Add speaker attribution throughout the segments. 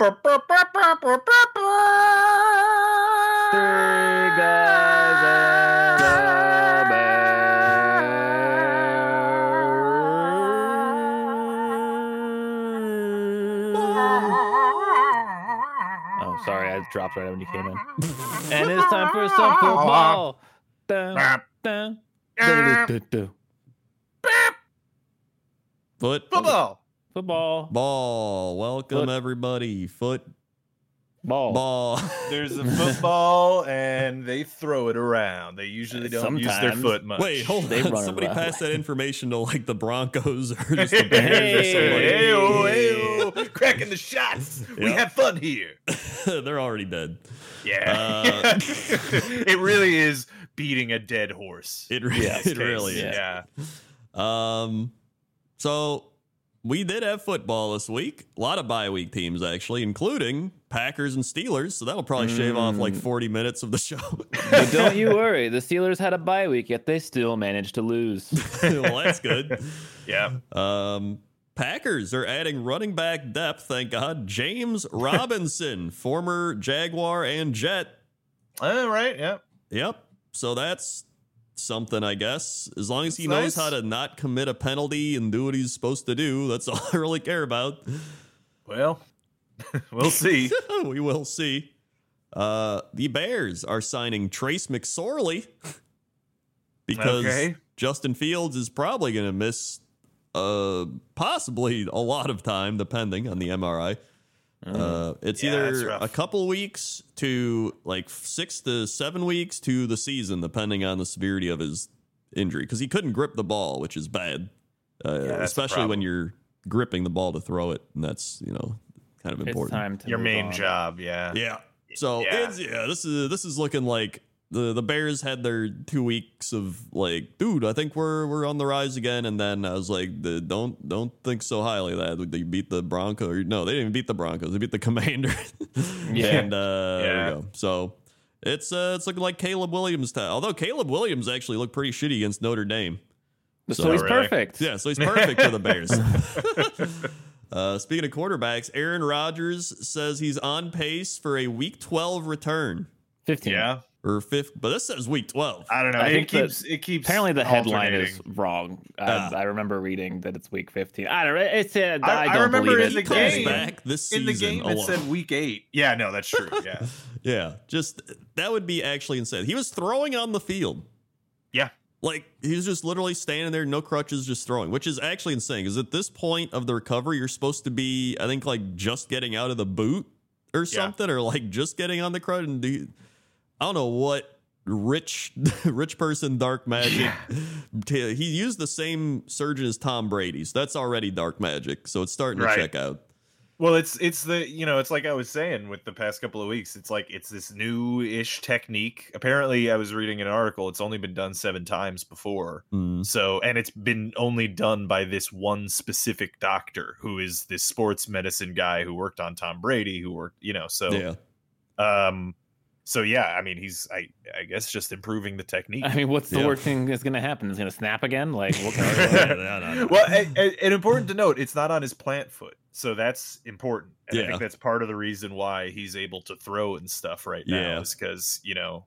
Speaker 1: Oh, Oh, sorry, I dropped right when you came in. and it's time for some football. Dun, dun, dun,
Speaker 2: Foot
Speaker 3: Football.
Speaker 1: Football.
Speaker 2: ball. Welcome
Speaker 1: Foot-
Speaker 2: everybody. Foot
Speaker 1: Ball.
Speaker 2: ball.
Speaker 3: There's a football, and they throw it around. They usually don't use their
Speaker 1: Uh, Sometimes.
Speaker 3: foot much.
Speaker 2: Wait, hold
Speaker 1: They
Speaker 2: on.
Speaker 1: run
Speaker 2: Somebody
Speaker 1: around.
Speaker 2: pass that information to like the Broncos or just the Bears
Speaker 1: Hey,
Speaker 2: or
Speaker 3: Ayo, ayo, cracking the shots. We
Speaker 2: Yeah.
Speaker 3: have fun here.
Speaker 2: somebody. They're already dead.
Speaker 3: Yeah.
Speaker 2: Uh,
Speaker 3: it really is beating a dead horse.
Speaker 2: It, re-
Speaker 1: Yeah,
Speaker 2: it really is.
Speaker 3: Yeah.
Speaker 2: Um, so we did have football this week. A lot of bye week teams actually, including Packers and Steelers. So that'll probably shave off
Speaker 1: Mm.
Speaker 2: like forty minutes of the show.
Speaker 1: but don't you worry, the Steelers had a bye week, yet they still managed to lose.
Speaker 2: well, that's good.
Speaker 3: Yeah.
Speaker 2: Um, Packers are adding running back depth. Thank God, James Robinson, former Jaguar and Jet.
Speaker 3: All right. Yeah.
Speaker 2: Yep. So that's something, I guess. As long as he
Speaker 3: That's
Speaker 2: knows how
Speaker 3: nice.
Speaker 2: to not commit a penalty and do what he's supposed to do, that's all I really care about.
Speaker 3: Well, we'll see.
Speaker 2: we will see. Uh, the Bears are signing Trace McSorley because
Speaker 3: Okay.
Speaker 2: Justin Fields is probably going to miss uh, possibly a lot of time, depending on the MRI. Uh, it's
Speaker 3: Mm-hmm. Yeah, that's
Speaker 2: either
Speaker 3: rough.
Speaker 2: a couple weeks to like six to seven weeks to the season, depending on the severity of his injury, because he couldn't grip the ball, which is bad, uh,
Speaker 3: that's a
Speaker 2: especially when you're gripping the ball to throw it, and that's you know kind of important.
Speaker 1: It's time to
Speaker 3: Your
Speaker 1: move
Speaker 3: main
Speaker 1: on.
Speaker 3: job. Yeah.
Speaker 2: Yeah. So
Speaker 3: Yeah.
Speaker 2: it's yeah, this is this is looking like the the Bears had their two weeks of like, dude, I think we're we're on the rise again. And then I was like, the, don't don't think so highly of that they beat the Broncos. No, they didn't even beat the Broncos. They beat the Commander.
Speaker 1: Yeah.
Speaker 2: And uh,
Speaker 3: Yeah.
Speaker 2: there we go. So. It's uh, it's looking like Caleb Williams. Time. Although Caleb Williams actually looked pretty shitty against Notre Dame.
Speaker 1: So,
Speaker 2: So-
Speaker 1: he's
Speaker 3: Oh, really?
Speaker 1: perfect.
Speaker 2: Yeah, so he's perfect for the Bears. uh, speaking of quarterbacks, Aaron Rodgers says he's on pace for a Week 12 return
Speaker 1: 15.
Speaker 3: Yeah.
Speaker 2: or fifth, but this says Week 12.
Speaker 3: I don't know.
Speaker 1: I
Speaker 3: it
Speaker 1: think that-
Speaker 3: keeps. It keeps.
Speaker 1: Apparently the headline is
Speaker 3: alternating.
Speaker 1: wrong.
Speaker 2: Ah.
Speaker 1: I, I remember reading that it's week 15. I don't know. It's uh, I,
Speaker 3: I
Speaker 1: don't
Speaker 3: remember
Speaker 1: believe
Speaker 3: in
Speaker 1: it.
Speaker 3: the
Speaker 2: Comes
Speaker 3: game-
Speaker 2: back this
Speaker 3: in
Speaker 2: season oh,
Speaker 3: the game. It
Speaker 2: alone.
Speaker 3: said week eight. Yeah. No, that's true. Yeah.
Speaker 2: yeah, just that would be actually insane. He was throwing on the field.
Speaker 3: Yeah.
Speaker 2: Like he was just literally standing there, no crutches, just throwing, which is actually insane. Because at this point of the recovery, you're supposed to be, I think, like just getting out of the boot or something, or like just getting on the crutch. And do you- I don't know what rich, rich person dark magic. t- He used the same surgeon as Tom Brady's. that's already dark magic, so it's starting
Speaker 3: Right.
Speaker 2: to check out.
Speaker 3: Well, it's it's the you know it's like I was saying with the past couple of weeks. It's like it's this new ish technique. Apparently, I was reading an article. It's only been done seven times before.
Speaker 2: Mm.
Speaker 3: So, and it's been only done by this one specific doctor who is this sports medicine guy who worked on Tom Brady, who worked, you know, so,
Speaker 2: Yeah.
Speaker 3: um, so yeah, I mean, he's, I, I guess just improving the technique.
Speaker 1: I mean, what's the
Speaker 2: Yeah.
Speaker 1: worst thing that's going to happen? It's going to snap again? Like, what
Speaker 2: Yeah, no, no, no.
Speaker 3: well, and, and, and important to note, it's not on his plant foot. So that's important. And I
Speaker 2: Yeah.
Speaker 3: think that's part of the reason why he's able to throw and stuff right now
Speaker 2: Yeah.
Speaker 3: is because, you know,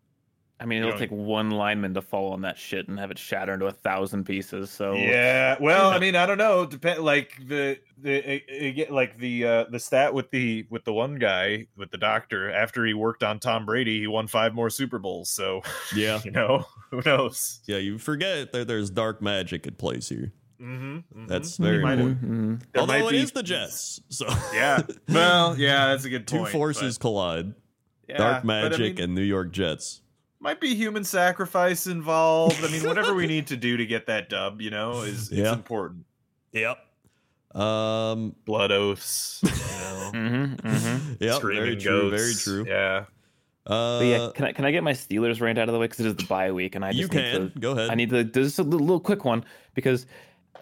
Speaker 1: I mean,
Speaker 3: You
Speaker 1: it'll
Speaker 3: know-
Speaker 1: take one lineman to fall on that shit and have it shatter into a thousand pieces. So
Speaker 3: Yeah, well, I mean, I don't know. Depend like the the again, like the uh, the stat with the with the one guy with the doctor after he worked on Tom Brady, he won five more Super Bowls. So
Speaker 2: Yeah.
Speaker 3: you know, who knows?
Speaker 2: Yeah, you forget that there's dark magic at plays here.
Speaker 3: Mm-hmm,
Speaker 2: That's very
Speaker 3: might have-
Speaker 2: important.
Speaker 1: Mhm.
Speaker 3: there
Speaker 2: Although
Speaker 3: might
Speaker 2: it
Speaker 3: be-
Speaker 2: is the Jets, so
Speaker 3: Yeah. Well, yeah, that's a good
Speaker 2: two
Speaker 3: point.
Speaker 2: forces collide:
Speaker 3: but- yeah,
Speaker 2: dark
Speaker 3: but I
Speaker 2: magic
Speaker 3: mean,
Speaker 2: and New York Jets.
Speaker 3: might be human sacrifice involved. I mean, whatever we need to do to get that dub, you know, is
Speaker 2: Yeah.
Speaker 3: it's important.
Speaker 2: Yep. Um.
Speaker 3: Blood oaths, you know,
Speaker 1: Mhm,
Speaker 3: uh,
Speaker 1: mhm.
Speaker 2: Yep. Very
Speaker 3: Mm-hmm. screaming
Speaker 2: true.
Speaker 3: goats.
Speaker 2: Very true.
Speaker 3: Yeah.
Speaker 2: Uh,
Speaker 1: But yeah, can I can I get my Steelers rant out of the way because it is the bye week and I just
Speaker 2: you
Speaker 1: need
Speaker 2: can
Speaker 1: to
Speaker 2: go ahead.
Speaker 1: I need to. This is a little, little quick one because uh,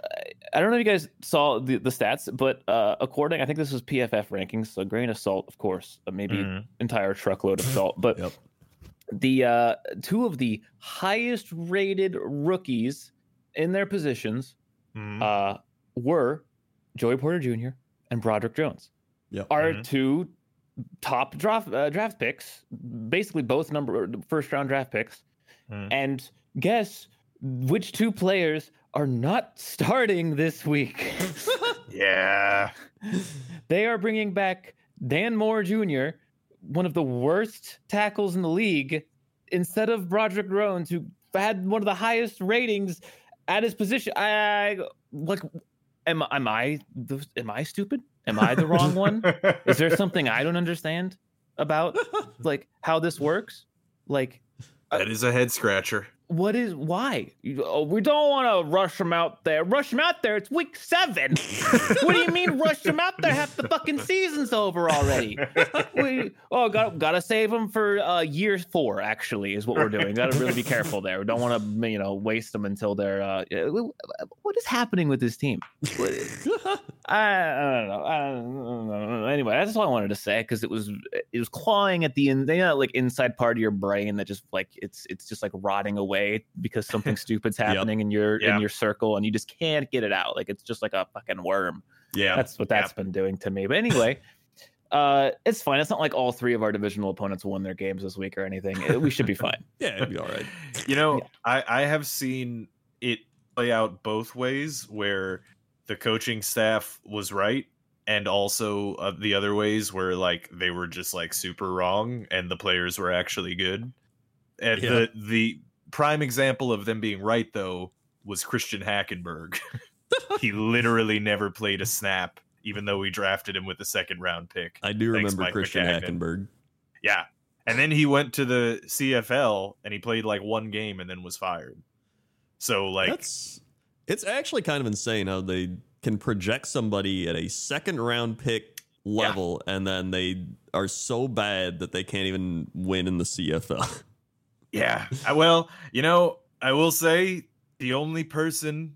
Speaker 1: I don't know if you guys saw the, the stats, but uh, according, I think this was PFF rankings, so grain of salt, of course, uh, maybe
Speaker 3: Mhm.
Speaker 1: entire truckload of salt. But
Speaker 2: Yep.
Speaker 1: the uh, two of the highest rated rookies in their positions
Speaker 3: Mhm.
Speaker 1: uh, were Joey Porter Jr. and Broderick Jones.
Speaker 2: Yep.
Speaker 1: Are
Speaker 3: Mhm.
Speaker 1: two top draft uh, draft picks, basically both number first round draft picks.
Speaker 3: Mhm.
Speaker 1: And guess which two players are not starting this week?
Speaker 3: yeah.
Speaker 1: they are bringing back Dan Moore Jr., one of the worst tackles in the league, instead of Broderick Jones, who had one of the highest ratings at his position. I like, am am I the, am I stupid? Am I the wrong one? Is there something I don't understand about like how this works? Like, uh,
Speaker 3: that is a head scratcher.
Speaker 1: what is why? You- oh, we don't want to rush him out there. Rush him out there. It's week seven. what do you mean rush him out there? Half the fucking season's over already. we oh got gotta save him for uh, year four. Actually, is what we're doing. Gotta really be careful there. We don't want to you know waste them until they're. Uh, what is happening with this team? I, I don't know. I don't know. Anyway, that's all I wanted to say because it was it was clawing at the in, you know, like inside part of your brain that just like it's it's just like rotting away because something stupid's
Speaker 2: Yep.
Speaker 1: happening in your
Speaker 3: Yeah.
Speaker 1: in your circle and you just can't get it out. Like it's just like a fucking worm.
Speaker 2: yeah.
Speaker 1: That's what that's been doing to me. But anyway, uh, it's fine. It's not like all three of our divisional opponents won their games this week or anything. It- we should be fine.
Speaker 2: Yeah, it'd be all right.
Speaker 3: You know,
Speaker 1: Yeah.
Speaker 3: I, I have seen it play out both ways where the coaching staff was right and also uh, the other ways where like they were just like super wrong and the players were actually good. And
Speaker 2: Yeah.
Speaker 3: the the prime example of them being right though was Christian Hackenberg. he literally never played a snap even though we drafted him with the second round pick.
Speaker 2: I do
Speaker 3: Thanks,
Speaker 2: remember
Speaker 3: Mike
Speaker 2: Christian
Speaker 3: McCagnon.
Speaker 2: Hackenberg.
Speaker 3: Yeah. And then he went to the CFL and he played like one game and then was fired. So like
Speaker 2: That's it's actually kind of insane how they can project somebody at a second round pick level and then they are so bad that they can't even win in the CFL.
Speaker 3: yeah. I, well, you know, I will say the only person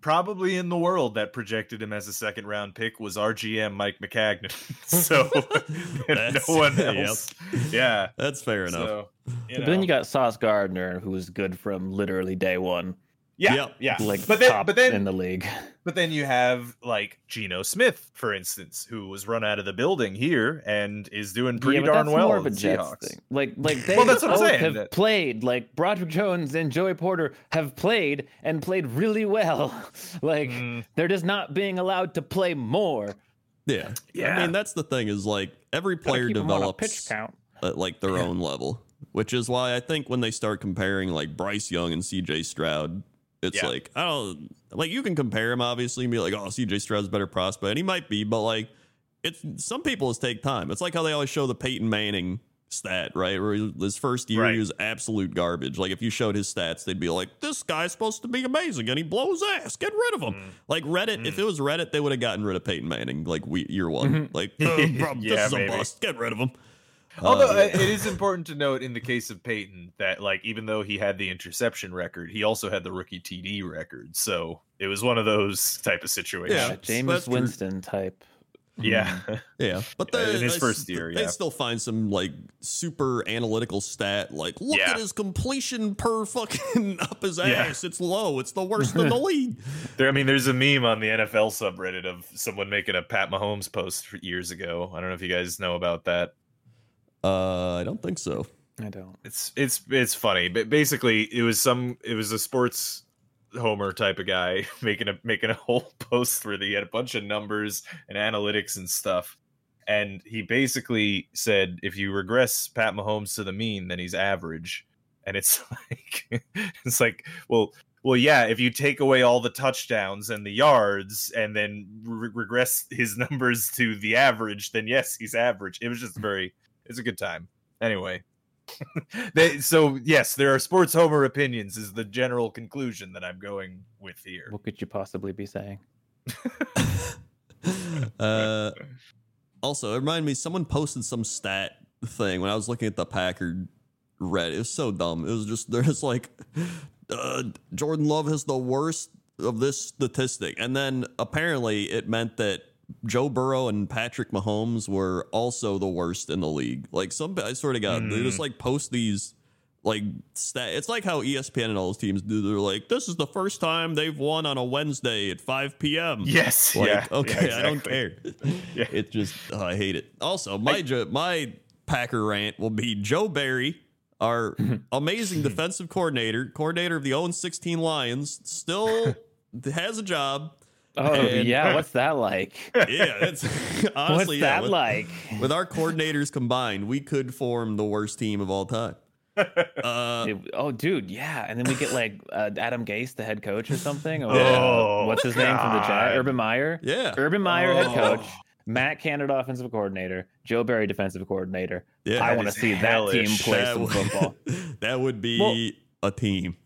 Speaker 3: probably in the world that projected him as a second round pick was our GM Mike McCagnon. so no
Speaker 2: That's-
Speaker 3: one
Speaker 2: yep.
Speaker 3: else. Yeah.
Speaker 2: That's fair enough.
Speaker 3: So, you
Speaker 1: But then
Speaker 3: know.
Speaker 1: you got Sauce Gardner, who was good from literally day one,
Speaker 3: yeah,
Speaker 2: Yep.
Speaker 3: yeah.
Speaker 1: like
Speaker 3: But then-
Speaker 1: top
Speaker 3: but then-
Speaker 1: in the league.
Speaker 3: But then you have like Geno Smith, for instance, who was run out of the building here and is doing pretty
Speaker 1: but
Speaker 3: darn
Speaker 1: that's
Speaker 3: well.
Speaker 1: more of a
Speaker 3: with
Speaker 1: Jets
Speaker 3: Seahawks.
Speaker 1: thing. Like, like they
Speaker 3: Well, that's what I'm
Speaker 1: both
Speaker 3: saying,
Speaker 1: have
Speaker 3: that-
Speaker 1: played. Like Broderick Jones and Joey Porter have played and played really well. like
Speaker 3: Mm.
Speaker 1: they're just not being allowed to play more.
Speaker 2: Yeah. I
Speaker 3: Yeah.
Speaker 2: mean, that's the thing is like every
Speaker 1: Gotta
Speaker 2: player
Speaker 1: keep 'em on a pitch
Speaker 2: develops
Speaker 1: count.
Speaker 2: at like their own level, which is why I think when they start comparing like Bryce Young and CJ Stroud, it's
Speaker 3: Yeah.
Speaker 2: like I don't like you can compare him obviously and be like, oh, CJ Stroud's a better prospect, and he might be, but like it's some people just take time. It's like how they always show the Peyton Manning stat, right? Where he- his first year
Speaker 3: Right.
Speaker 2: he was absolute garbage. Like if you showed his stats, they'd be like, this guy's supposed to be amazing, and he blows ass. Get rid of him.
Speaker 3: Mm.
Speaker 2: Like Reddit,
Speaker 3: Mm. Mm-hmm.
Speaker 2: if it was Reddit, they would have gotten rid of Peyton Manning like we, year one. Like, "Uh, bro, this
Speaker 3: Yeah,
Speaker 2: is a
Speaker 3: maybe.
Speaker 2: bust. Get rid of him.
Speaker 3: Although
Speaker 2: Uh,
Speaker 3: uh, it is important to note in the case of Peyton that, like, even though he had the interception record, he also had the rookie TD record. So it was one of those type of
Speaker 1: Yeah,
Speaker 3: situations.
Speaker 1: Jameis
Speaker 2: that's true.
Speaker 1: Winston type.
Speaker 3: Yeah.
Speaker 2: Yeah, but
Speaker 3: Yeah,
Speaker 2: they,
Speaker 3: in his
Speaker 2: they-
Speaker 3: first year,
Speaker 2: they
Speaker 3: yeah.
Speaker 2: still find some like super analytical stat. Like, look
Speaker 3: Yeah.
Speaker 2: at his completion per fucking up his
Speaker 3: Yeah.
Speaker 2: ass. It's low. It's the worst in the league.
Speaker 3: There, I mean, there's a meme on the NFL subreddit of someone making a Pat Mahomes post for years ago. I don't know if you guys know about that.
Speaker 2: Uh, I don't think so.
Speaker 1: I don't.
Speaker 3: It's it's it's funny, but basically, it was some it was a sports homer type of guy making a making a whole post where he had a bunch of numbers and analytics and stuff. And he basically said, if you regress Pat Mahomes to the mean, then he's average. And it's like, it's like, well, well, yeah. If you take away all the touchdowns and the yards, and then re- regress his numbers to the average, then yes, he's average. It was just very, it's a good time. Anyway, they, so yes, there are sports homer opinions. Is the general conclusion that I'm going with here.
Speaker 1: What could you possibly be saying?
Speaker 2: uh, also, it reminded me someone posted some stat thing when I was looking at the Packard red. It was so dumb. It was just there's like uh, Jordan Love has the worst of this statistic. And then apparently it meant that Joe Burrow and Patrick Mahomes were also the worst in the league. Like some, I swear to God, they
Speaker 3: Mm.
Speaker 2: just like post these like stat. It's like how E ESPN and all those teams do. They're like, this is the first time they've won on a Wednesday at 5 p.m.
Speaker 3: Yes.
Speaker 2: Like,
Speaker 3: yeah.
Speaker 2: okay,
Speaker 3: yeah,
Speaker 2: I don't
Speaker 3: exactly.
Speaker 2: care.
Speaker 3: Yeah.
Speaker 2: It just, oh, I hate it. Also, my jo- my Packer rant will be Joe Barry, our amazing defensive coordinator, coordinator of the 0 16 Lions, still has a job.
Speaker 1: Oh
Speaker 2: And-
Speaker 1: yeah, what's that like?
Speaker 2: Yeah, it's honestly
Speaker 1: what's
Speaker 2: yeah,
Speaker 1: that
Speaker 2: with,
Speaker 1: like?
Speaker 2: with our coordinators combined, we could form the worst team of all time. Uh,
Speaker 1: It- oh, dude, yeah. And then we get like uh, Adam Gase, the head coach, or something. Or, uh,
Speaker 3: Oh,
Speaker 1: what's his name from the
Speaker 3: God.
Speaker 1: Giants? Urban Meyer.
Speaker 2: yeah,
Speaker 1: Urban Meyer,
Speaker 2: Oh.
Speaker 1: head coach. Matt Canada, offensive coordinator. Joe Barry, defensive coordinator.
Speaker 2: yeah.
Speaker 1: I
Speaker 3: that
Speaker 1: want to
Speaker 3: is
Speaker 1: see that team
Speaker 3: hellish.
Speaker 1: play some
Speaker 2: would-
Speaker 1: football.
Speaker 2: that would be a team.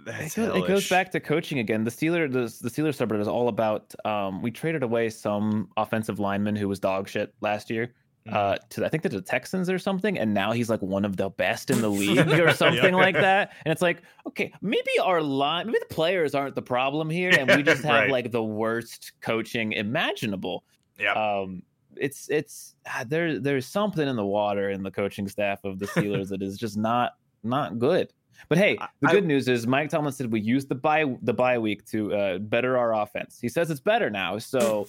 Speaker 1: It
Speaker 3: That's
Speaker 1: goes, it
Speaker 3: hellish.
Speaker 1: goes back to coaching again. The Steeler, the, the Steeler subreddit is all about. Um, we traded away some offensive lineman who was dog shit last year.
Speaker 3: Mm.
Speaker 1: Uh, to I think to the Texans or something, and now he's like one of the best in the league or something like that. And it's like, okay, maybe our line, maybe the players aren't the problem here, and we just have
Speaker 3: Right.
Speaker 1: like the worst coaching imaginable.
Speaker 3: Yep.
Speaker 1: Um, it's it's ah, there. There's something in the water in the coaching staff of the Steelers that is just not not good. But hey,
Speaker 3: I-
Speaker 1: the
Speaker 3: I-
Speaker 1: good news is Mike Tomlin said we used the bye the bye week to uh, better our offense. He says it's better now, so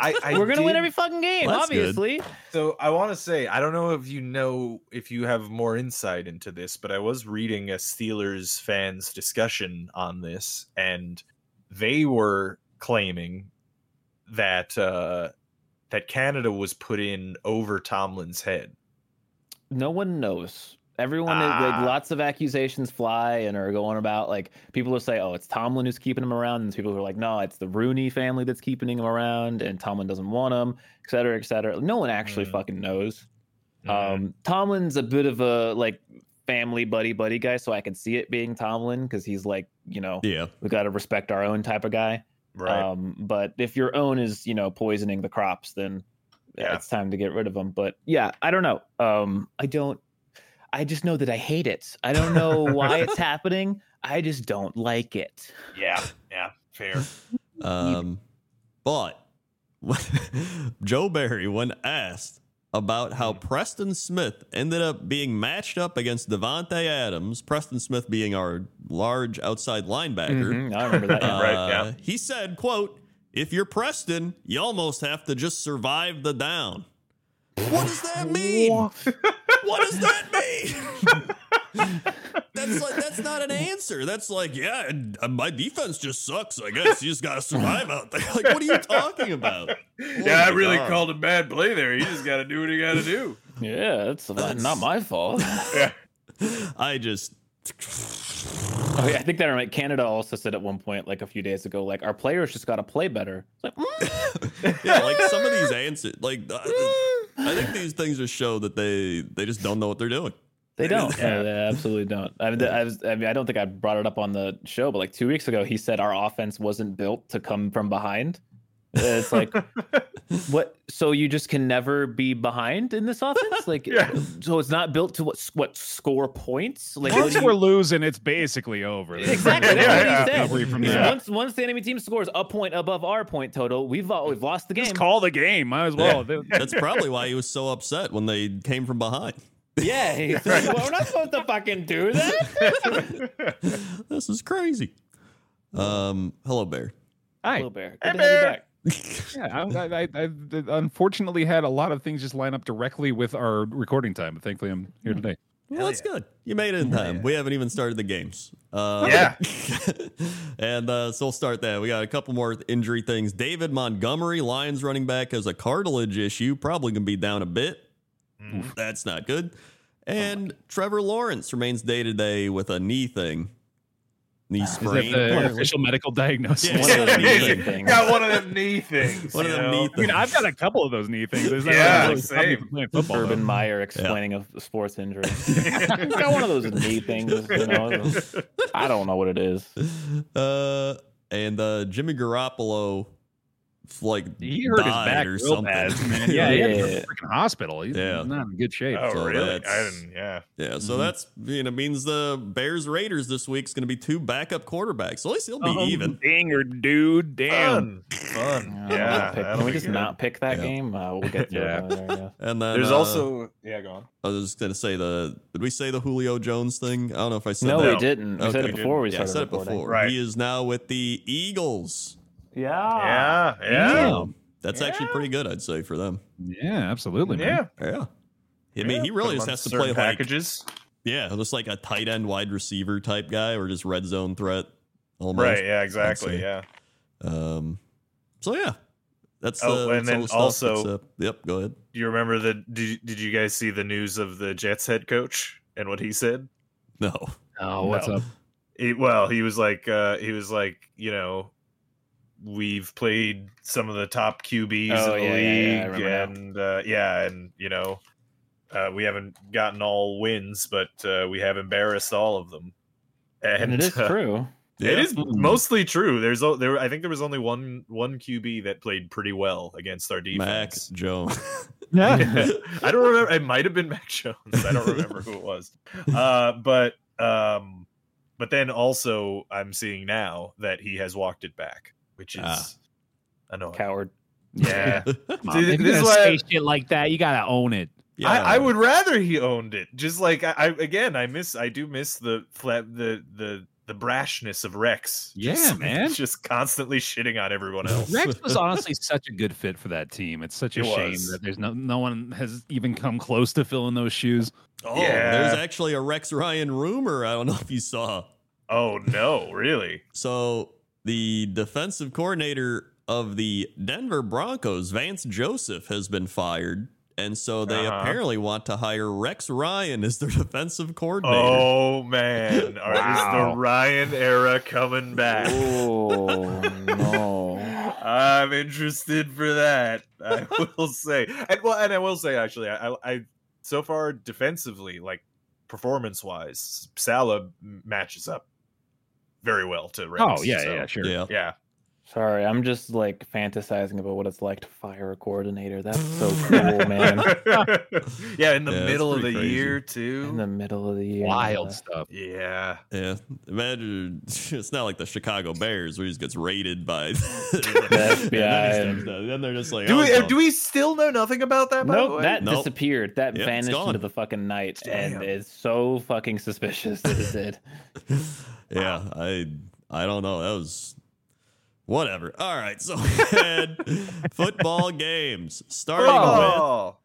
Speaker 3: I, I
Speaker 1: we're gonna
Speaker 3: did-
Speaker 1: win every fucking game.
Speaker 2: Well, that's good.
Speaker 1: obviously,
Speaker 3: So I want to say I don't know if you know if you have more insight into this, but I was reading a Steelers fans discussion on this, and they were claiming that uh, that Canada was put in over Tomlin's head.
Speaker 1: no one knows. Everyone, is-
Speaker 3: Ah.
Speaker 1: like, lots of accusations fly and are going about. Like people will say, "Oh, it's Tomlin who's keeping him around," and people who are like, "No, it's the Rooney family that's keeping him around," and Tomlin doesn't want him, et cetera, et cetera. No one actually
Speaker 3: Mm.
Speaker 1: fucking knows.
Speaker 2: Mm.
Speaker 3: Mhm.
Speaker 1: Um, Tomlin's a bit of a like family buddy buddy guy, so I can see it being Tomlin because he's like, you know,
Speaker 2: yeah,
Speaker 1: we got to respect our own type of guy.
Speaker 3: Mm-hmm, right.
Speaker 1: Um, but if your own is, you know, poisoning the crops, then yeah.
Speaker 3: Yeah.
Speaker 1: it's time to get rid of them. But yeah, I don't know. Um, I don't. I just know that I hate it. I don't know why it's happening. I just don't like it.
Speaker 3: yeah. Yeah. Fair.
Speaker 2: Um, but Joe Barry, when asked about how Preston Smith ended up being matched up against Devontae Adams, Preston Smith being our large outside linebacker,
Speaker 1: Mhm, I remember that.
Speaker 2: uh,
Speaker 1: yeah.
Speaker 3: Right, yeah.
Speaker 2: he said, quote, if you're Preston, you almost have to just survive the down. What does that mean? What does that mean? that's like that's not an answer. That's like, yeah, and, uh, my defense just sucks. I guess you just gotta survive out there. Like, what are you talking about?
Speaker 3: yeah, I
Speaker 2: my
Speaker 3: really
Speaker 2: God.
Speaker 3: called a bad play there. You just got to do what you got to do.
Speaker 1: yeah, it's not my fault.
Speaker 2: I just
Speaker 1: Oh, yeah, I think that right. Canada also said at one point, like a few days ago, like our players just got to play better. It's like, mm,
Speaker 2: yeah, like some of these answers, like uh, I think these things just show that they they just don't know what they're doing.
Speaker 1: they don't.
Speaker 3: Yeah.
Speaker 1: No, they absolutely don't. I mean, I, was, I mean, I don't think I brought it up on the show, but like two weeks ago, he said our offense wasn't built to come from behind. Uh, It's like, what? So you just can never be behind in this offense? Like,
Speaker 3: Yeah.
Speaker 1: so it's not built to what? s- What score points? Like, what
Speaker 4: Once
Speaker 1: do you-
Speaker 4: we're losing, it's basically over. There's
Speaker 1: Exactly.
Speaker 4: really
Speaker 1: That's
Speaker 4: no
Speaker 1: what he
Speaker 3: Yeah,
Speaker 1: said.
Speaker 4: recovery from
Speaker 1: He said,
Speaker 4: that.
Speaker 1: Once, once the enemy team scores a point above our point total, we've all, we've lost the game.
Speaker 4: Just call the game. Might as well.
Speaker 2: That's probably why he was so upset when they came from behind.
Speaker 1: Yeah, he's like, well, we're not supposed to fucking do that.
Speaker 2: This is crazy. Um, hello, Bear.
Speaker 4: Hi.
Speaker 1: Hello, Bear. Good
Speaker 3: Hey,
Speaker 1: to have you
Speaker 3: Bear.
Speaker 1: back.
Speaker 4: Yeah, I, I, I, I unfortunately had a lot of things just line up directly with our recording time, but thankfully I'm here today.
Speaker 2: Well, that's good. You made it in time. We haven't even started the games. Uh,
Speaker 3: Yeah.
Speaker 2: and uh, so we'll start that. We got a couple more injury things. David Montgomery, Lions running back, has a cartilage issue. Probably going to be down a bit.
Speaker 3: Mm.
Speaker 2: That's not good.
Speaker 4: Oh
Speaker 2: And Trevor Lawrence remains day to day with a knee thing, knee
Speaker 4: Is
Speaker 2: sprain.
Speaker 4: that the
Speaker 2: apparently.
Speaker 4: official medical diagnosis?
Speaker 2: Yeah.
Speaker 1: One of those
Speaker 2: Yeah.
Speaker 1: knee things.
Speaker 3: Got one of them knee things.
Speaker 2: One of
Speaker 3: you
Speaker 2: them
Speaker 3: know?
Speaker 2: knee
Speaker 4: I mean, I've got a couple of those knee things. There's not
Speaker 3: Yeah,
Speaker 4: really stopped me
Speaker 3: same.
Speaker 4: from playing football,
Speaker 1: Urban
Speaker 4: though.
Speaker 1: Meyer explaining a sports injury. Got one of those knee things. You know? I don't know what it is.
Speaker 2: Uh, and uh, Jimmy Garoppolo like
Speaker 4: He hurt his
Speaker 2: died
Speaker 4: back
Speaker 2: or
Speaker 4: real
Speaker 2: something.
Speaker 4: bad, man. Yeah, he had to go to
Speaker 1: Yeah.
Speaker 4: the freaking hospital. He's
Speaker 2: Yeah.
Speaker 4: not in good shape.
Speaker 3: Oh,
Speaker 2: so
Speaker 3: really? I
Speaker 2: that's-
Speaker 3: didn't. Yeah.
Speaker 2: Yeah,
Speaker 3: Mm-hmm.
Speaker 2: so
Speaker 4: Mhm.
Speaker 2: that's you know means the Bears Raiders this week is going to be two backup quarterbacks. So at least he'll be
Speaker 3: Uh-huh.
Speaker 4: Uh-huh.
Speaker 2: even.
Speaker 5: Dinger, dude. Damn.
Speaker 3: Fun. Fun.
Speaker 1: Yeah,
Speaker 3: Yeah.
Speaker 1: can
Speaker 3: that'll
Speaker 1: we
Speaker 3: be
Speaker 1: just
Speaker 3: good.
Speaker 1: not pick that
Speaker 2: Yeah.
Speaker 1: game? Uh, we'll get to
Speaker 4: Yeah.
Speaker 1: it. another day,
Speaker 2: And then
Speaker 3: There's
Speaker 2: uh,
Speaker 3: also yeah, go on.
Speaker 2: I was just going to say the did we say the Julio Jones thing? I don't know if I
Speaker 1: yeah.
Speaker 2: said
Speaker 1: No,
Speaker 2: that.
Speaker 1: we didn't. We said
Speaker 2: Okay.
Speaker 1: it before we
Speaker 2: yeah, I
Speaker 1: started
Speaker 2: said it
Speaker 1: recording.
Speaker 2: before.
Speaker 3: Right.
Speaker 2: He is now with the Eagles.
Speaker 1: Yeah.
Speaker 3: Yeah, Ah. yeah,
Speaker 2: So that's actually
Speaker 3: Oh. Yeah.
Speaker 2: pretty good, I'd say, for them.
Speaker 4: Yeah, absolutely, man.
Speaker 3: yeah.
Speaker 2: Yeah. I mean, he
Speaker 3: Yeah,
Speaker 2: really
Speaker 3: put him on
Speaker 2: just has to play
Speaker 3: certain
Speaker 2: like
Speaker 3: packages.
Speaker 2: yeah, just like a tight end wide receiver type guy, or just red zone threat. Almost.
Speaker 3: right? Yeah, exactly.
Speaker 2: say.
Speaker 3: Yeah.
Speaker 2: Um. So yeah, that's
Speaker 3: Oh,
Speaker 2: uh,
Speaker 3: and
Speaker 2: that's all
Speaker 3: then
Speaker 2: the stuff.
Speaker 3: also-
Speaker 2: It's, uh, yep. Go ahead.
Speaker 3: Do you remember the? Did, did you guys see the news of the Jets head coach and what he said?
Speaker 2: No.
Speaker 4: Oh, what's
Speaker 3: No.
Speaker 4: up?
Speaker 3: He- well, he was like, uh, he was like, you know, we've played some of the top QBs
Speaker 1: Oh,
Speaker 3: in the
Speaker 1: yeah, yeah, yeah, I
Speaker 3: league,
Speaker 1: remember now.
Speaker 3: and uh, yeah, and you know, uh, we haven't gotten all wins, but uh, we have embarrassed all of them. And,
Speaker 1: And it is
Speaker 3: uh,
Speaker 1: true.
Speaker 3: It is
Speaker 4: Mm.
Speaker 3: mostly true. There's o- there. I think there was only one one QB that played pretty well against our
Speaker 2: Mac
Speaker 3: defense.
Speaker 2: Jones.
Speaker 3: I don't remember. It might have been Mac Jones. I don't remember who it was. Uh, but um, but then also, I'm seeing now that he has walked it back, which is
Speaker 2: Ah.
Speaker 3: annoying.
Speaker 1: Coward.
Speaker 3: Yeah.
Speaker 4: Come
Speaker 3: See,
Speaker 4: on, if
Speaker 3: this
Speaker 4: you're
Speaker 3: is
Speaker 4: gonna
Speaker 3: why
Speaker 4: say
Speaker 3: I-
Speaker 4: shit like that, you gotta own it.
Speaker 2: yeah.
Speaker 3: I, I would rather he owned it. Just like I, I again, I miss. I do miss the flat the the the brashness of Rex.
Speaker 4: Yeah,
Speaker 3: Just-
Speaker 4: man.
Speaker 3: Just constantly shitting on everyone else.
Speaker 4: Rex was honestly such a good fit for that team. It's such a
Speaker 3: It
Speaker 4: shame
Speaker 3: was.
Speaker 4: that there's no no one has even come close to filling those shoes.
Speaker 2: Oh,
Speaker 3: Yeah.
Speaker 2: there's actually a Rex Ryan rumor. I don't know if you saw.
Speaker 3: Oh no, really?
Speaker 2: So the defensive coordinator of the Denver Broncos, Vance Joseph, has been fired. And so they
Speaker 3: Uh-huh.
Speaker 2: apparently want to hire Rex Ryan as their defensive coordinator.
Speaker 3: Oh man, Are- is
Speaker 4: Wow.
Speaker 3: the Ryan era coming back?
Speaker 1: Oh no.
Speaker 3: I'm interested for that. I will say, and well, and I will say actually, I, I, I so far defensively, like performance wise, Salah m- matches up very well to Rex.
Speaker 4: oh yeah,
Speaker 3: so,
Speaker 4: yeah, sure.
Speaker 2: Yeah.
Speaker 3: yeah.
Speaker 1: Sorry, I'm just like fantasizing about what it's like to fire a coordinator. That's so cool, man.
Speaker 3: yeah, in the
Speaker 2: Yeah, it's
Speaker 3: middle of the
Speaker 2: pretty crazy.
Speaker 3: year
Speaker 1: In
Speaker 3: too.
Speaker 1: the middle of the year.
Speaker 4: Wild stuff.
Speaker 3: yeah,
Speaker 2: Yeah. Imagine it's not like the Chicago Bears where he just gets raided by
Speaker 1: FBI.
Speaker 2: And then, he steps down. Then they're just like,
Speaker 3: do
Speaker 2: oh,
Speaker 3: we
Speaker 2: no.
Speaker 3: do we still know nothing about that? By the
Speaker 1: Nope,
Speaker 3: way?
Speaker 1: that
Speaker 2: Nope.
Speaker 1: disappeared. That
Speaker 2: Yep, it's
Speaker 1: vanished
Speaker 2: gone.
Speaker 1: into the fucking night,
Speaker 3: Damn.
Speaker 1: and it's so fucking suspicious that it did.
Speaker 2: yeah, I I don't know. That was whatever. All right, so we had football games starting with
Speaker 3: oh,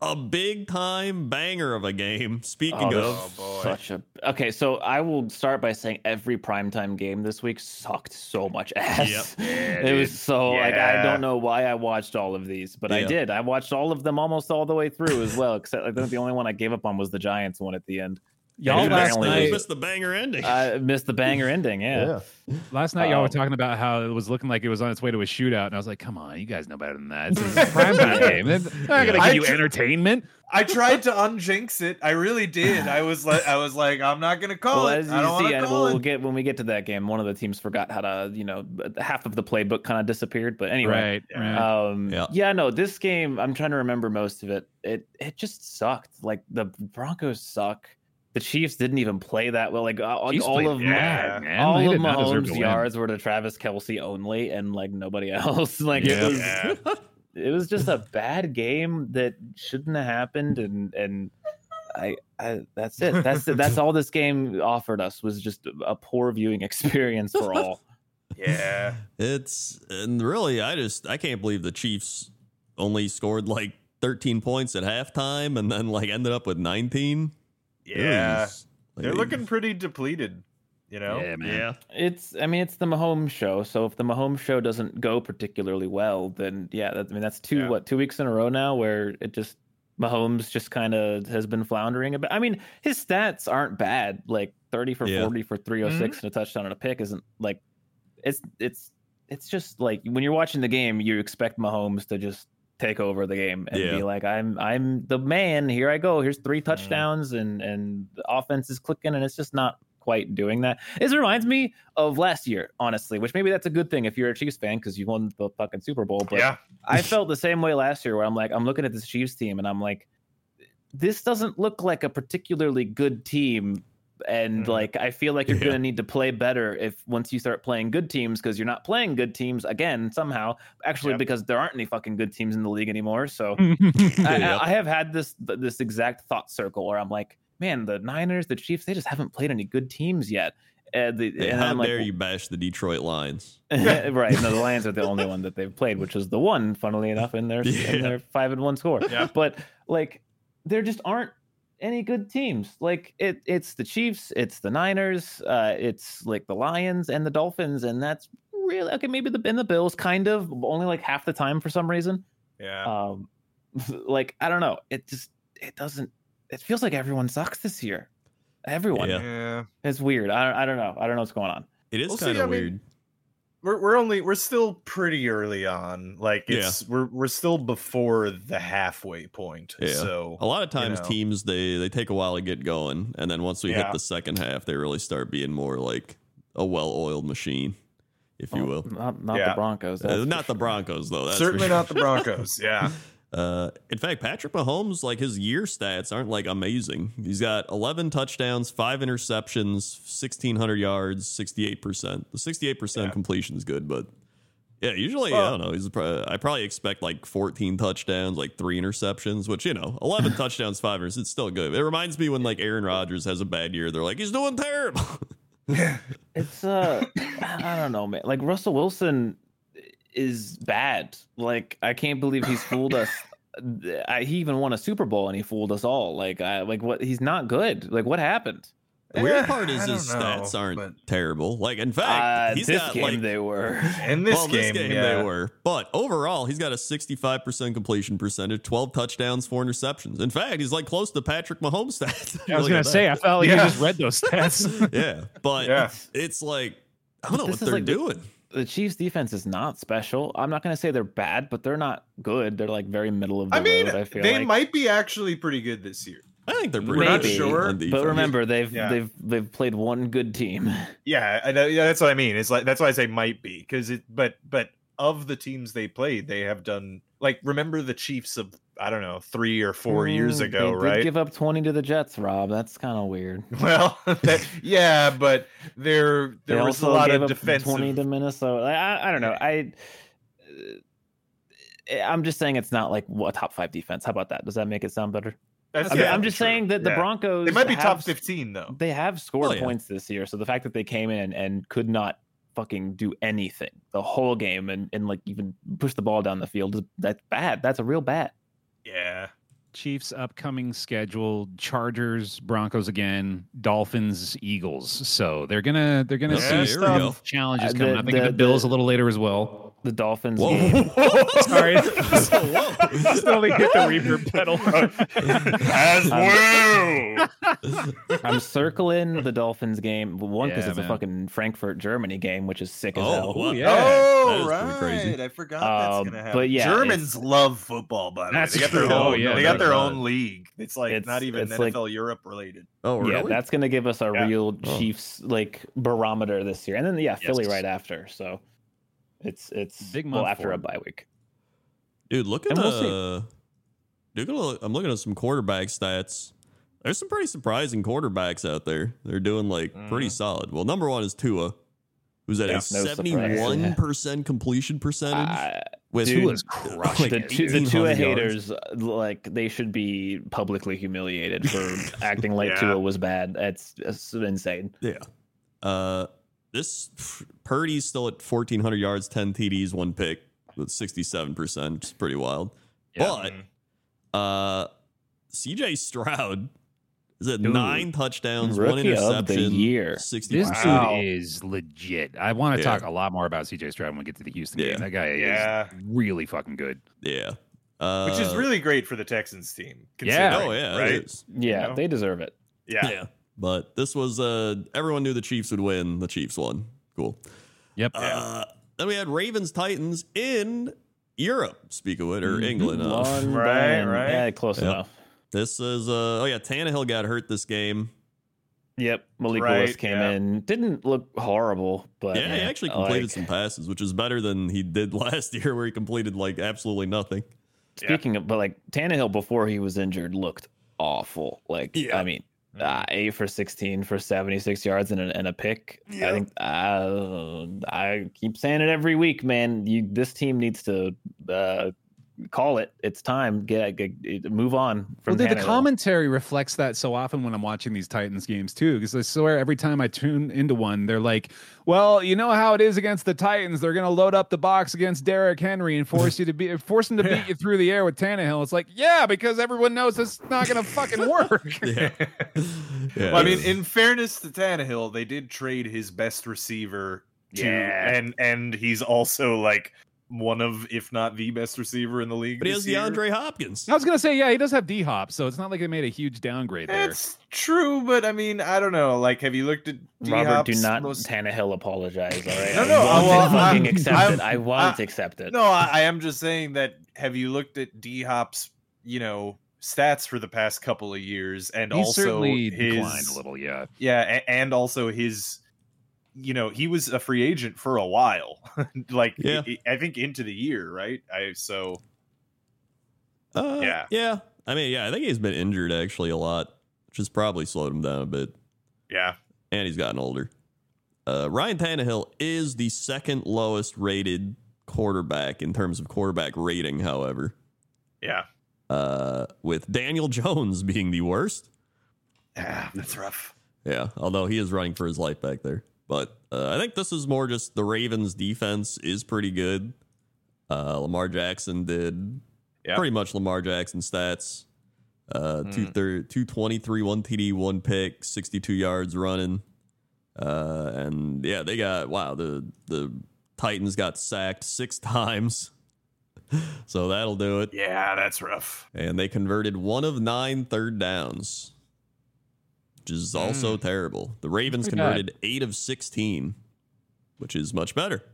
Speaker 2: a big time banger of a game.
Speaker 1: Oh,
Speaker 2: Speaking
Speaker 1: this
Speaker 2: of,
Speaker 1: is
Speaker 3: boy.
Speaker 1: Such a okay. So I will start by saying every primetime game this week sucked so much ass. it was so like I
Speaker 3: Yeah.
Speaker 1: don't know why I watched all of these, but I
Speaker 2: Yeah.
Speaker 1: did. I watched all of them almost all the way through as well. Except I think the only one I gave up on was the Giants one at the end.
Speaker 4: Y'all
Speaker 2: you
Speaker 1: Dude,
Speaker 4: last
Speaker 2: missed- you
Speaker 1: apparently-
Speaker 4: night,
Speaker 2: missed the banger ending.
Speaker 1: I missed the banger ending. Yeah.
Speaker 4: last night y'all were
Speaker 1: um,
Speaker 4: talking about how it was looking like it was on its way to a shootout, and I was like, "Come on, you guys know better than that. It's a prime time game. They're not gonna
Speaker 3: I
Speaker 4: give you
Speaker 3: ju-
Speaker 4: entertainment."
Speaker 3: I tried to unjinx it. I really did. I was like, I was like, I'm not gonna call
Speaker 1: Well,
Speaker 3: it.
Speaker 1: as you
Speaker 3: I don't
Speaker 1: see,
Speaker 3: want to
Speaker 1: and
Speaker 3: call
Speaker 1: we'll
Speaker 3: it.
Speaker 1: get when we get to that game. One of the teams forgot how to, you know, half of the playbook kind of disappeared. But anyway,
Speaker 4: Right,
Speaker 3: Yeah.
Speaker 4: right.
Speaker 1: Um,
Speaker 2: Yeah.
Speaker 1: yeah. no, this game, I'm trying to remember most of it. It it just sucked. Like the Broncos suck. The Chiefs didn't even play that well. Like uh, like,
Speaker 4: Chiefs
Speaker 1: all
Speaker 4: played
Speaker 1: of my-
Speaker 3: yeah,
Speaker 4: bad, man.
Speaker 1: all
Speaker 4: They
Speaker 1: of
Speaker 4: did not deserve
Speaker 1: Mahomes'
Speaker 4: to win.
Speaker 1: yards were to Travis Kelsey only, and like nobody else. Like
Speaker 4: Yeah.
Speaker 1: it was
Speaker 3: Yeah.
Speaker 1: it was just a bad game that shouldn't have happened, and and I. I, that's it. That's it. That's all this game offered us was just a poor viewing experience for all.
Speaker 3: yeah.
Speaker 2: It's and really, I just I can't believe the Chiefs only scored like 13 points at halftime and then like ended up with 19. It
Speaker 3: Yeah.
Speaker 2: was-
Speaker 3: They're
Speaker 2: like,
Speaker 3: looking pretty depleted, you know?
Speaker 4: Yeah, man.
Speaker 2: yeah.
Speaker 1: It's, I mean, it's the Mahomes show. So if the Mahomes show doesn't go particularly well, then yeah, that, I mean, that's two
Speaker 3: Yeah.
Speaker 1: what two weeks in a row now where it just Mahomes just kind of has been floundering a bit. I mean, his stats aren't bad, like thirty for
Speaker 2: Yeah. Mm-hmm.
Speaker 1: forty for three oh and a touchdown and a pick isn't like it's it's it's just like when you're watching the game, you expect Mahomes to just take over the game and
Speaker 2: Yeah. Mm-hmm.
Speaker 1: be like, I'm I'm the man. Here I go. Here's three touchdowns and and the offense is clicking, and it's just not quite doing that. This reminds me of last year, honestly, which maybe that's a good thing if you're a Chiefs fan because you won the fucking Super Bowl. But
Speaker 3: yeah,
Speaker 1: I felt the same way last year where I'm like, I'm looking at this Chiefs team and I'm like, this doesn't look like a particularly good team. And
Speaker 3: Mhm.
Speaker 1: like, I feel like you're
Speaker 2: Yeah.
Speaker 1: going to need to play better if once you start playing good teams because you're not playing good teams again somehow. Actually,
Speaker 3: Yep.
Speaker 1: because there aren't any fucking good teams in the league anymore. So I,
Speaker 2: Yep.
Speaker 1: I I have had this th- this exact thought circle where I'm like, man, the Niners, the Chiefs, they just haven't played any good teams yet. And, the,
Speaker 2: Hey,
Speaker 1: and
Speaker 2: how
Speaker 1: I'm like,
Speaker 2: dare you bash the Detroit Lions?
Speaker 1: right. No, the Lions are the only one that they've played, which is the one, funnily enough, in their in
Speaker 2: Yeah.
Speaker 1: their five and one score.
Speaker 3: Yeah.
Speaker 1: But like, there just aren't any good teams. Like it, it's the Chiefs, it's the Niners, uh, it's like the Lions and the Dolphins, and that's really okay. Maybe the and the Bills, kind of, but only like half the time for some reason.
Speaker 3: yeah.
Speaker 2: Uh,
Speaker 1: Um, like I don't know. It just it doesn't. It feels like everyone sucks this year. Everyone.
Speaker 2: Yeah.
Speaker 3: yeah.
Speaker 1: It's weird. I, I don't know. I don't know what's going on.
Speaker 2: It is
Speaker 3: Well, see,
Speaker 2: kind
Speaker 3: I
Speaker 2: of
Speaker 3: mean,
Speaker 2: weird.
Speaker 3: We're, we're only we're still pretty early on. Like
Speaker 2: Yeah.
Speaker 3: it's we're we're still before the halfway point.
Speaker 2: Yeah. Oh,
Speaker 3: So
Speaker 2: a lot of times,
Speaker 3: know.
Speaker 2: teams they they take a while to get going, and then once we
Speaker 3: Yeah.
Speaker 2: hit the second half, they really start being more like a well-oiled machine, if you
Speaker 1: Oh,
Speaker 3: Mm,
Speaker 2: will.
Speaker 1: Not, not
Speaker 3: Yeah.
Speaker 1: the Broncos.
Speaker 2: Uh,
Speaker 1: that's for
Speaker 2: not the
Speaker 1: sure.
Speaker 2: Broncos though. That's for
Speaker 3: certainly
Speaker 2: sure.
Speaker 3: not the Broncos. Yeah.
Speaker 2: Uh, in fact, Patrick Mahomes, like his year stats aren't like amazing. He's got 11 touchdowns, five interceptions, 1,600 yards, 68%. The 68%
Speaker 3: Yeah.
Speaker 2: completion is good, but yeah, usually, I
Speaker 3: Well-
Speaker 2: don't know. He's probably, I probably expect like 14 touchdowns, like three interceptions, which, you know, 11 touchdowns, five interceptions, it's still good. It reminds me when like Aaron Rodgers has a bad year, they're like, he's doing terrible.
Speaker 1: It's uh, I don't know, man. Like Russell Wilson is bad. Like I can't believe he's fooled us. I, he even won a Super Bowl and he fooled us all. Like I like what he's not good. Like what happened?
Speaker 2: The weird
Speaker 3: Eh,
Speaker 2: part is
Speaker 3: I don't
Speaker 2: his
Speaker 3: know,
Speaker 2: stats aren't
Speaker 3: but-
Speaker 2: terrible. Like, in
Speaker 1: Uh,
Speaker 2: fact, he's
Speaker 1: this
Speaker 2: got
Speaker 1: game
Speaker 2: like
Speaker 1: they were.
Speaker 3: In this
Speaker 2: well,
Speaker 3: game,
Speaker 2: this game
Speaker 3: yeah.
Speaker 2: they were. But overall, he's got a 65% completion percentage, 12 touchdowns, four interceptions. In fact, he's like close to Patrick Mahomes stats.
Speaker 4: I was
Speaker 2: Look
Speaker 4: gonna
Speaker 2: at
Speaker 4: say I felt like
Speaker 3: Yeah.
Speaker 4: you just read those stats.
Speaker 2: that. yeah, but
Speaker 3: Yeah.
Speaker 2: it's like I don't know
Speaker 1: This
Speaker 2: what
Speaker 1: is
Speaker 2: they're
Speaker 1: like the-
Speaker 2: doing.
Speaker 1: The Chiefs defense is not special. I'm not gonna say they're bad, but they're not good. They're like very middle of the
Speaker 3: I mean,
Speaker 1: road. I feel
Speaker 3: they
Speaker 1: like.
Speaker 3: might be actually pretty good this year.
Speaker 2: I think they're
Speaker 1: We're
Speaker 2: pretty
Speaker 1: not
Speaker 2: good
Speaker 3: sure,
Speaker 2: on defense.
Speaker 1: But remember, they've
Speaker 3: Yeah.
Speaker 1: they've they've played one good team.
Speaker 3: Yeah, I know, yeah, that's what I mean. It's like that's why I say might be because it, but but of the teams they played, they have done like remember the Chiefs of I don't know three or four years
Speaker 1: Mm,
Speaker 3: ago,
Speaker 1: they did
Speaker 3: right?
Speaker 1: give up 20 to the Jets, Rob. That's kind of weird.
Speaker 3: Well, that, yeah, but there
Speaker 1: They
Speaker 3: there was a
Speaker 1: also
Speaker 3: lot
Speaker 1: gave
Speaker 3: of
Speaker 1: up 20
Speaker 3: defensive.
Speaker 1: to Minnesota. I, I- I don't know. I uh, I'm just saying it's not like a top five defense. How about that? Does that make it sound better?
Speaker 3: That's
Speaker 1: I mean,
Speaker 3: gotta
Speaker 1: I'm
Speaker 3: be
Speaker 1: just
Speaker 3: true.
Speaker 1: saying that the
Speaker 3: Yeah.
Speaker 1: Broncos
Speaker 3: They might be
Speaker 1: have-
Speaker 3: top fifteen though.
Speaker 1: They have scored
Speaker 2: Oh, yeah.
Speaker 1: points this year, so the fact that they came in and could not fucking do anything the whole game and, and like even push the ball down the field is that's bad. That's a real bad.
Speaker 3: Yeah,
Speaker 4: Chiefs upcoming schedule: Chargers, Broncos again, Dolphins, Eagles. So they're gonna they're gonna
Speaker 2: Okay,
Speaker 4: see
Speaker 2: here
Speaker 4: some
Speaker 2: we go.
Speaker 4: challenges
Speaker 1: Uh,
Speaker 4: coming.
Speaker 1: the-
Speaker 4: I think
Speaker 1: the-
Speaker 4: the, Bills
Speaker 1: the-
Speaker 4: a little later as well.
Speaker 1: The Dolphins
Speaker 2: Whoa.
Speaker 1: game.
Speaker 4: Sorry.
Speaker 2: Whoa.
Speaker 4: Slowly hit the reverb pedal.
Speaker 5: As
Speaker 1: Um,
Speaker 5: well.
Speaker 1: I'm circling the Dolphins game. but One, because
Speaker 4: Yeah,
Speaker 1: it's a
Speaker 4: man.
Speaker 1: fucking Frankfurt Germany game, which is sick as
Speaker 2: Oh,
Speaker 1: hell.
Speaker 2: wow.
Speaker 4: yeah.
Speaker 3: Oh,
Speaker 2: that is pretty crazy.
Speaker 3: right. I forgot
Speaker 1: Um,
Speaker 3: that's gonna happen.
Speaker 1: but yeah,
Speaker 3: Germans love football, by the way.
Speaker 4: That's
Speaker 3: They got their
Speaker 4: true.
Speaker 3: own.
Speaker 4: Oh, yeah,
Speaker 3: they got
Speaker 2: no
Speaker 3: their
Speaker 2: doubt.
Speaker 3: own league. It's like
Speaker 1: It's-
Speaker 3: not even
Speaker 1: it's
Speaker 3: NFL
Speaker 1: like-
Speaker 3: Europe related.
Speaker 2: Oh, really?
Speaker 1: Yeah, that's gonna give us our
Speaker 3: Yeah.
Speaker 1: real
Speaker 2: Oh.
Speaker 1: Chiefs like barometer this year, and then yeah, Philly
Speaker 4: Yes.
Speaker 1: right after. So it's it's
Speaker 4: Big
Speaker 1: well
Speaker 4: month
Speaker 1: after
Speaker 4: for
Speaker 1: a
Speaker 4: 'em.
Speaker 1: bye week.
Speaker 2: Dude, look
Speaker 1: And
Speaker 2: at the.
Speaker 1: we'll
Speaker 2: dude, look- I'm looking at some quarterback stats. There's some pretty surprising quarterbacks out there. They're doing like pretty
Speaker 3: Mhm.
Speaker 2: solid. Well, number one is Tua, who's
Speaker 1: Mm-hmm.
Speaker 2: at
Speaker 1: Yeah, no
Speaker 2: a
Speaker 1: surprise.
Speaker 2: 71% completion percentage.
Speaker 1: Uh,
Speaker 2: with
Speaker 1: dude,
Speaker 4: Tua's crushing
Speaker 1: the
Speaker 2: like
Speaker 4: it.
Speaker 1: two, the
Speaker 2: 1800
Speaker 1: Tua
Speaker 2: yards.
Speaker 1: haters, uh, like they should be publicly humiliated for acting like
Speaker 3: Yeah.
Speaker 1: Tua was bad. That's, that's insane.
Speaker 2: Yeah. Uh, this Purdy's still at 1,400 yards, 10 TDs, one pick with 67%, which is pretty wild. But uh, CJ Stroud is at
Speaker 4: Dude.
Speaker 2: nine touchdowns, one
Speaker 1: Rookie of the
Speaker 2: interception,
Speaker 1: year.
Speaker 2: 60
Speaker 4: This
Speaker 3: Wow.
Speaker 4: dude is legit. I want to
Speaker 2: Yeah.
Speaker 4: talk a lot more about CJ Stroud when we get to the Houston
Speaker 2: Yeah.
Speaker 4: game. That guy
Speaker 3: Yeah.
Speaker 4: is really fucking good.
Speaker 2: Yeah. Uh,
Speaker 3: which is really great for the Texans team.
Speaker 4: Yeah.
Speaker 2: Oh,
Speaker 3: considering,
Speaker 2: yeah. it
Speaker 3: right.
Speaker 2: is.
Speaker 1: Yeah,
Speaker 3: know?
Speaker 1: they deserve it.
Speaker 3: Yeah.
Speaker 2: Yeah. But this was, uh, everyone knew the Chiefs would win. The Chiefs won. Cool.
Speaker 4: Yep.
Speaker 2: Uh, then we had Ravens Titans in Europe, speak of it, or
Speaker 1: Mhm.
Speaker 2: England. uh,
Speaker 1: London.
Speaker 3: Right, right.
Speaker 1: Yeah, close
Speaker 2: Yep.
Speaker 1: enough.
Speaker 2: This is uh oh yeah, Tannehill got hurt this game.
Speaker 1: Yep, Malik
Speaker 3: Right,
Speaker 1: Willis came
Speaker 3: yeah.
Speaker 1: in. Didn't look horrible, but
Speaker 2: yeah, he actually completed
Speaker 1: like,
Speaker 2: some passes, which is better than he did last year, where he completed like absolutely nothing.
Speaker 3: Yeah.
Speaker 1: Speaking of, but like Tannehill before he was injured looked awful. Like,
Speaker 2: Yeah.
Speaker 1: I mean,
Speaker 3: Mm.
Speaker 1: uh, eight for sixteen for seventy six yards and a, and a pick. I think uh, I keep saying it every week, man. You this team needs to uh, call it. It's time. Get, get, get- move on
Speaker 4: Well,
Speaker 1: from
Speaker 4: dude, the
Speaker 1: Tannehill.
Speaker 4: commentary reflects that so often when I'm watching these Titans games too, because I swear every time I tune into one, they're like, "Well, you know how it is against the Titans. They're going to load up the box against Derrick Henry and force you to be force him to beat you through the air with Tannehill." It's like, yeah, because everyone knows it's not going to fucking work.
Speaker 2: Yeah. yeah.
Speaker 3: Mm-hmm. Well, I mean, in fairness to Tannehill, they did trade his best receiver to,
Speaker 1: Yeah.
Speaker 3: and and he's also like one of, if not the best receiver in the league.
Speaker 2: but he
Speaker 3: this
Speaker 2: has
Speaker 3: year.
Speaker 2: DeAndre Hopkins.
Speaker 4: I was going to say, yeah, he does have D Hop, so it's not like they made a huge downgrade there.
Speaker 3: That's true, but I mean, I don't know. Like, have you looked at
Speaker 1: Robert, do
Speaker 3: D-Hop's
Speaker 1: not
Speaker 3: most-
Speaker 1: Tannehill apologize. All right,
Speaker 3: No,
Speaker 1: I
Speaker 3: no,
Speaker 1: won't
Speaker 3: well,
Speaker 1: fucking
Speaker 3: I'm-
Speaker 1: accept
Speaker 3: I'm-
Speaker 1: it. I won't
Speaker 3: I-
Speaker 1: accept it.
Speaker 3: No, I, I am just saying that. Have you looked at D Hop's, you know, stats for the past couple of years, and
Speaker 4: he
Speaker 3: also
Speaker 4: certainly
Speaker 3: his,
Speaker 4: declined a little, yeah.
Speaker 3: yeah, a- and also his, you know, he was a free agent for a while, like
Speaker 2: Yeah.
Speaker 3: I, I think into the year, right? I so
Speaker 2: Uh,
Speaker 3: Yeah.
Speaker 2: Yeah. I mean, yeah, I think he's been injured actually a lot, which has probably slowed him down a bit.
Speaker 3: yeah,
Speaker 2: And he's gotten older. Uh, Ryan Tannehill is the second lowest rated quarterback in terms of quarterback rating, however,
Speaker 3: yeah,
Speaker 2: uh, with Daniel Jones being the worst.
Speaker 3: yeah, that's rough.
Speaker 2: Yeah, although he is running for his life back there. But uh, I think this is more just the Ravens' defense is pretty good. Uh, Lamar Jackson did
Speaker 3: Yeah.
Speaker 2: pretty much Lamar Jackson stats. Uh,
Speaker 3: Hmm.
Speaker 2: two thir- 223, one TD, one pick, 62 yards running. Uh, and yeah, they got, wow, the, the Titans got sacked six times. so that'll do it.
Speaker 3: Yeah, that's rough.
Speaker 2: And they converted one of nine third downs, which is also
Speaker 3: Mm.
Speaker 2: terrible. The Ravens
Speaker 4: Pretty bad.
Speaker 2: converted eight of 16, which is much better.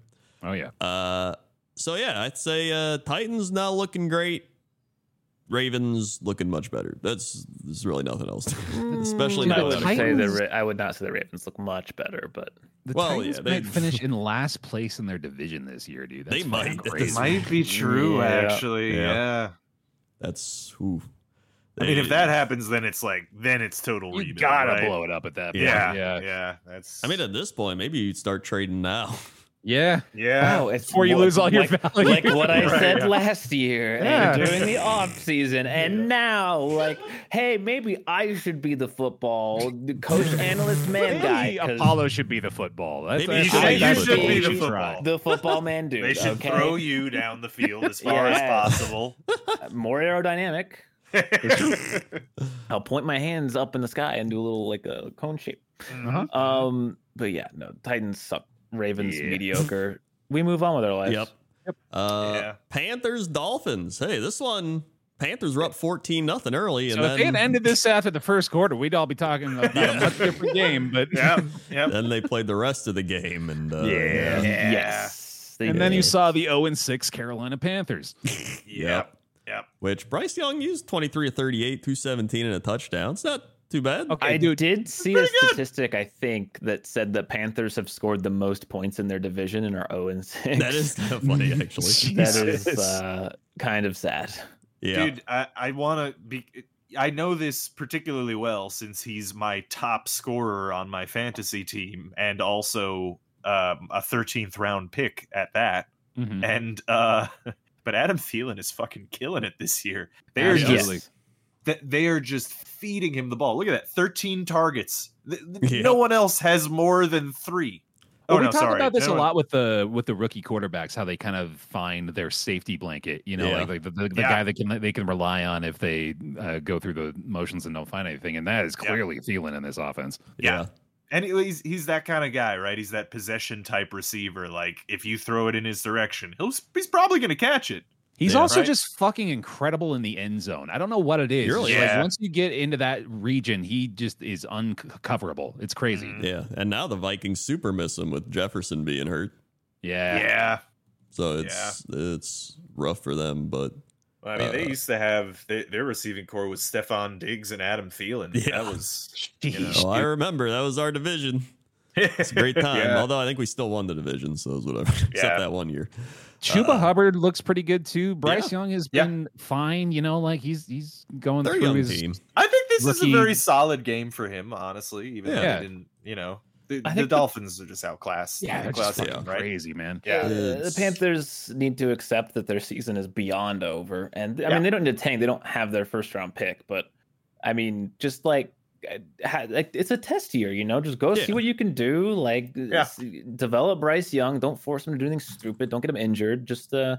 Speaker 4: Oh yeah,
Speaker 2: Uh, so, yeah, I'd say uh, Titans not looking great. Ravens looking much better. That's there's really nothing else, especially
Speaker 1: I
Speaker 2: not
Speaker 1: would
Speaker 2: better.
Speaker 4: Titans-
Speaker 1: say the Ra- I would not say the Ravens look much better, but
Speaker 4: the
Speaker 2: Well,
Speaker 4: Titans
Speaker 2: yeah, they-
Speaker 4: might finish in last place in their division this year, dude. That's
Speaker 2: They
Speaker 4: fucking
Speaker 2: might. They
Speaker 4: Crazy.
Speaker 3: Might be true,
Speaker 1: Yeah.
Speaker 3: actually.
Speaker 2: Yeah.
Speaker 3: Yeah.
Speaker 2: That's who.
Speaker 3: I mean, if that happens, then it's like then it's total
Speaker 4: You
Speaker 3: rebuild.
Speaker 4: gotta
Speaker 3: right?
Speaker 4: blow it up at that point.
Speaker 3: Yeah, yeah,
Speaker 4: yeah,
Speaker 3: That's.
Speaker 2: I mean, uh, at this point, maybe you'd start trading now.
Speaker 4: yeah.
Speaker 3: yeah.
Speaker 1: Oh, it's
Speaker 4: Before you
Speaker 1: what-
Speaker 4: lose all your
Speaker 1: like-
Speaker 4: value.
Speaker 1: like what I
Speaker 3: Right.
Speaker 1: said last year
Speaker 4: Yeah.
Speaker 1: and during the off season, and now like, hey, maybe I should be the football the coach, analyst, man guy.
Speaker 4: Maybe
Speaker 1: 'cause
Speaker 4: Apollo should be the football. That's,
Speaker 2: Maybe
Speaker 4: that's-
Speaker 2: you should-
Speaker 4: I think
Speaker 2: you
Speaker 4: that's
Speaker 2: should
Speaker 4: what
Speaker 2: be
Speaker 4: we
Speaker 3: the
Speaker 4: should
Speaker 3: football.
Speaker 4: try.
Speaker 1: The football man dude.
Speaker 3: They should
Speaker 1: okay?
Speaker 3: throw you down the field as far
Speaker 1: Yeah.
Speaker 3: as possible.
Speaker 1: Uh, more aerodynamic. I'll point my hands up in the sky and do a little like a cone shape.
Speaker 4: Uh-huh.
Speaker 1: Um, but yeah, no, Titans suck. Ravens
Speaker 4: Yeah.
Speaker 1: mediocre. We move on with our lives.
Speaker 2: Yep. Uh,
Speaker 3: Yeah.
Speaker 2: Panthers, Dolphins. Hey, this one, Panthers were up 14 nothing early. And
Speaker 4: So if
Speaker 2: then
Speaker 4: they had ended this after the first quarter, we'd all be talking about a much different game. But
Speaker 3: Mm-hmm. Yep. Yep.
Speaker 2: then they played the rest of the game and uh,
Speaker 3: Yeah. Yeah.
Speaker 1: Um, Yes. They
Speaker 4: and then you
Speaker 1: did.
Speaker 4: saw the 0 and 6 Carolina Panthers.
Speaker 3: Yep.
Speaker 2: which Bryce Young used 23 of 38 217 and a touchdown it's not too bad
Speaker 4: Okay,
Speaker 1: I
Speaker 4: dude.
Speaker 1: did see a statistic, I think, that said the Panthers have scored the most points in their division and are 0 and 6.
Speaker 2: that is kind of funny actually
Speaker 1: that is
Speaker 3: Jesus.
Speaker 1: uh, kind of sad.
Speaker 2: yeah
Speaker 3: Dude, I, I want to be. I know this particularly well since he's my top scorer on my fantasy team and also um, a 13th round pick at that.
Speaker 4: Mhm.
Speaker 3: And, uh, but Adam Thielen is fucking killing it this year. They are
Speaker 4: Absolutely.
Speaker 3: just that they are just feeding him the ball. Look at that, thirteen targets. Th- th-
Speaker 2: Yeah.
Speaker 3: No one else has more than three. Oh
Speaker 4: Well, we
Speaker 3: no,
Speaker 4: talk
Speaker 3: sorry.
Speaker 4: about this
Speaker 3: No
Speaker 4: a
Speaker 3: one-
Speaker 4: lot with the with the rookie quarterbacks, how they kind of find their safety blanket. You know,
Speaker 2: Yeah.
Speaker 4: like, like the, the, the
Speaker 3: Yeah.
Speaker 4: guy that can they can rely on if they uh, go through the motions and don't find anything. And that is
Speaker 3: Yeah.
Speaker 4: clearly Thielen in this offense.
Speaker 2: yeah
Speaker 3: And he- he's he's that kind of guy, right? He's that possession type receiver. Like if you throw it in his direction, he'll s- he's probably going to catch it.
Speaker 4: He's
Speaker 2: Yeah.
Speaker 4: also
Speaker 3: Right.
Speaker 4: just fucking incredible in the end zone. I don't know what it is.
Speaker 2: Really?
Speaker 4: It's like
Speaker 3: Yeah.
Speaker 4: once you get into that region, he just is uncoverable. It's crazy.
Speaker 3: Mhm.
Speaker 2: yeah and now the Vikings super miss him with Jefferson being hurt
Speaker 4: Yeah.
Speaker 3: Yeah.
Speaker 2: so it's it's rough for them but
Speaker 3: I mean, they
Speaker 2: Uh,
Speaker 3: used to have they, their receiving core was Stefan Diggs and Adam Thielen.
Speaker 2: Yeah.
Speaker 3: That was
Speaker 2: Oh, I remember that was our division. It's a great time. Although I think we still won the division, so it was whatever. Except
Speaker 5: Yeah.
Speaker 2: that one year.
Speaker 4: Chuba
Speaker 2: Uh,
Speaker 4: Hubbard looks pretty good too. Bryce Young has
Speaker 3: Yeah.
Speaker 4: been fine, you know, like he's he's going
Speaker 2: They're a
Speaker 4: through
Speaker 2: young
Speaker 4: his
Speaker 2: team.
Speaker 3: I think this is a
Speaker 4: Rookie-
Speaker 3: very solid game for him, honestly. Even though
Speaker 4: Yeah.
Speaker 3: they didn't, you know, the,
Speaker 1: I
Speaker 3: the
Speaker 1: think the-
Speaker 3: Dolphins are just outclassed.
Speaker 4: Yeah, they're just
Speaker 3: outclassed him,
Speaker 4: fucking
Speaker 3: right?
Speaker 4: crazy, man.
Speaker 1: Uh,
Speaker 5: Yeah.
Speaker 1: the
Speaker 2: It's-
Speaker 1: Panthers need to accept that their season is beyond over, and I
Speaker 3: Yeah.
Speaker 1: mean they don't need to tank. They don't have their first round pick, but I mean, just like, uh, ha- like it's a test year, you know. Just go see
Speaker 2: Yeah.
Speaker 1: what you can do. Like, uh, s- develop Bryce Young. Don't force him to do anything stupid. Don't get him injured. Just uh,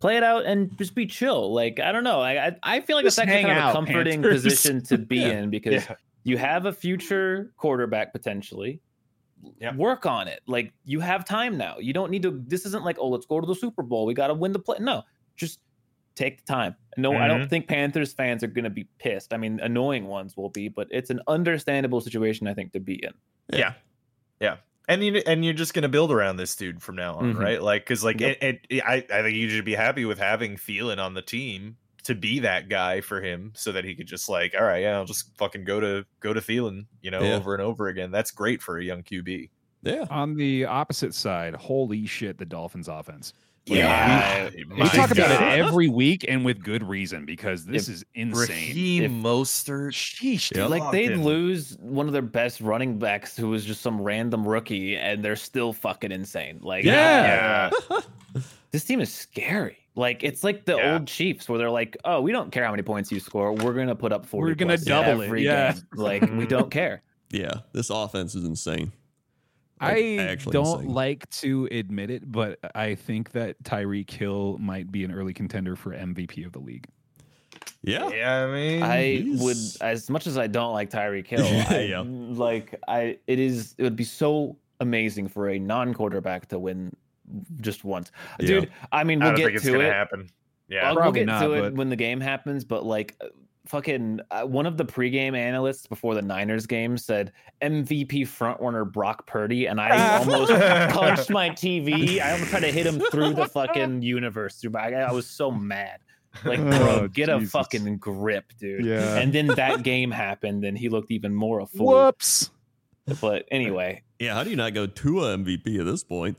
Speaker 1: play it out and just be chill. Like, I don't know. I I, I feel like
Speaker 4: Just
Speaker 1: it's actually
Speaker 4: hang
Speaker 1: kind of a
Speaker 4: out,
Speaker 1: comforting
Speaker 4: Panthers.
Speaker 1: position to be
Speaker 2: Yeah.
Speaker 1: in because
Speaker 3: Yeah.
Speaker 1: you have a future quarterback potentially
Speaker 3: Yep.
Speaker 1: work on it like you have time now you don't need to this isn't like oh let's go to the super bowl we got to win the play no just take the time no i don't think panthers fans are going to be pissed i mean annoying ones will be but it's an understandable situation i think to be in
Speaker 3: Yeah. And you and you're just gonna build around this dude from now on,
Speaker 1: Mhm.
Speaker 3: right? Like, because like
Speaker 1: Yep.
Speaker 3: it, it, I I think you should be happy with having Thielen on the team to be that guy for him, so that he could just like, all right, yeah, I'll just fucking go to go to Thielen, you know,
Speaker 2: Yeah.
Speaker 3: over and over again. That's great for a young QB.
Speaker 2: Yeah.
Speaker 4: On the opposite side, holy shit, the Dolphins offense.
Speaker 3: Yeah,
Speaker 4: We talk about it every week and with good reason because this is insane.
Speaker 3: Raheem Mostert.
Speaker 4: Sheesh,
Speaker 2: Yep.
Speaker 1: like they'd
Speaker 3: Fucking-
Speaker 1: lose one of their best running backs who was just some random rookie and they're still fucking insane like
Speaker 4: Yeah.
Speaker 5: Yeah.
Speaker 1: this team is scary. Like it's like the
Speaker 5: Yeah.
Speaker 1: old Chiefs where they're like, "Oh, we don't care how many points you score. We're gonna put up forty.
Speaker 4: We're gonna
Speaker 1: plus in
Speaker 4: double it,
Speaker 1: every
Speaker 4: yeah.
Speaker 1: game. like we don't care.
Speaker 2: Yeah. This offense is insane. Like,
Speaker 4: I
Speaker 2: actually
Speaker 4: don't
Speaker 2: insane.
Speaker 4: like to admit it, but I think that Tyreek Hill might be an early contender for MVP of the league.
Speaker 2: Yeah.
Speaker 3: Yeah, I mean,
Speaker 1: I would,
Speaker 2: He's-
Speaker 1: as much as I don't like Tyreek Hill, I,
Speaker 2: Yeah.
Speaker 1: like I, it is, it would be so amazing for a non-quarterback to win just once,
Speaker 2: Yeah.
Speaker 1: dude. I mean,
Speaker 3: I
Speaker 1: we'll
Speaker 3: don't
Speaker 1: get
Speaker 3: think it's
Speaker 1: to
Speaker 3: gonna
Speaker 1: it.
Speaker 3: happen. Yeah,
Speaker 1: I'll, we'll
Speaker 4: Probably
Speaker 1: get
Speaker 4: not,
Speaker 1: to it
Speaker 4: but-
Speaker 1: when the game happens, but like uh, fucking uh, one of the pregame analysts before the Niners game said MVP frontrunner Brock Purdy, and I almost punched my TV. I almost tried to hit him through the fucking universe. Through my, I was so mad. Like, bro,
Speaker 4: Oh,
Speaker 1: get a
Speaker 4: Jesus.
Speaker 1: fucking grip, dude.
Speaker 4: Yeah.
Speaker 1: And then that game happened, and he looked even more a fool.
Speaker 4: Whoops.
Speaker 1: But anyway,
Speaker 2: Yeah. How do you not go Tua MVP at this point?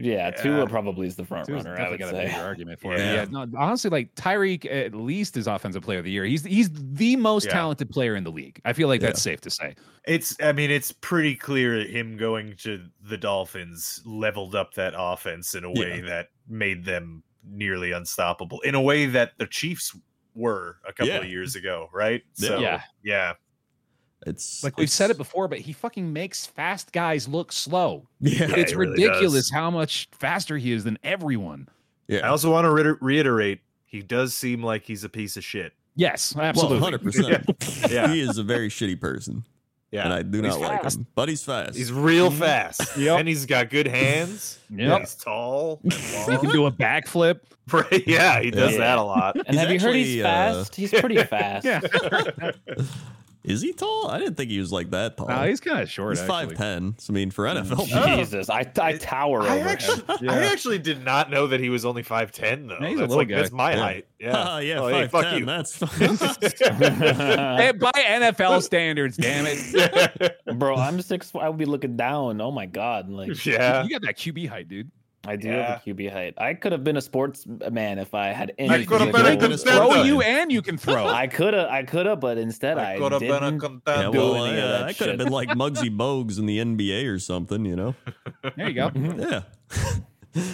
Speaker 1: yeah,
Speaker 3: Yeah.
Speaker 1: Tua probably is the front
Speaker 4: There's
Speaker 1: runner. I
Speaker 4: definitely
Speaker 1: would
Speaker 4: got a
Speaker 1: say.
Speaker 4: bigger argument for it.
Speaker 2: Yeah.
Speaker 4: Yeah, no, honestly, like Tyreek at least is offensive player of the year. He's he's the most
Speaker 3: Yeah.
Speaker 4: talented player in the league. I feel like
Speaker 2: Yeah.
Speaker 4: that's safe to say.
Speaker 3: it's. I mean, it's pretty clear that him going to the Dolphins leveled up that offense in a
Speaker 2: Yeah.
Speaker 3: way that made them nearly unstoppable. In a way that the Chiefs were a couple
Speaker 2: Yeah.
Speaker 3: of years ago, right?
Speaker 2: Yeah.
Speaker 3: So,
Speaker 4: Yeah.
Speaker 3: yeah,
Speaker 2: It's
Speaker 4: Like we've said it
Speaker 2: it's-
Speaker 4: before, but he fucking makes fast guys look slow.
Speaker 2: Yeah.
Speaker 4: it's
Speaker 3: he really
Speaker 4: ridiculous
Speaker 3: does.
Speaker 4: how much faster he is than everyone.
Speaker 2: Yeah.
Speaker 3: I also want to reiter- reiterate. He does seem like he's a piece of shit.
Speaker 4: Yes,
Speaker 2: Well,
Speaker 4: absolutely.
Speaker 2: hundred percent.
Speaker 3: Yeah.
Speaker 2: He is a very shitty person, and
Speaker 3: Yeah,
Speaker 2: I do
Speaker 4: He's
Speaker 2: not like
Speaker 4: fast.
Speaker 2: him. But he's fast.
Speaker 3: he's real fast,
Speaker 4: Yep.
Speaker 3: and he's got good hands. and
Speaker 4: Yep.
Speaker 3: he's tall. and
Speaker 4: He can
Speaker 3: long.
Speaker 4: do a backflip.
Speaker 3: yeah, he does
Speaker 1: Yeah.
Speaker 3: that a lot.
Speaker 1: And
Speaker 2: He's
Speaker 1: have you heard he's
Speaker 2: actually, uh,
Speaker 1: fast? He's pretty fast.
Speaker 4: Yeah.
Speaker 2: Is he tall? I didn't think he was like that tall.
Speaker 4: Nah, he's kind of short.
Speaker 2: he's
Speaker 4: actually.
Speaker 2: five ten. So I mean, for NFL,
Speaker 3: Oh.
Speaker 1: Jesus, I, I tower over
Speaker 3: I
Speaker 1: him.
Speaker 3: actually, I
Speaker 4: Yeah.
Speaker 3: actually did not know that he was only five ten though.
Speaker 4: Yeah, he's a
Speaker 3: that's
Speaker 4: little
Speaker 3: like
Speaker 4: guy.
Speaker 3: that's my
Speaker 2: Yeah.
Speaker 3: height. Yeah,
Speaker 2: Ah, yeah,
Speaker 3: Oh, hey,
Speaker 2: five
Speaker 3: fuck
Speaker 2: ten.
Speaker 3: you.
Speaker 2: That's fine.
Speaker 1: Uh,
Speaker 4: Hey, by NFL standards, damn it.
Speaker 1: Bro, I'm six. I would be looking down. Oh my god! Like
Speaker 3: yeah.
Speaker 4: You got that QB height, dude.
Speaker 1: I do
Speaker 3: Yeah.
Speaker 1: have a QB height. I could have been a sports man if I had any.
Speaker 3: I could have been
Speaker 2: a
Speaker 1: physical-
Speaker 2: contender.
Speaker 4: Throw you and you can throw.
Speaker 1: I could have. I could have, but instead I,
Speaker 3: coulda been a
Speaker 1: didn't.
Speaker 2: yeah,
Speaker 3: contender.
Speaker 2: well,
Speaker 1: any of
Speaker 2: yeah,
Speaker 1: that
Speaker 2: I could have
Speaker 1: shit.
Speaker 2: been uh, like Muggsy Bogues in the NBA or something, you know?
Speaker 4: There you go.
Speaker 2: Yeah.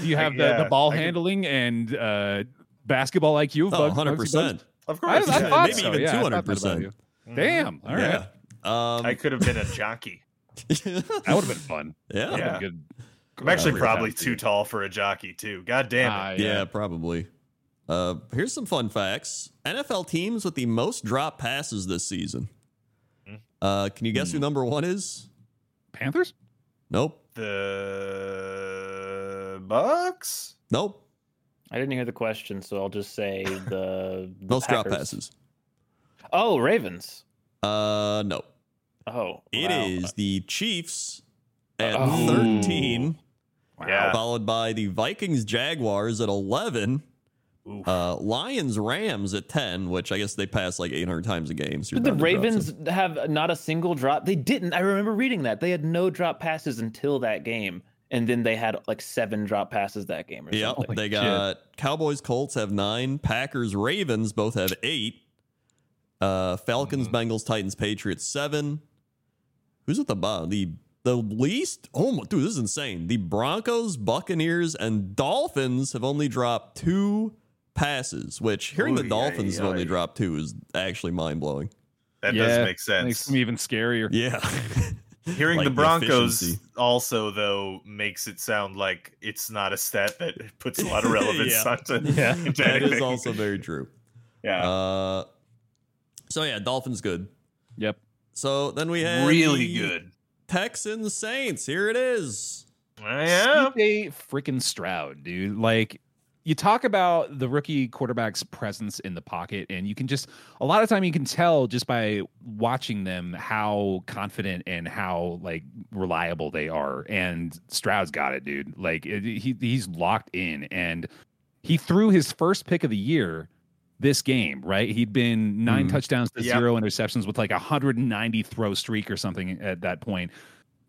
Speaker 4: You have the,
Speaker 3: yeah,
Speaker 4: the ball
Speaker 3: I could-
Speaker 4: handling and uh, basketball IQ. of
Speaker 2: Oh,
Speaker 4: Bugs-
Speaker 2: 100
Speaker 4: Bugsy Bugs.
Speaker 2: percent.
Speaker 3: of
Speaker 4: I, I
Speaker 3: course.
Speaker 2: Yeah,
Speaker 4: thought
Speaker 2: maybe
Speaker 4: so.
Speaker 2: even
Speaker 4: yeah, I thought that about
Speaker 2: 200%.
Speaker 4: you. Damn. All right.
Speaker 2: yeah. Um,
Speaker 3: I could have been a jockey.
Speaker 4: That would have been fun.
Speaker 2: yeah.
Speaker 4: That
Speaker 2: yeah.
Speaker 4: would've been good.
Speaker 3: I'm actually
Speaker 2: Yeah.
Speaker 3: probably too tall for a jockey too. God damn it.
Speaker 4: Ah, yeah.
Speaker 2: probably. Uh, here's some fun facts. NFL teams with the most drop passes this season. Uh, can you guess who number one is?
Speaker 4: Panthers?
Speaker 2: Nope.
Speaker 3: The Bucks.
Speaker 2: Nope.
Speaker 1: I didn't hear the question, so I'll just say the the
Speaker 2: Most drop
Speaker 1: Packers.
Speaker 2: passes.
Speaker 1: Oh, Ravens.
Speaker 2: Uh, no.
Speaker 1: Oh,
Speaker 2: It is
Speaker 1: wow.
Speaker 2: the Chiefs at
Speaker 1: Oh.
Speaker 2: 13,
Speaker 3: Yeah.
Speaker 2: followed by the Vikings Jaguars at 11,
Speaker 3: Oof.
Speaker 2: Uh, Lions Rams at ten, which I guess they pass like eight hundred times a game. So you're
Speaker 1: Did the
Speaker 2: bound to drop
Speaker 1: Ravens
Speaker 2: some.
Speaker 1: have not a single drop? They didn't. I remember reading that. They had no drop passes until that game. And then they had like seven drop passes that game or
Speaker 2: Yep,
Speaker 1: something.
Speaker 2: they got Cowboys, Colts have nine. Packers, Ravens both have eight. Uh, Falcons,
Speaker 3: Mm-hmm.
Speaker 2: Bengals, Titans, Patriots seven. Who's at the bottom? The the least. Oh my, dude, this is insane. The Broncos, Buccaneers, and Dolphins have only dropped two passes. Which hearing the
Speaker 3: Oy,
Speaker 2: Dolphins have
Speaker 3: oy,
Speaker 2: only
Speaker 3: oy.
Speaker 2: dropped two is actually mind blowing.
Speaker 3: That
Speaker 4: Yeah,
Speaker 3: does make
Speaker 4: Makes
Speaker 3: sense.
Speaker 4: them even scarier.
Speaker 2: Yeah.
Speaker 3: Hearing
Speaker 2: Like
Speaker 3: the
Speaker 2: the
Speaker 3: Broncos
Speaker 2: efficiency.
Speaker 3: also though makes it sound like it's not a stat that puts a lot of relevance
Speaker 2: Yeah.
Speaker 3: onto
Speaker 2: Yeah,
Speaker 3: into
Speaker 2: that is
Speaker 3: anything.
Speaker 2: also very true.
Speaker 3: yeah.
Speaker 2: Uh, so yeah, Dolphins good.
Speaker 4: Yep.
Speaker 2: So then we have
Speaker 3: really
Speaker 2: the
Speaker 3: good.
Speaker 2: Texans Saints. Here it is.
Speaker 3: Yeah.
Speaker 4: CJ freaking Stroud, dude. Like you talk about the rookie quarterback's presence in the pocket, and you can just a lot of time you can tell just by watching them how confident and how like reliable they are. And Stroud's got it, dude. Like it, he he's locked in, and he threw his first pick of the year this game, right? He'd been 9
Speaker 2: Mhm.
Speaker 4: touchdowns to
Speaker 3: Yep.
Speaker 4: zero interceptions with like a 190 throw streak or something at that point.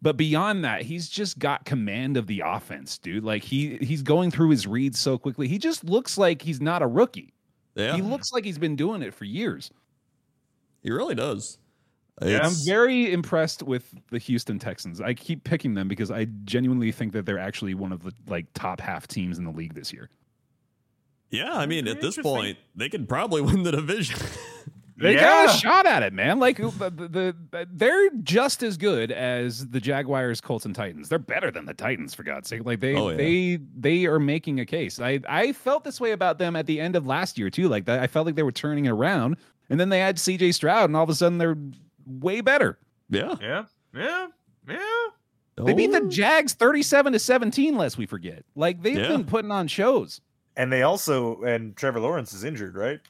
Speaker 4: But beyond that, he's just got command of the offense, dude. Like he he's going through his reads so quickly. He just looks like he's not a rookie.
Speaker 2: Yeah,
Speaker 4: He
Speaker 2: he,
Speaker 4: looks like he's been doing it for years.
Speaker 2: really does.
Speaker 3: Yeah,
Speaker 2: It's-
Speaker 4: I'm very impressed with the Houston Texans. I keep picking them because I genuinely think that they're actually one of the like top half teams in the league this year.
Speaker 2: yeah, I mean, at this
Speaker 3: Interesting.
Speaker 2: point, they could probably win the division.
Speaker 4: They
Speaker 3: yeah.
Speaker 4: got a shot at it, man. Like the, the, the they're just as good as the Jaguars, Colts, and Titans. They're better than the Titans, for God's sake. Like they
Speaker 2: Oh, yeah.
Speaker 4: they they are making a case. I I felt this way about them at the end of last year too. Like that, I felt like they were turning it around, and then they had C.J. Stroud, and all of a sudden they're way better.
Speaker 2: yeah,
Speaker 3: Yeah. Yeah. Yeah.
Speaker 4: They beat the
Speaker 2: Oh.
Speaker 4: Jags thirty-seven to seventeen, lest we forget. Like they've
Speaker 2: Yeah.
Speaker 4: been putting on shows.
Speaker 3: And they also and Trevor Lawrence is injured, right?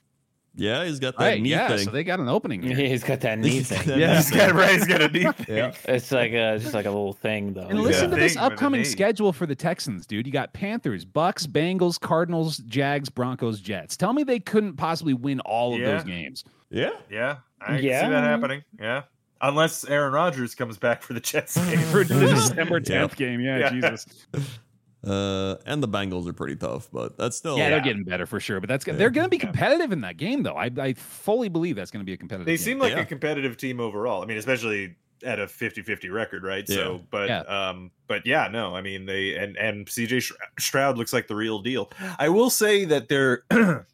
Speaker 2: Yeah, he's got that
Speaker 4: Right?
Speaker 2: knee
Speaker 4: Yeah.
Speaker 2: thing.
Speaker 4: So they got an opening.
Speaker 1: Yeah,
Speaker 4: Here.
Speaker 1: he's got that knee
Speaker 2: He's got
Speaker 1: thing.
Speaker 2: that
Speaker 4: Yeah.
Speaker 2: knee
Speaker 3: He's got
Speaker 2: thing.
Speaker 3: right, he's got a knee.
Speaker 2: Yeah.
Speaker 1: It's like a just like a little thing though.
Speaker 4: And
Speaker 1: He's
Speaker 4: listen
Speaker 1: got-
Speaker 4: to this
Speaker 3: Big E. for the
Speaker 4: upcoming
Speaker 3: knee.
Speaker 4: schedule for the Texans, dude. You got Panthers, Bucks, Bengals, Cardinals, Jags, Broncos, Jets. Tell me they couldn't possibly win all of
Speaker 3: Yeah.
Speaker 4: those games.
Speaker 2: Yeah,
Speaker 3: Yeah. I can
Speaker 1: Yeah.
Speaker 3: see that happening. Yeah. Unless Aaron Rodgers comes back for the Jets game.
Speaker 4: For the December
Speaker 2: Yeah.
Speaker 4: 10th game, yeah,
Speaker 3: Yeah.
Speaker 4: Jesus.
Speaker 2: uh, and the Bengals are pretty tough, but that's still
Speaker 4: Yeah, they're getting better for sure, but that's
Speaker 2: Yeah.
Speaker 4: they're going to be competitive in that game, though. I, I fully believe that's going to be a competitive.
Speaker 3: they
Speaker 4: game.
Speaker 3: seem like
Speaker 2: Yeah.
Speaker 3: a competitive team overall. I mean, especially at a 50-50 record, right?
Speaker 2: Yeah.
Speaker 3: So, but
Speaker 4: Yeah.
Speaker 3: um but yeah, no. I mean, they and and CJ Sh- Stroud looks like the real deal. I will say that they're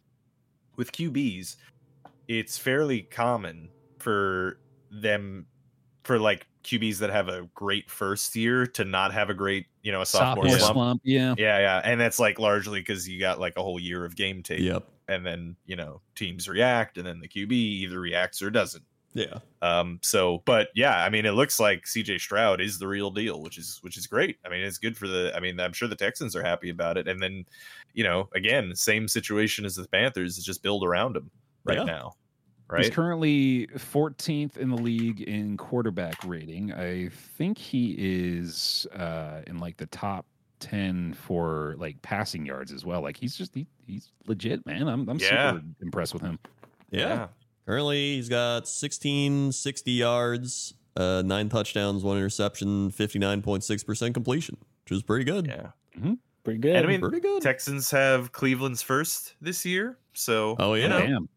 Speaker 3: with QBs, it's fairly common for them for like QBs that have a great first year to not have a great, you know, a sophomore,
Speaker 4: sophomore
Speaker 3: slump.
Speaker 4: slump. Yeah,
Speaker 3: Yeah, yeah. And that's like largely cuz you got like a whole year of game tape
Speaker 2: Yep.
Speaker 3: and then, you know, teams react and then the QB either reacts or doesn't.
Speaker 2: Yeah.
Speaker 3: Um, so, but yeah, I mean, it looks like CJ Stroud is the real deal, which is which is great. I mean, it's good for the. I mean, I'm sure the Texans are happy about it. And then, you know, again, same situation as the Panthers is just build around him right
Speaker 2: Yeah.
Speaker 3: now,
Speaker 4: He's
Speaker 3: right?
Speaker 4: currently 14th in the league in quarterback rating. I think he is uh, in like the top 10 for like passing yards as well. Like he's just he, he's legit, man. I'm I'm
Speaker 3: Yeah.
Speaker 4: super impressed with him.
Speaker 2: Yeah. Currently, he's got 1660 yards, uh, nine touchdowns, one interception, 59.6% completion, which is pretty good.
Speaker 3: yeah, yeah.
Speaker 1: pretty good.
Speaker 3: And I mean,
Speaker 2: pretty good.
Speaker 3: Texans have Cleveland's first this year, so
Speaker 2: Oh,
Speaker 3: you
Speaker 2: yeah.
Speaker 3: know,
Speaker 4: Damn.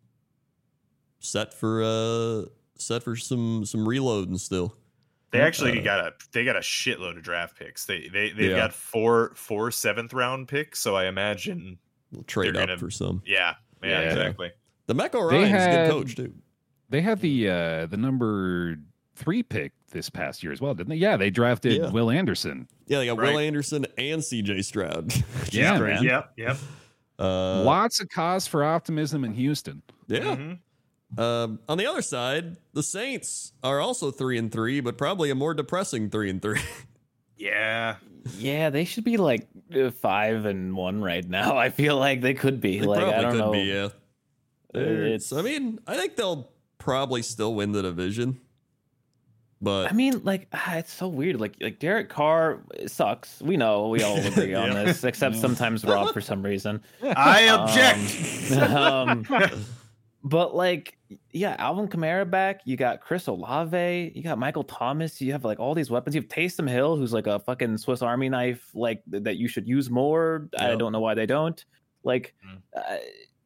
Speaker 2: set for uh set for some some reloading still.
Speaker 3: they actually
Speaker 2: Uh,
Speaker 3: got a they got a shitload of draft picks. They they they've
Speaker 2: Yeah.
Speaker 3: got four four seventh round picks, so I imagine,
Speaker 2: We'll trade
Speaker 3: They're
Speaker 2: up
Speaker 3: gonna-
Speaker 2: for some.
Speaker 3: yeah, yeah,
Speaker 4: Yeah.
Speaker 3: exactly.
Speaker 2: The Mecca Ryan's
Speaker 4: had-
Speaker 2: good coach too.
Speaker 4: They had the uh the number 3 pick this past year as well, didn't they? Yeah, they drafted
Speaker 2: Yeah.
Speaker 4: Will Anderson.
Speaker 2: Yeah, they got Will
Speaker 3: Right.
Speaker 2: Anderson and CJ Stroud. which is
Speaker 4: Yeah,
Speaker 2: crazy.
Speaker 4: man.
Speaker 3: Yep, yep,
Speaker 2: Uh,
Speaker 4: Lots of cause for optimism in Houston.
Speaker 2: Yeah.
Speaker 3: Mhm.
Speaker 2: Um, on the other side, the Saints are also three and three, but probably a more depressing three and three.
Speaker 3: yeah.
Speaker 1: yeah, they should be like uh, five and one right now. I feel like they could be.
Speaker 2: They
Speaker 1: like
Speaker 2: probably
Speaker 1: I don't
Speaker 2: could
Speaker 1: know.
Speaker 2: be. Yeah. They're-
Speaker 1: It's-
Speaker 2: I mean, I think they'll probably still win the division. But
Speaker 1: I mean, like ah, it's so weird. Like like Derek Carr eh, sucks. We know we all agree on
Speaker 2: Yeah.
Speaker 1: this, except sometimes Rob for some reason.
Speaker 5: I object.
Speaker 1: Um, um, but like, yeah, Alvin Kamara back. You got Chris Olave. You got Michael Thomas. You have like all these weapons. You have Taysom Hill, who's like a fucking Swiss Army knife, like th- that you should use more. I
Speaker 2: Yep. Mm.
Speaker 1: don't know why they don't. Like, uh,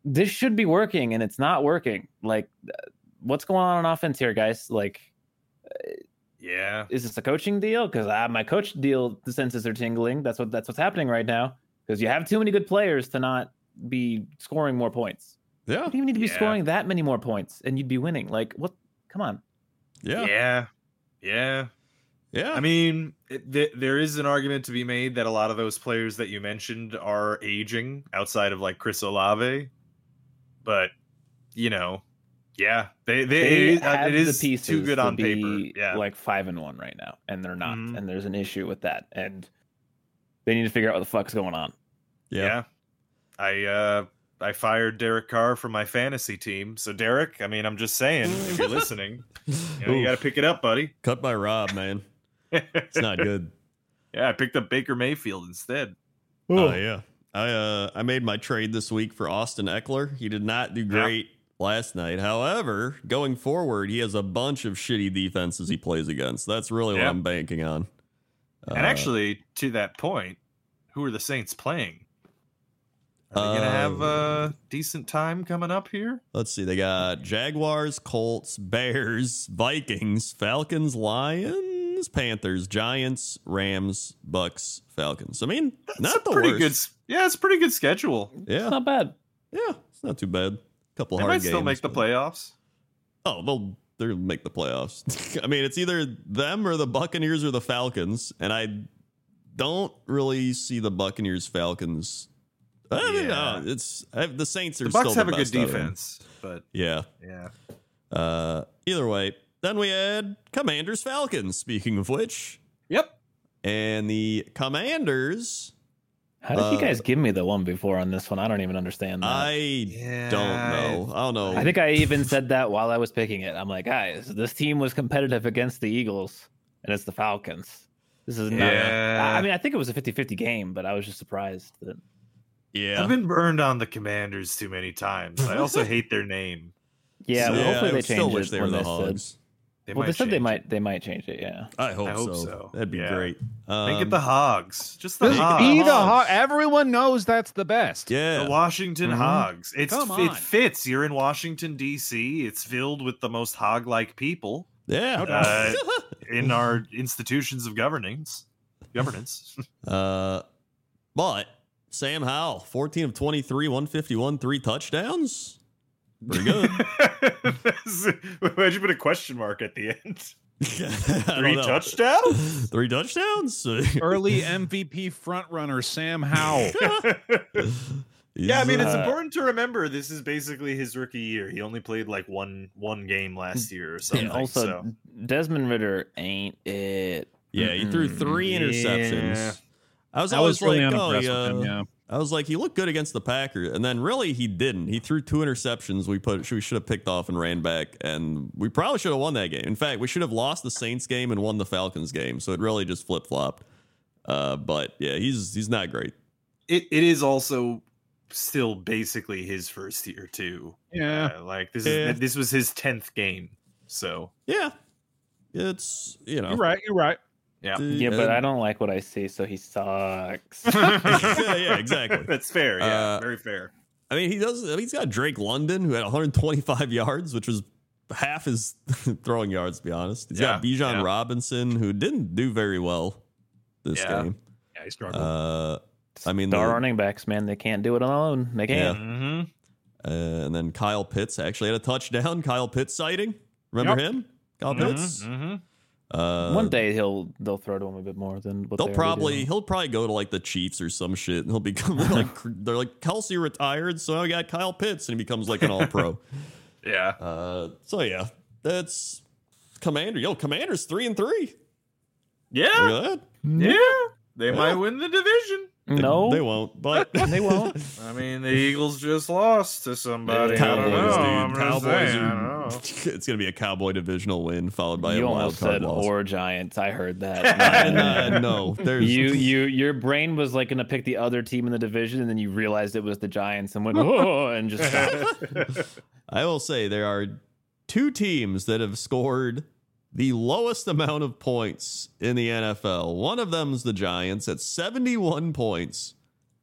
Speaker 1: this should be working, and it's not working. Like, uh, what's going on on offense here, guys? Like,
Speaker 3: Yeah.
Speaker 1: is this a coaching deal? Because my coach deal the senses are tingling. That's what that's what's happening right now. Because you have too many good players to not be scoring more points.
Speaker 2: yeah,
Speaker 1: You don't even need to be
Speaker 3: Yeah.
Speaker 1: scoring that many more points, and you'd be winning. Like what? Come on.
Speaker 2: yeah,
Speaker 3: Yeah.
Speaker 2: yeah.
Speaker 3: Yeah. I mean, it, th- there is an argument to be made that a lot of those players that you mentioned are aging outside of like Chris Olave, but you know, yeah, they they, it is- uh,
Speaker 1: have
Speaker 3: it is too good
Speaker 1: to
Speaker 3: on
Speaker 1: be,
Speaker 3: paper. Yeah,
Speaker 1: like five and one right now, and they're not.
Speaker 3: Mhm.
Speaker 1: And there's an issue with that, and they need to figure out what the fuck's going on.
Speaker 2: yeah.
Speaker 3: yeah. I uh I fired Derek Carr from my fantasy team. So Derek, I mean, I'm just saying, if you're listening, you, know, you
Speaker 2: Oof.
Speaker 3: got to pick it up, buddy.
Speaker 2: Cut by Rob, man. It's not good.
Speaker 3: yeah, I picked up Baker Mayfield instead.
Speaker 2: Oh yeah. I uh I made my trade this week for Austin Eckler. He did not do great last night. However, going forward, he has a bunch of shitty defenses he plays against. That's really what
Speaker 3: Yeah.
Speaker 2: I'm banking on.
Speaker 3: and
Speaker 2: Uh,
Speaker 3: actually, to that point, who are the Saints playing? Are they gonna have
Speaker 2: Uh,
Speaker 3: a decent time coming up here?
Speaker 2: let's see, they got Jaguars, Colts, Bears, Vikings, Falcons, Lions, Panthers, Giants, Rams, Bucks, Falcons. I mean, not the
Speaker 3: pretty
Speaker 2: worst.
Speaker 3: good. s- Yeah, it's a pretty good schedule.
Speaker 1: It's
Speaker 2: Yeah,
Speaker 1: not bad.
Speaker 2: yeah, it's not too bad. couple
Speaker 3: They
Speaker 2: hard
Speaker 3: might
Speaker 2: games.
Speaker 3: still make the
Speaker 2: but-
Speaker 3: playoffs.
Speaker 2: Oh, they'll they'll make the playoffs. I mean, it's either them or the Buccaneers or the Falcons, and I don't really see the Buccaneers Falcons. I mean,
Speaker 3: Yeah.
Speaker 2: uh, it's I, the Saints are
Speaker 3: The Bucks
Speaker 2: still
Speaker 3: have
Speaker 2: the
Speaker 3: a good
Speaker 2: best out of them.
Speaker 3: defense, but
Speaker 2: Yeah.
Speaker 3: yeah,
Speaker 2: Uh, either way, then we had Commanders Falcons. Speaking of which,
Speaker 3: yep.
Speaker 2: and the Commanders,
Speaker 1: How did
Speaker 2: Uh,
Speaker 1: you guys give me the one before on this one? I don't even understand that.
Speaker 2: I
Speaker 3: Yeah,
Speaker 2: don't know. I don't know.
Speaker 1: I think I even said that while I was picking it. I'm like, guys, this team was competitive against the Eagles, and it's the Falcons. This is not.
Speaker 3: Yeah.
Speaker 1: I I mean, I think it was a 50-50 game, but I was just surprised that
Speaker 2: yeah.
Speaker 3: I've been burned on the Commanders too many times. I also hate their name.
Speaker 1: Yeah,
Speaker 2: So-
Speaker 1: well, hopefully
Speaker 2: I
Speaker 1: they
Speaker 2: would
Speaker 1: change
Speaker 2: still wish
Speaker 1: it
Speaker 2: they were
Speaker 1: when
Speaker 2: the
Speaker 1: they said-
Speaker 2: Hogs.
Speaker 3: They
Speaker 1: well, they said they
Speaker 3: change it.
Speaker 1: might they might change it. Yeah,
Speaker 2: I hope,
Speaker 3: I hope
Speaker 2: so.
Speaker 3: so.
Speaker 2: That'd be
Speaker 3: Yeah.
Speaker 2: great.
Speaker 3: Make
Speaker 2: Um,
Speaker 3: it the Hogs. Just the
Speaker 4: Just
Speaker 3: Hogs.
Speaker 4: be the hog. Everyone knows that's the best.
Speaker 2: yeah. Mm-hmm.
Speaker 3: The Washington
Speaker 4: Mhm.
Speaker 3: Hogs. It's
Speaker 4: Come
Speaker 3: it
Speaker 4: on.
Speaker 3: fits. You're in Washington D.C. It's filled with the most hog-like people
Speaker 2: Yeah.
Speaker 3: Uh, in our institutions of governance. Governance.
Speaker 2: Uh, but Sam Howell, 14 of 23, 151, three touchdowns. Pretty good.
Speaker 3: Why'd you put a question mark at the end?
Speaker 2: Three
Speaker 3: Three touchdowns.
Speaker 2: Three touchdowns.
Speaker 4: Early MVP frontrunner Sam Howell.
Speaker 3: Yeah, I mean it's
Speaker 1: Uh,
Speaker 3: important to remember this is basically his rookie year. He only played like one one game last year or something.
Speaker 1: and also
Speaker 3: so.
Speaker 1: Desmond Ritter ain't it.
Speaker 2: yeah, he threw
Speaker 1: Mm-mm.
Speaker 2: three interceptions.
Speaker 3: Mm, Yeah.
Speaker 2: I was
Speaker 4: I was
Speaker 2: always
Speaker 4: really
Speaker 2: like, oh,
Speaker 4: unimpressed
Speaker 2: yeah.
Speaker 4: with him. Yeah.
Speaker 2: I was like, he looked good against the Packers, and then really he didn't. He threw two interceptions. We put we should have picked off and ran back, and we probably should have won that game. In fact, we should have lost the Saints game and won the Falcons game. So it really just flip flopped. Uh, but yeah, he's he's not great.
Speaker 3: it, it is also still basically his first year too.
Speaker 4: Yeah.
Speaker 3: Uh, like this
Speaker 2: Yeah.
Speaker 3: is this was his tenth game. So
Speaker 2: Yeah, it's you know
Speaker 4: You're right. You're right.
Speaker 3: Yeah.
Speaker 2: dude,
Speaker 1: Yeah, but
Speaker 2: and-
Speaker 1: I don't like what I see, so he sucks.
Speaker 2: Yeah, yeah, exactly.
Speaker 3: That's fair. Yeah,
Speaker 2: Uh,
Speaker 3: very fair.
Speaker 2: I mean, he does. I mean, he's got Drake London, who had 125 yards, which was half his throwing yards. To be honest, He's got
Speaker 3: Yeah,
Speaker 2: Bijan
Speaker 3: yeah.
Speaker 2: Robinson, who didn't do very well this
Speaker 3: Yeah.
Speaker 2: game.
Speaker 4: Yeah, he struggled.
Speaker 2: Uh, I mean,
Speaker 1: Star
Speaker 2: the-
Speaker 1: running backs, man, they can't do it alone. They
Speaker 2: Yeah.
Speaker 1: can't.
Speaker 3: hmm
Speaker 2: Uh, and then Kyle Pitts actually had a touchdown. Kyle Pitts sighting. Remember him? Kyle Pitts.
Speaker 3: hmm
Speaker 2: Uh,
Speaker 1: Mm-hmm. One day he'll they'll throw to him a bit more than what
Speaker 2: they'll
Speaker 1: they already
Speaker 2: probably
Speaker 1: do.
Speaker 2: he'll probably go to like the Chiefs or some shit, and he'll become like they're like Kelsey retired, so I got Kyle Pitts, and he becomes like an All Pro.
Speaker 3: Yeah.
Speaker 2: uh, so yeah, that's Commander. Yo, Commander's three and three.
Speaker 1: Ah!
Speaker 3: Yeah.
Speaker 2: Look at that.
Speaker 3: Yeah. They
Speaker 2: Yeah.
Speaker 3: might win the division.
Speaker 2: They-
Speaker 1: no,
Speaker 2: they won't. But
Speaker 1: They won't.
Speaker 3: I mean, the Eagles just lost to somebody. I don't
Speaker 2: Cowboys,
Speaker 3: know.
Speaker 2: dude.
Speaker 3: I'm just
Speaker 2: Cowboys
Speaker 3: saying, I
Speaker 2: are
Speaker 3: don't
Speaker 5: Oh.
Speaker 2: it's gonna be a Cowboy divisional win followed by
Speaker 1: you
Speaker 2: a wild
Speaker 1: almost
Speaker 2: card
Speaker 1: said
Speaker 2: loss.
Speaker 1: or Giants. I heard
Speaker 2: And,
Speaker 1: that.
Speaker 2: uh, no, there's
Speaker 1: you you your brain was like gonna pick the other team in the division, and then you realized it was the Giants and went oh and just stopped.
Speaker 2: I will say there are two teams that have scored the lowest amount of points in the NFL. One of them's the Giants at 71 points.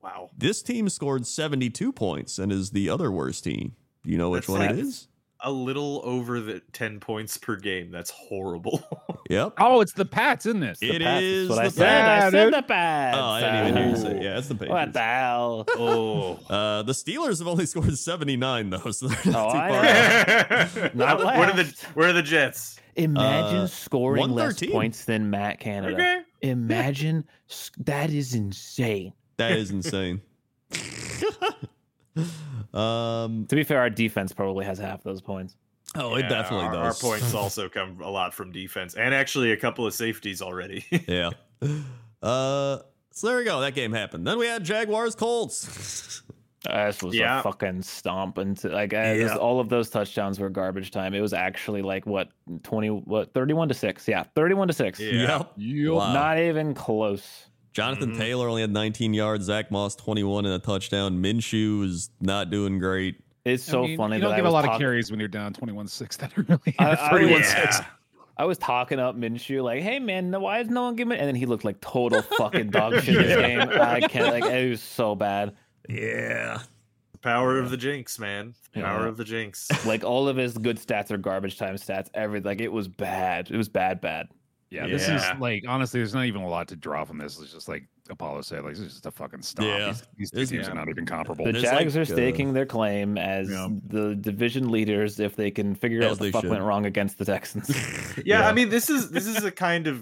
Speaker 5: Wow.
Speaker 2: This team scored 72 points and is the other worst team. Do you know which
Speaker 3: That's
Speaker 2: one it
Speaker 3: sad.
Speaker 2: is?
Speaker 3: a little over the 10 points per game. That's horrible.
Speaker 2: Yep.
Speaker 4: Oh, it's the Pats, isn't this?
Speaker 2: It
Speaker 1: Pats,
Speaker 2: is
Speaker 1: what
Speaker 2: the
Speaker 1: I said. I
Speaker 4: Pats.
Speaker 1: said the Pats.
Speaker 2: Oh, I didn't even hear you
Speaker 1: Uh,
Speaker 2: say. it. Yeah, it's the Patriots.
Speaker 1: What the hell?
Speaker 3: oh.
Speaker 2: Uh, the Steelers have only scored 79 though, so they're
Speaker 1: Oh,
Speaker 2: not too
Speaker 1: I
Speaker 2: far.
Speaker 1: know. Not
Speaker 2: off.
Speaker 3: where are the
Speaker 1: last.
Speaker 3: where are the Jets?
Speaker 1: Imagine
Speaker 2: Uh,
Speaker 1: scoring less
Speaker 2: 113.
Speaker 1: points than Matt Canada.
Speaker 3: Okay.
Speaker 1: Imagine s- that is insane.
Speaker 2: That is insane. um.
Speaker 1: To be fair, our defense probably has half those points.
Speaker 2: Oh,
Speaker 3: Yeah,
Speaker 2: it definitely
Speaker 3: our,
Speaker 2: does.
Speaker 3: Our points also come a lot from defense, and actually a couple of safeties already.
Speaker 2: yeah. Uh, so there we go. That game happened. Then we had Jaguars Colts.
Speaker 1: Uh, this was a
Speaker 3: Yeah.
Speaker 1: fucking stomp into like uh, this-
Speaker 3: Yeah.
Speaker 1: all of those touchdowns were garbage time. It was actually like what twenty what thirty one to six. Yeah, thirty one to six.
Speaker 2: Yep. Wow.
Speaker 1: Not even close.
Speaker 2: Jonathan
Speaker 3: Mhm.
Speaker 2: Taylor only had 19 yards. Zach Moss 21 and a touchdown. Minshew is not doing great.
Speaker 1: It's
Speaker 4: I
Speaker 1: so
Speaker 4: mean,
Speaker 1: funny
Speaker 4: You
Speaker 1: that
Speaker 4: don't
Speaker 1: I
Speaker 4: give a
Speaker 1: was
Speaker 4: lot of
Speaker 1: talk-
Speaker 4: carries when you're down 21-6. That really
Speaker 1: I- I-
Speaker 4: 31
Speaker 1: I was talking up Minshew like, "Hey man, no- why is no one giving?" it?" And then he looked like total fucking dog shit this
Speaker 3: Yeah.
Speaker 1: game. I can't like it was so bad.
Speaker 2: Yeah.
Speaker 3: The power of the jinx, man. The
Speaker 1: Yeah.
Speaker 3: Power of the jinx.
Speaker 1: Like all of his good stats are garbage time stats. Every like it was bad. It was bad, bad.
Speaker 4: Yeah, this is
Speaker 3: Yeah.
Speaker 4: like honestly, there's not even a lot to draw from this. It's just like Apollo said, like this is just a fucking stomp.
Speaker 2: Yeah.
Speaker 4: These, these two
Speaker 2: It's-
Speaker 4: teams
Speaker 3: yeah.
Speaker 4: are not even comparable.
Speaker 1: The
Speaker 2: There's,
Speaker 1: Jags
Speaker 2: like,
Speaker 1: are staking their claim as
Speaker 4: Yeah.
Speaker 1: the division leaders if they can figure out
Speaker 2: As
Speaker 1: what the
Speaker 2: they
Speaker 1: fuck
Speaker 2: should.
Speaker 1: went wrong against the Texans.
Speaker 3: yeah, I mean this is this is a kind of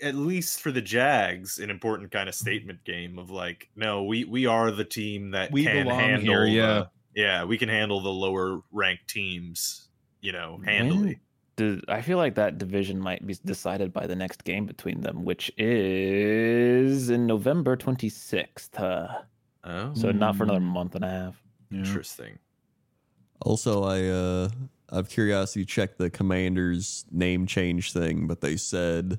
Speaker 3: at least for the Jags an important kind of statement game of like no we we are the team that
Speaker 4: We
Speaker 3: can
Speaker 4: belong
Speaker 3: handle
Speaker 4: here, yeah.
Speaker 3: the- yeah we can handle the lower ranked teams you know handily
Speaker 1: Do- I feel like that division might be decided by the next game between them, which is in November 26th. Uh,
Speaker 3: oh
Speaker 1: so not for another
Speaker 4: Mm.
Speaker 1: month and a half.
Speaker 3: interesting
Speaker 2: Also, I uh, out of curiosity checked the Commanders name change thing, but they said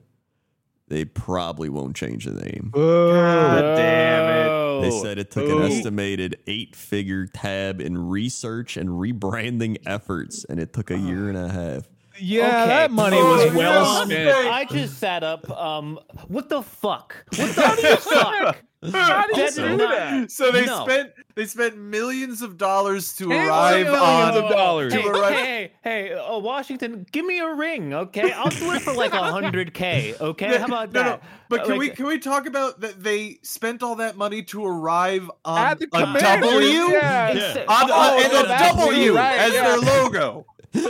Speaker 2: they probably won't change the name.
Speaker 3: Oh. God damn it
Speaker 2: They said it took
Speaker 3: Oh.
Speaker 2: an estimated eight figure tab in research and rebranding efforts, and it took a year and a half.
Speaker 4: Yeah,
Speaker 1: Okay.
Speaker 4: that money was
Speaker 3: Oh,
Speaker 4: well
Speaker 3: no.
Speaker 4: spent.
Speaker 1: I just sat up. Um, what the fuck? What the fuck?
Speaker 3: How
Speaker 1: do you do that?
Speaker 3: So they
Speaker 1: No.
Speaker 3: spent they spent millions of dollars to
Speaker 4: Tens of
Speaker 3: arrive
Speaker 4: millions
Speaker 3: on
Speaker 4: of dollars.
Speaker 1: Hey,
Speaker 3: To arrive,
Speaker 1: hey, hey, hey, uh, Washington, give me a ring, okay? I'll do it for like a hundred k, okay? How about
Speaker 3: No, no,
Speaker 1: that?
Speaker 3: But can
Speaker 1: Like,
Speaker 3: we can we talk about that they spent all that money to arrive on
Speaker 4: At the
Speaker 3: a
Speaker 4: Commanders,
Speaker 3: W
Speaker 4: yeah.
Speaker 1: It's-
Speaker 2: Yeah.
Speaker 3: on,
Speaker 4: Oh,
Speaker 3: on- and
Speaker 4: yeah,
Speaker 3: a
Speaker 4: that's
Speaker 3: W
Speaker 4: right,
Speaker 3: as
Speaker 4: yeah.
Speaker 3: their logo.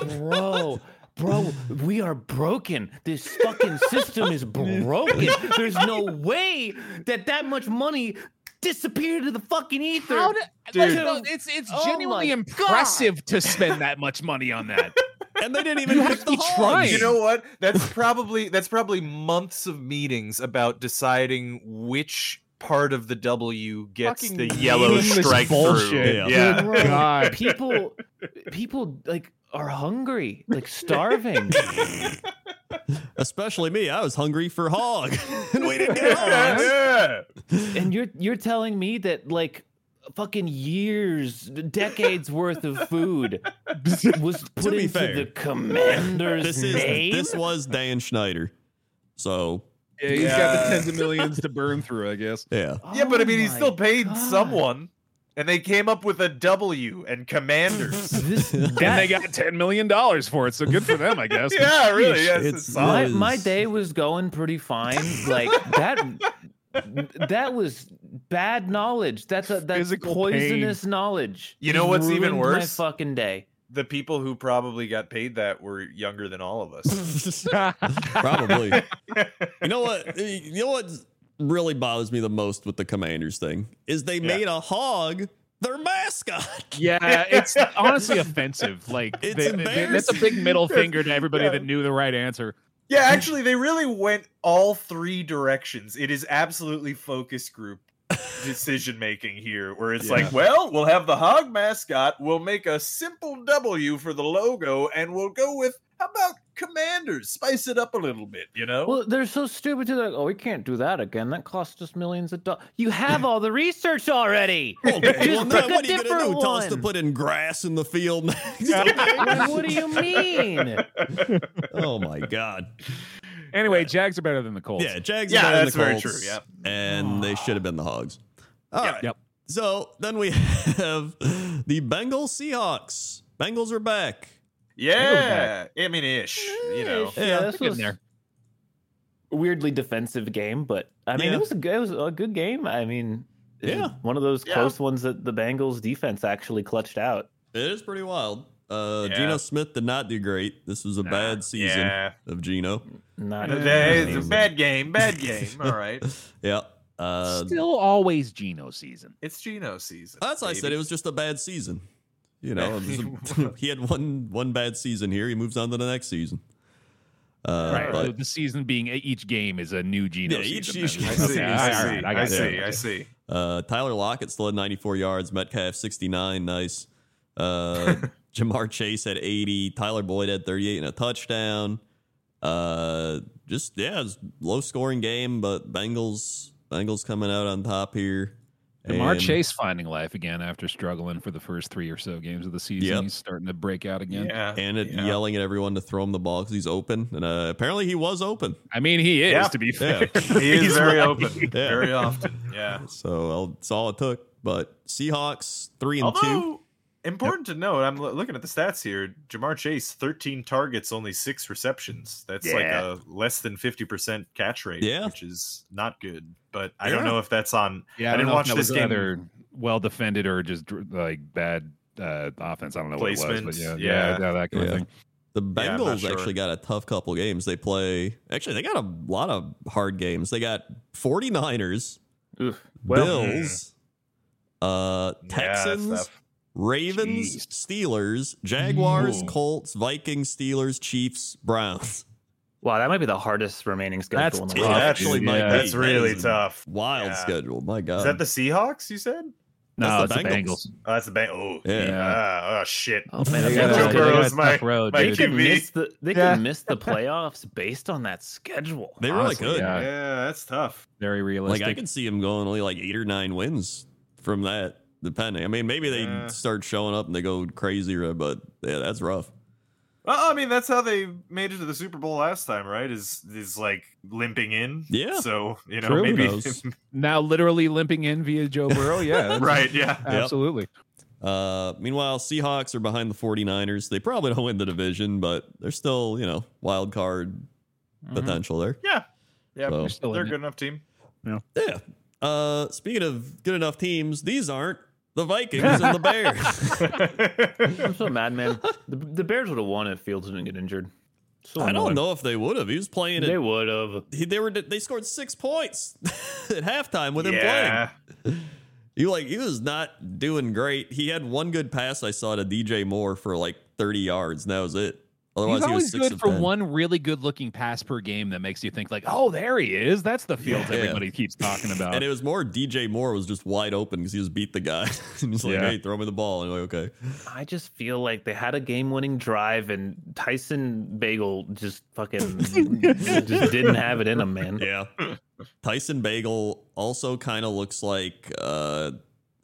Speaker 1: bro bro we are broken this fucking system is broken there's no way that that much money disappeared to the fucking ether
Speaker 4: How did-
Speaker 3: Dude.
Speaker 4: like, no, it's it's
Speaker 1: Oh
Speaker 4: genuinely
Speaker 1: my
Speaker 4: impressive to spend that much money on that.
Speaker 2: And they didn't even
Speaker 4: You
Speaker 2: pick
Speaker 4: have to
Speaker 2: the
Speaker 4: be
Speaker 2: hogs.
Speaker 4: trying.
Speaker 3: You know what? That's probably that's probably months of meetings about deciding which part of the W gets
Speaker 4: Fucking
Speaker 3: the yellow
Speaker 4: meaningless
Speaker 3: strike
Speaker 4: bullshit.
Speaker 3: through.
Speaker 2: Yeah.
Speaker 4: Good God.
Speaker 1: people people like are hungry like starving
Speaker 2: Especially me. I was hungry for hog. and we didn't get
Speaker 3: yeah.
Speaker 2: hogs.
Speaker 3: yeah.
Speaker 1: and you're you're telling me that like fucking years decades worth of food was put
Speaker 2: be
Speaker 1: into
Speaker 2: fair,
Speaker 1: the commander's
Speaker 2: This is
Speaker 1: name
Speaker 2: this was Dan Schneider. So
Speaker 4: Yeah, he's got
Speaker 3: Yeah.
Speaker 4: the tens of millions to burn through, I guess.
Speaker 2: yeah.
Speaker 3: Yeah, but I
Speaker 1: Oh
Speaker 3: mean, he
Speaker 1: my
Speaker 3: still paid
Speaker 1: God.
Speaker 3: someone, and they came up with a W and Commanders.
Speaker 1: This,
Speaker 4: And
Speaker 1: that,
Speaker 4: they got ten million dollars for it, so good for them, I guess.
Speaker 3: yeah, really. Yes,
Speaker 2: it's
Speaker 3: it's
Speaker 1: my,
Speaker 3: solid.
Speaker 2: was-
Speaker 1: my day was going pretty fine. Like that that was bad knowledge. That's a that's
Speaker 4: Physical
Speaker 1: poisonous knowledge.
Speaker 3: You know
Speaker 1: It
Speaker 3: what's
Speaker 1: ruined
Speaker 3: even
Speaker 1: my
Speaker 3: worse?
Speaker 1: fucking day.
Speaker 3: The people who probably got paid that were younger than all of us.
Speaker 2: Probably. you know what? You know what really bothers me the most with the Commanders thing is they made a hog their mascot.
Speaker 4: Yeah, it's honestly offensive. Like
Speaker 2: It's
Speaker 4: they- they- they- that's a big middle finger to everybody that knew the right answer.
Speaker 3: Yeah, actually, they really went all three directions. It is absolutely focus group decision making here, where it's like, well, we'll have the hog mascot, we'll make a simple W for the logo, and we'll go with how about commanders? Spice it up a little bit, you know?
Speaker 1: Well, they're so stupid too. They're Like, oh, we can't do that again. That cost us millions of dollars. You have all the research already.
Speaker 2: Okay, well,
Speaker 1: Just
Speaker 2: now
Speaker 1: pick a
Speaker 2: what are you gonna do?
Speaker 1: different
Speaker 2: Tell us to
Speaker 1: one.
Speaker 2: put in grass in the field next?
Speaker 1: Like, what do you mean?
Speaker 2: oh my god!
Speaker 4: Anyway, Jags are better than the Colts.
Speaker 2: Yeah, Jags.
Speaker 3: Yeah,
Speaker 2: are better than
Speaker 3: that's
Speaker 2: the
Speaker 3: very
Speaker 2: Colts,
Speaker 3: true, yep.
Speaker 2: and they should have been the Hogs. All right.
Speaker 4: Yep.
Speaker 2: So then we have the Bengal Seahawks. Bengals are back.
Speaker 3: yeah, I mean, ish, you know.
Speaker 1: yeah,
Speaker 2: Yeah,
Speaker 1: this
Speaker 4: they're
Speaker 1: was
Speaker 4: getting there.
Speaker 1: weirdly defensive game, but I mean,
Speaker 2: Yeah.
Speaker 1: it was a good, it was a good game. I mean, it was
Speaker 2: Yeah.
Speaker 1: one of those
Speaker 3: Yeah.
Speaker 1: close ones that the Bengals defense actually clutched out.
Speaker 2: It is pretty wild. Uh,
Speaker 3: Yeah.
Speaker 2: Geno Smith did not do great. This was a bad season
Speaker 3: Yeah.
Speaker 2: of Geno.
Speaker 1: Not
Speaker 3: That is a bad game, bad game. All right.
Speaker 2: Yeah.
Speaker 3: um,
Speaker 2: Uh,
Speaker 4: Still always Geno season.
Speaker 3: It's Geno season.
Speaker 2: that's why I said
Speaker 3: baby.
Speaker 2: it was just a bad season. You know, it was a- he had one one bad season here. He moves on to the next season. Uh,
Speaker 4: right.
Speaker 2: but-
Speaker 4: so the season being each game is a new Geno
Speaker 2: Yeah, each-
Speaker 4: season.
Speaker 2: each
Speaker 4: then.
Speaker 3: I
Speaker 2: game is a
Speaker 4: Okay,
Speaker 3: see.
Speaker 4: all
Speaker 3: I
Speaker 4: right, all
Speaker 3: see.
Speaker 4: right,
Speaker 3: I
Speaker 4: got it.
Speaker 3: see. I see.
Speaker 2: Uh, Tyler Lockett still had 94 yards. Metcalf 69. Nice. Uh, Jamar Chase had 80. Tyler Boyd had 38 and a touchdown. Uh, just yeah, it's low scoring game, but Bengals Bengals coming out on top here.
Speaker 4: Jamar
Speaker 2: And-
Speaker 4: Chase finding life again after struggling for the first three or so games of the season.
Speaker 2: Yep.
Speaker 4: He's starting to break out again.
Speaker 3: Yeah.
Speaker 2: and it,
Speaker 3: yeah.
Speaker 2: yelling at everyone to throw him the ball because he's open, and uh, apparently he was open.
Speaker 4: I mean, he is
Speaker 3: Yeah.
Speaker 4: to be
Speaker 2: Yeah.
Speaker 4: fair.
Speaker 3: He is
Speaker 4: He's
Speaker 3: very
Speaker 4: right.
Speaker 3: open, very often. Yeah.
Speaker 2: So I'll, that's all it took. But Seahawks three and two.
Speaker 3: Although important to note, I'm lo- looking at the stats here. Jamar Chase, 13 targets, only six receptions. That's like
Speaker 5: Yeah.
Speaker 3: a less than 50 percent catch rate,
Speaker 2: Yeah.
Speaker 3: which is not good. But I don't
Speaker 2: Yeah.
Speaker 3: know if that's on.
Speaker 4: Yeah,
Speaker 3: I didn't
Speaker 4: don't know if
Speaker 3: watch
Speaker 4: that
Speaker 3: this
Speaker 4: was
Speaker 3: game.
Speaker 4: Either well defended or just dr- like bad uh, offense. I don't know what it was, but yeah,
Speaker 3: Placement,
Speaker 4: yeah,
Speaker 3: yeah.
Speaker 4: yeah, that kind
Speaker 2: Yeah.
Speaker 4: of thing.
Speaker 2: The
Speaker 3: Yeah, I'm not
Speaker 2: Bengals
Speaker 3: sure.
Speaker 2: actually got a tough couple games. They play actually they got a lot of hard games. They got 49ers,
Speaker 1: Ugh.
Speaker 2: Bills, uh Texans, Ravens,
Speaker 4: Jeez.
Speaker 2: Steelers, Jaguars,
Speaker 4: Ooh.
Speaker 2: Colts, Vikings, Steelers, Chiefs, Browns.
Speaker 1: Wow, that might be the hardest remaining schedule
Speaker 4: That's
Speaker 1: in the
Speaker 4: tough.
Speaker 1: world.
Speaker 4: Yeah,
Speaker 2: actually
Speaker 4: dude,
Speaker 2: might
Speaker 4: yeah.
Speaker 2: be.
Speaker 3: That's
Speaker 2: That
Speaker 3: really
Speaker 2: is a
Speaker 3: tough.
Speaker 2: Wild
Speaker 3: Yeah.
Speaker 2: schedule. My God.
Speaker 3: Is that the Seahawks you said?
Speaker 4: No,
Speaker 2: That's the
Speaker 4: it's the
Speaker 2: Bengals.
Speaker 4: Bengals.
Speaker 3: Oh, that's the bang. Oh,
Speaker 2: Yeah.
Speaker 3: Ah, oh, shit.
Speaker 1: Oh man, that's
Speaker 4: They got a-
Speaker 1: tough.
Speaker 3: Joe
Speaker 4: they got a
Speaker 3: Burrow's my-
Speaker 4: tough road,
Speaker 3: my
Speaker 1: they
Speaker 4: dude.
Speaker 1: could
Speaker 3: QB.
Speaker 1: miss the they
Speaker 4: Yeah.
Speaker 1: could miss the playoffs based on that schedule.
Speaker 2: they were
Speaker 4: Honestly,
Speaker 2: like good.
Speaker 4: yeah.
Speaker 3: Yeah, that's tough.
Speaker 4: Very
Speaker 2: Like
Speaker 4: realistic.
Speaker 2: I can see them going only like eight or nine wins from that, depending. I mean, maybe they
Speaker 3: Yeah.
Speaker 2: start showing up and they go crazier, but yeah, that's rough.
Speaker 3: Well, I mean, that's how they made it to the Super Bowl last time, right? Is is like limping in.
Speaker 2: Yeah.
Speaker 3: So you know,
Speaker 4: True.
Speaker 2: Who
Speaker 3: maybe.
Speaker 2: knows?
Speaker 4: now literally limping in via Joe Burrow. Yeah, that's-
Speaker 3: right. Yeah.
Speaker 4: absolutely.
Speaker 2: Uh, meanwhile, Seahawks are behind the 49ers. They probably don't win the division, but they're still, you know, wild card
Speaker 4: Mm-hmm.
Speaker 2: potential there.
Speaker 3: Yeah. Yeah.
Speaker 2: So-
Speaker 4: They're still
Speaker 3: They're a
Speaker 4: in
Speaker 3: good
Speaker 4: it.
Speaker 3: enough team.
Speaker 2: Yeah. Uh, speaking of good enough teams, these aren't the Vikings and the Bears.
Speaker 1: I'm so mad, man. The, the Bears would have won if Fields didn't get injured.
Speaker 4: Oh,
Speaker 1: So
Speaker 2: I don't
Speaker 1: annoying.
Speaker 2: know if they would have. He was playing
Speaker 1: They
Speaker 2: it.
Speaker 1: would have.
Speaker 2: He, they were they scored six points at halftime with him playing.
Speaker 3: yeah.
Speaker 2: He like he was not doing great. He had one good pass I saw to DJ Moore for like 30 yards, and that was it. Otherwise,
Speaker 4: He's
Speaker 2: he was
Speaker 4: always
Speaker 2: six
Speaker 4: good
Speaker 2: of
Speaker 4: for
Speaker 2: 10.
Speaker 4: one really good looking pass per game that makes you think like, oh, there he is. That's the field
Speaker 2: Yeah.
Speaker 4: everybody keeps talking about.
Speaker 2: And it was more DJ Moore was just wide open because he just beat the guy. and he's like,
Speaker 4: Yeah.
Speaker 2: hey, throw me the ball. And I'm like, okay.
Speaker 1: I just feel like they had a game-winning drive, and Tyson Bagel just fucking just didn't have it in him, man.
Speaker 2: Yeah. Tyson Bagel also kind of looks like, uh,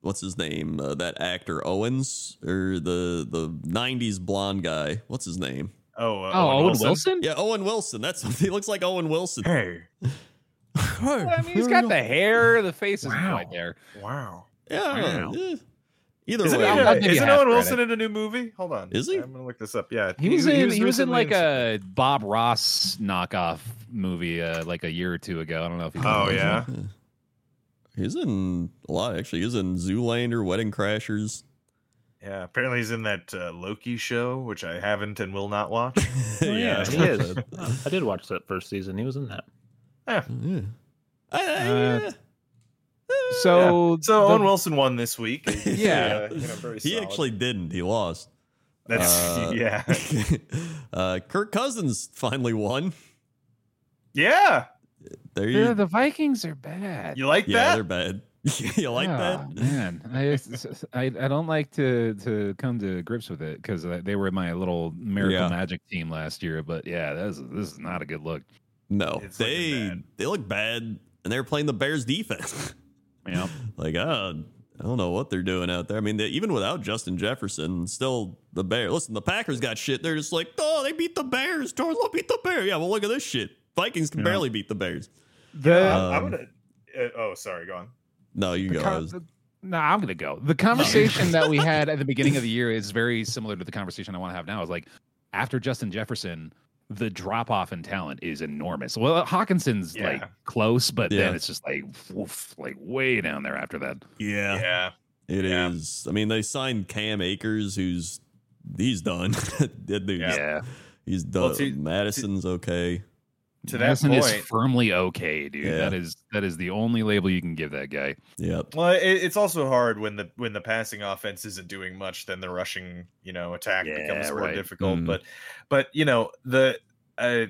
Speaker 2: what's his name? Uh, that actor Owens or the, the 90s blonde guy. What's his name?
Speaker 3: Oh. Uh,
Speaker 4: oh, Owen Wilson.
Speaker 2: Yeah, Owen Wilson. That's he looks like Owen Wilson.
Speaker 3: Hey.
Speaker 4: I mean, he's got the hair. The face is not quite there.
Speaker 3: Wow.
Speaker 2: Yeah. I don't know. Yeah. Either
Speaker 3: Isn't,
Speaker 2: way.
Speaker 4: I'll
Speaker 3: he, uh,
Speaker 4: give you
Speaker 3: isn't
Speaker 4: half
Speaker 3: Owen
Speaker 4: credit.
Speaker 3: Wilson in a new movie? Hold on.
Speaker 2: Is he?
Speaker 3: I'm gonna look this up. Yeah.
Speaker 4: He was in. He was in
Speaker 3: recently
Speaker 4: like a Bob Ross knockoff movie, uh, like a year or two ago. I don't know if. He
Speaker 3: Oh yeah.
Speaker 2: He's in a lot, actually. He's in Zoolander, Wedding Crashers.
Speaker 3: Yeah. Apparently he's in that uh, Loki show, which I haven't and will not watch.
Speaker 2: Oh,
Speaker 1: yeah, he is. I did watch that first season. He was in that.
Speaker 2: Yeah. I- I-
Speaker 4: Uh,
Speaker 2: yeah.
Speaker 4: So,
Speaker 3: So
Speaker 4: the-
Speaker 3: Owen Wilson won this week.
Speaker 4: Yeah.
Speaker 3: Uh, you know, very
Speaker 2: He
Speaker 3: solid.
Speaker 2: actually didn't. He lost.
Speaker 3: That's
Speaker 2: uh,
Speaker 3: yeah.
Speaker 2: uh, Kirk Cousins finally won.
Speaker 3: Yeah.
Speaker 2: There you
Speaker 4: yeah, the Vikings are bad.
Speaker 3: You like
Speaker 2: Yeah,
Speaker 3: that?
Speaker 2: they're bad. you like
Speaker 4: Ah, Man, I, it's- it's- I I don't like to to come to grips with it because they were my little miracle
Speaker 2: Yeah.
Speaker 4: magic team last year. But yeah, this is this is not a good look.
Speaker 2: that? No,
Speaker 3: It's looking
Speaker 2: they
Speaker 3: bad.
Speaker 2: they look bad, and they're playing the Bears defense.
Speaker 4: Yeah,
Speaker 2: like uh, I don't know what they're doing out there. I mean, they, even without Justin Jefferson, still the Bears. Listen, the Packers got shit. They're just like, oh, they beat the Bears. Torslow beat the Bears. Yeah, well, look at this shit. Vikings can
Speaker 4: Yeah.
Speaker 2: barely beat the Bears.
Speaker 4: the
Speaker 2: Um,
Speaker 3: I'm gonna. Uh, oh, sorry. Go on.
Speaker 2: No, you
Speaker 4: The
Speaker 2: go. I
Speaker 4: con-
Speaker 2: was-
Speaker 4: the- no, I'm gonna go. The conversation that we had at the beginning of the year is very similar to the conversation I want to have now. Is like after Justin Jefferson, the drop off in talent is enormous. Well, uh, Hawkinson's like
Speaker 3: Yeah.
Speaker 4: close, but
Speaker 2: Yeah.
Speaker 4: then it's just like woof, like way down there after that.
Speaker 2: yeah,
Speaker 3: Yeah.
Speaker 2: It is.
Speaker 3: Yeah.
Speaker 2: I mean, they signed Cam Akers, who's he's done. that dude,
Speaker 3: Yeah.
Speaker 4: Yeah,
Speaker 2: he's done.
Speaker 3: Well, to-
Speaker 2: Madison's okay.
Speaker 3: To that
Speaker 4: Madison is
Speaker 3: point-
Speaker 4: firmly okay, dude.
Speaker 2: Yeah.
Speaker 4: That is that is the only label you can give that guy.
Speaker 2: Yep.
Speaker 3: Well, it, it's also hard when the when the passing offense isn't doing much, then the rushing you know attack becomes
Speaker 4: Yeah,
Speaker 3: more
Speaker 4: right. Mm-hmm.
Speaker 3: difficult.
Speaker 2: Mhm.
Speaker 3: But but you know the uh,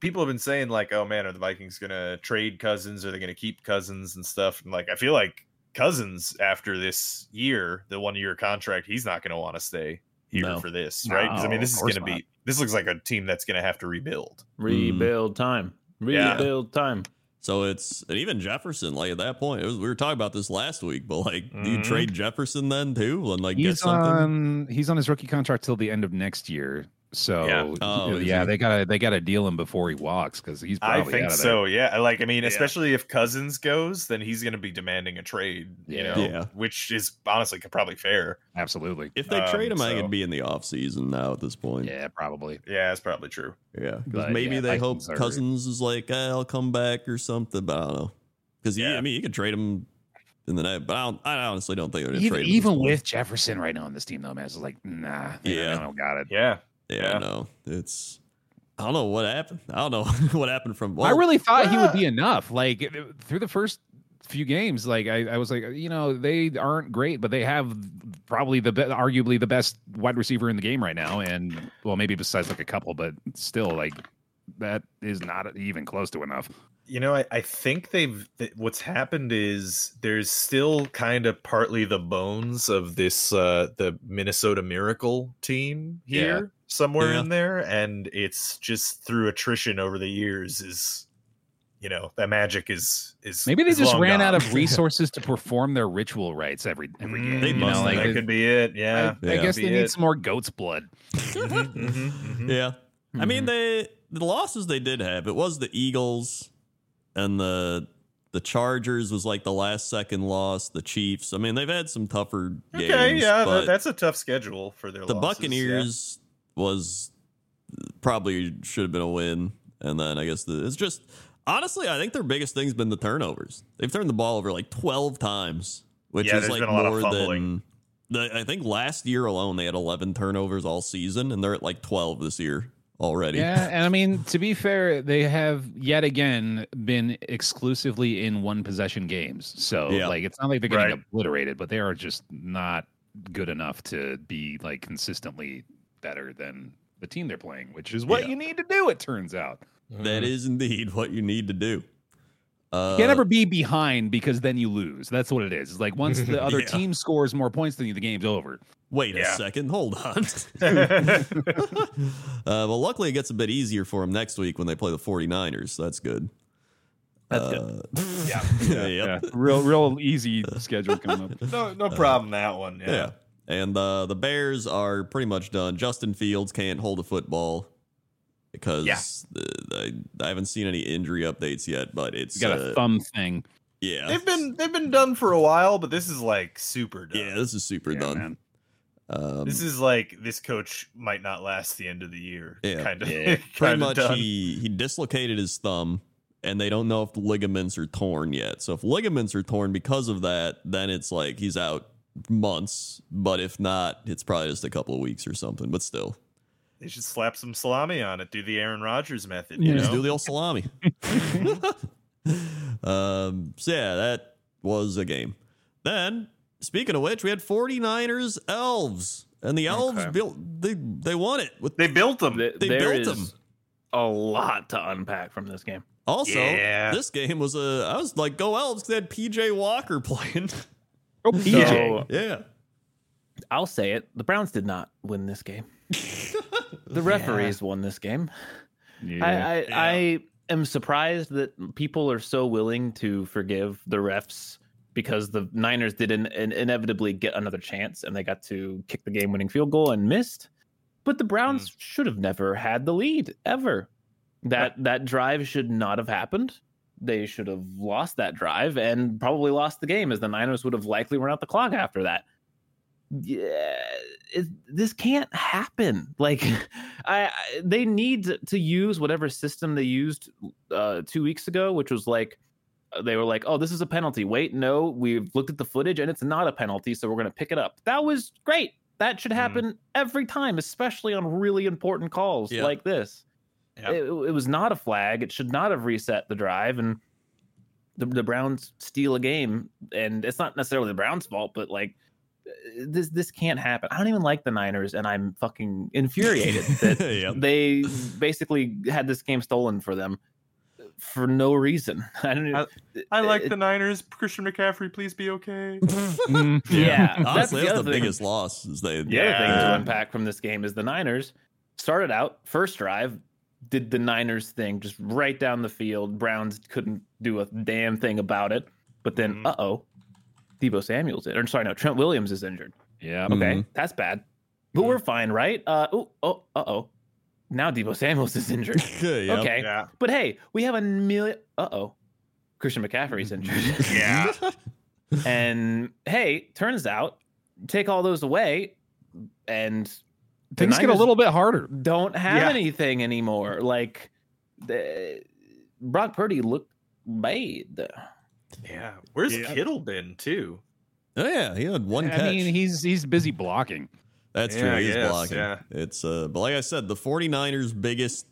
Speaker 3: people have been saying like, oh man, are the Vikings gonna trade Cousins? Are they gonna keep Cousins and stuff? And like, I feel like Cousins after this year, the one year contract, he's not gonna want to stay here
Speaker 2: No.
Speaker 3: for this, right? 'Cause I
Speaker 4: No,
Speaker 3: mean, this
Speaker 4: of
Speaker 3: is
Speaker 4: course
Speaker 3: gonna
Speaker 4: not.
Speaker 3: be this looks like a team that's gonna have to rebuild.
Speaker 1: Rebuild time.
Speaker 3: Hmm. Yeah.
Speaker 1: Rebuild time.
Speaker 2: So it's and even Jefferson. Like at that point, it was, we were talking about this last week, but like, do you
Speaker 3: Mhm.
Speaker 2: trade Jefferson then too, and like get
Speaker 4: Mm-hmm. He's
Speaker 2: something?
Speaker 4: on he's on his rookie contract till the end of next year. So
Speaker 3: Yeah.
Speaker 4: yeah,
Speaker 2: Oh, is he?
Speaker 4: they gotta they gotta deal him before he walks because he's
Speaker 3: I
Speaker 4: probably
Speaker 3: think
Speaker 4: outta there.
Speaker 3: so. Yeah. Like, I mean,
Speaker 5: Yeah.
Speaker 3: especially if Cousins goes, then he's going to be demanding a trade, you
Speaker 4: Yeah.
Speaker 3: know,
Speaker 2: Yeah.
Speaker 3: which is honestly co- probably fair.
Speaker 4: Absolutely.
Speaker 2: if they
Speaker 3: um,
Speaker 2: trade him, I think
Speaker 3: so-
Speaker 2: it'd be in the offseason now at this point.
Speaker 4: Yeah, probably.
Speaker 3: Yeah, it's probably true.
Speaker 2: Yeah, 'cause
Speaker 4: But,
Speaker 2: maybe
Speaker 4: yeah,
Speaker 2: they hope
Speaker 4: Vikings are-
Speaker 2: Cousins is like, eh, I'll come back or something. But I don't know because
Speaker 3: Yeah.
Speaker 2: I mean, you could trade him in the night, but I, don't, I honestly don't think they're gonna
Speaker 4: Even,
Speaker 2: trade him at this
Speaker 4: even
Speaker 2: point.
Speaker 4: with Jefferson right now on this team, though, man, it's just like, nah,
Speaker 2: Yeah.
Speaker 4: yeah, I don't got it.
Speaker 3: Yeah.
Speaker 2: Yeah,
Speaker 3: Yeah.
Speaker 2: no, it's. I don't know what happened. I don't know what happened from.
Speaker 4: I
Speaker 2: well, ah.
Speaker 4: really thought he would
Speaker 3: well-
Speaker 4: be enough. Like it- it- through the first few games, like I, I was like, you know, they aren't great, but they have probably the be- arguably the best wide receiver in the game right now, and well, maybe besides like a couple, but still, like that is not even close to enough.
Speaker 3: You know, I, I think they've, th- what's happened is there's still kind of partly the bones of this, uh, the Minnesota Miracle team
Speaker 4: Yeah.
Speaker 3: here somewhere
Speaker 2: Yeah.
Speaker 3: in there. And it's just through attrition over the years is, you know, that magic is, is
Speaker 4: Maybe they
Speaker 3: is
Speaker 4: just
Speaker 3: long
Speaker 4: ran out
Speaker 3: gone.
Speaker 4: of resources to perform their ritual rites every every game.
Speaker 3: Mm,
Speaker 2: They
Speaker 4: you know,
Speaker 2: must have.
Speaker 4: like,
Speaker 3: that could be it. Yeah.
Speaker 4: I, I
Speaker 2: Yeah.
Speaker 4: guess
Speaker 3: Be
Speaker 4: they need
Speaker 3: it.
Speaker 4: some more goat's blood.
Speaker 3: Mhm, mhm, mhm.
Speaker 2: Yeah, I mean they the losses they did have. It was the Eagles and the the Chargers was like the last second loss. The Chiefs. I mean they've had some tougher games.
Speaker 3: Okay, yeah,
Speaker 2: but
Speaker 3: that, that's a tough schedule for their losses,
Speaker 2: the
Speaker 3: yeah.
Speaker 2: Buccaneers was probably should have been a win, and then I guess the, it's just honestly I think their biggest thing's been the turnovers. They've turned the ball over like twelve times, which
Speaker 3: Yeah,
Speaker 2: is
Speaker 3: there's
Speaker 2: like
Speaker 3: been a lot of
Speaker 2: more than.
Speaker 3: fumbling.
Speaker 2: The, I think last year alone they had 11 turnovers all season, and they're at like 12 this year already.
Speaker 4: Yeah, and I mean to be fair, they have yet again been exclusively in one possession games. So
Speaker 2: Yeah.
Speaker 4: like it's not like they're getting
Speaker 3: Right.
Speaker 4: obliterated, but they are just not good enough to be like consistently better than the team they're playing, which is what
Speaker 2: Yeah.
Speaker 4: you need to do. It turns out
Speaker 3: Mm-hmm.
Speaker 2: That is indeed what you need to do. Uh,
Speaker 4: you can't ever be behind because then you lose. That's what it is. It's like once the other
Speaker 2: Yeah.
Speaker 4: team scores more points than you, the game's over.
Speaker 2: wait a
Speaker 3: Yeah.
Speaker 2: second. Hold on.
Speaker 3: Mhm.
Speaker 2: uh, well, luckily it gets a bit easier for them next week when they play the 49ers. So that's good.
Speaker 1: That's good.
Speaker 2: good.
Speaker 3: Yeah.
Speaker 2: yeah. yep.
Speaker 4: real, real easy schedule coming up.
Speaker 3: no, no problem that one.
Speaker 2: Uh, Yeah.
Speaker 3: Yeah,
Speaker 2: And uh, the Bears are pretty much done. Justin Fields can't hold a football because
Speaker 3: Yeah.
Speaker 2: uh, I, I haven't seen any injury updates yet, but it's
Speaker 4: You got
Speaker 2: uh,
Speaker 4: a thumb thing.
Speaker 2: yeah.
Speaker 3: they've been they've been done for a while, but this is like super done.
Speaker 2: yeah, this is super
Speaker 4: Yeah,
Speaker 2: done.
Speaker 4: man.
Speaker 2: Um,
Speaker 3: This is like this coach might not last the end of the year.
Speaker 2: Yeah.
Speaker 3: kind of.
Speaker 4: Yeah.
Speaker 2: pretty
Speaker 3: kinda
Speaker 2: much
Speaker 3: done.
Speaker 2: he he dislocated his thumb and they don't know if the ligaments are torn yet so if ligaments are torn because of that then it's like he's out months but if not it's probably just a couple of weeks or something but still
Speaker 3: They should slap some salami on it. Do the Aaron Rodgers method.
Speaker 4: Yeah.
Speaker 3: You
Speaker 2: just do
Speaker 3: know?
Speaker 2: the old salami um so yeah that was a game then speaking of which we had 49ers elves and the elves
Speaker 4: Okay.
Speaker 2: built they they won it with
Speaker 3: They built them.
Speaker 2: They
Speaker 1: Hmm. there
Speaker 2: built
Speaker 1: is a lot to unpack from this game.
Speaker 2: Also,
Speaker 3: Yeah.
Speaker 2: this game was a. I was like, go Elves. 'cause They had PJ Walker playing.
Speaker 4: Oh,
Speaker 3: E
Speaker 1: So
Speaker 2: yeah.
Speaker 1: I'll say it: the Browns did not win this game. The referees won this game. I, I,
Speaker 2: Yeah.
Speaker 1: I am surprised that people are so willing to forgive the refs because the Niners did in, in- inevitably get another chance and they got to kick the game winning field goal and missed. But the Browns should have never had the lead ever. That that drive should not have happened. They should have lost that drive and probably lost the game as the Niners would have likely run out the clock after that. Yeah, it, this can't happen. Like I, I they need to- to use whatever system they used uh, two weeks ago, which was like uh, they were like, "Oh, this is a penalty." Wait, no, we've looked at the footage and it's not a penalty, so we're going to pick it up. That was great. That should happen every time, especially on really important calls
Speaker 2: Yeah.
Speaker 1: like this.
Speaker 3: Yeah.
Speaker 1: It, it was not a flag. It should not have reset the drive, and the, the Browns steal a game. And it's not necessarily the Browns' fault, but like this, this can't happen. I don't even like the Niners, and I'm fucking infuriated that
Speaker 2: yeah.
Speaker 1: they basically had this game stolen for them for no reason. I don't.
Speaker 3: I- I like the Niners. Christian McCaffrey, please be okay.
Speaker 4: Mm,
Speaker 1: yeah. that's
Speaker 2: Honestly,
Speaker 1: the,
Speaker 2: that's,
Speaker 1: other
Speaker 2: the
Speaker 1: thing.
Speaker 2: biggest loss. Is
Speaker 1: The
Speaker 2: they
Speaker 1: other thing to
Speaker 3: Yeah.
Speaker 1: unpack from this game is the Niners started out first drive, did the Niners thing just right down the field. Browns couldn't do a damn thing about it. But then,
Speaker 3: Mhm.
Speaker 1: uh oh, Debo Samuel's in, or sorry, no, Trent Williams is injured.
Speaker 4: yeah.
Speaker 1: Okay,
Speaker 2: Mhm.
Speaker 1: that's bad. But we're fine, right? Uh ooh, oh, uh oh. Now Debo Samuel's is injured.
Speaker 2: yeah.
Speaker 1: Okay.
Speaker 3: Yeah.
Speaker 1: But hey, we have a million. Uh oh, Christian McCaffrey's injured.
Speaker 5: Yeah.
Speaker 1: and hey, turns out, take all those away, and the
Speaker 4: Things get a
Speaker 1: Niners
Speaker 4: little bit harder.
Speaker 1: Don't have
Speaker 3: Yeah.
Speaker 1: anything anymore. Like, the, Brock Purdy looked bad.
Speaker 3: Yeah. Where's
Speaker 5: Yeah.
Speaker 3: Kittle been too?
Speaker 2: Oh yeah, he had one catch.
Speaker 4: I mean, he's he's busy blocking.
Speaker 2: That's
Speaker 3: Yeah,
Speaker 2: true.
Speaker 3: I
Speaker 2: He's
Speaker 3: guess,
Speaker 2: blocking.
Speaker 3: yeah.
Speaker 2: It's uh but like I said, the 49ers biggest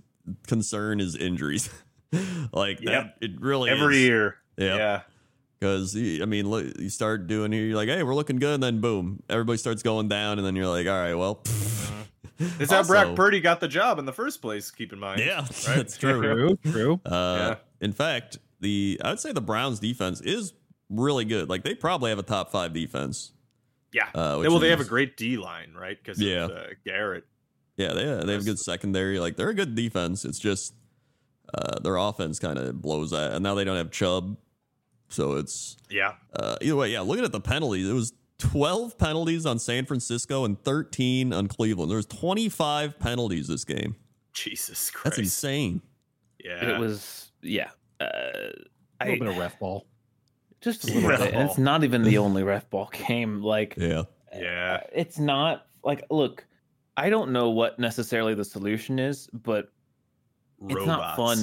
Speaker 2: concern is injuries. like
Speaker 3: Yep.
Speaker 2: that it really
Speaker 3: Every
Speaker 2: is.
Speaker 3: year.
Speaker 2: Yeah.
Speaker 3: Yeah.
Speaker 2: Cuz I mean, look, you start doing here you're like, "Hey, we're looking good." And then boom, everybody starts going down and then you're like, "All right, well." pfft."
Speaker 3: That's how
Speaker 2: Also-
Speaker 3: Mm-hmm. Brock Purdy got the job in the first place. Keep in mind.
Speaker 2: Yeah,
Speaker 3: Right?
Speaker 2: that's true.
Speaker 4: True, true.
Speaker 3: Yeah.
Speaker 2: Uh in fact, the I would say the Browns defense is really good. Like they probably have a top 5 defense.
Speaker 3: Yeah.
Speaker 2: Uh,
Speaker 3: well, they have
Speaker 2: a
Speaker 3: a great
Speaker 2: great.
Speaker 3: D line, right? Because
Speaker 2: Yeah.
Speaker 3: of uh, Garrett.
Speaker 2: Yeah, they, they have a good
Speaker 3: That's-
Speaker 2: secondary. Like they're a good defense. It's just uh, their offense kind of blows that, and now they don't have Chubb. So it's
Speaker 3: Yeah.
Speaker 2: uh, either way. Yeah, looking at the penalties, it was twelve penalties on San Francisco and thirteen on Cleveland. There was twenty five penalties this game.
Speaker 3: Jesus Christ.
Speaker 2: That's insane.
Speaker 3: Yeah.
Speaker 1: It was, yeah. Uh,
Speaker 4: A little
Speaker 1: I,
Speaker 4: bit of ref ball. Oh,
Speaker 1: just a little
Speaker 3: Ref
Speaker 1: bit. And it's
Speaker 3: ball.
Speaker 1: not even the only ref ball game. Like,
Speaker 2: Yeah,
Speaker 3: Yeah.
Speaker 1: uh, it's not like look i don't know what necessarily the solution is but
Speaker 3: uh,
Speaker 1: it's not fun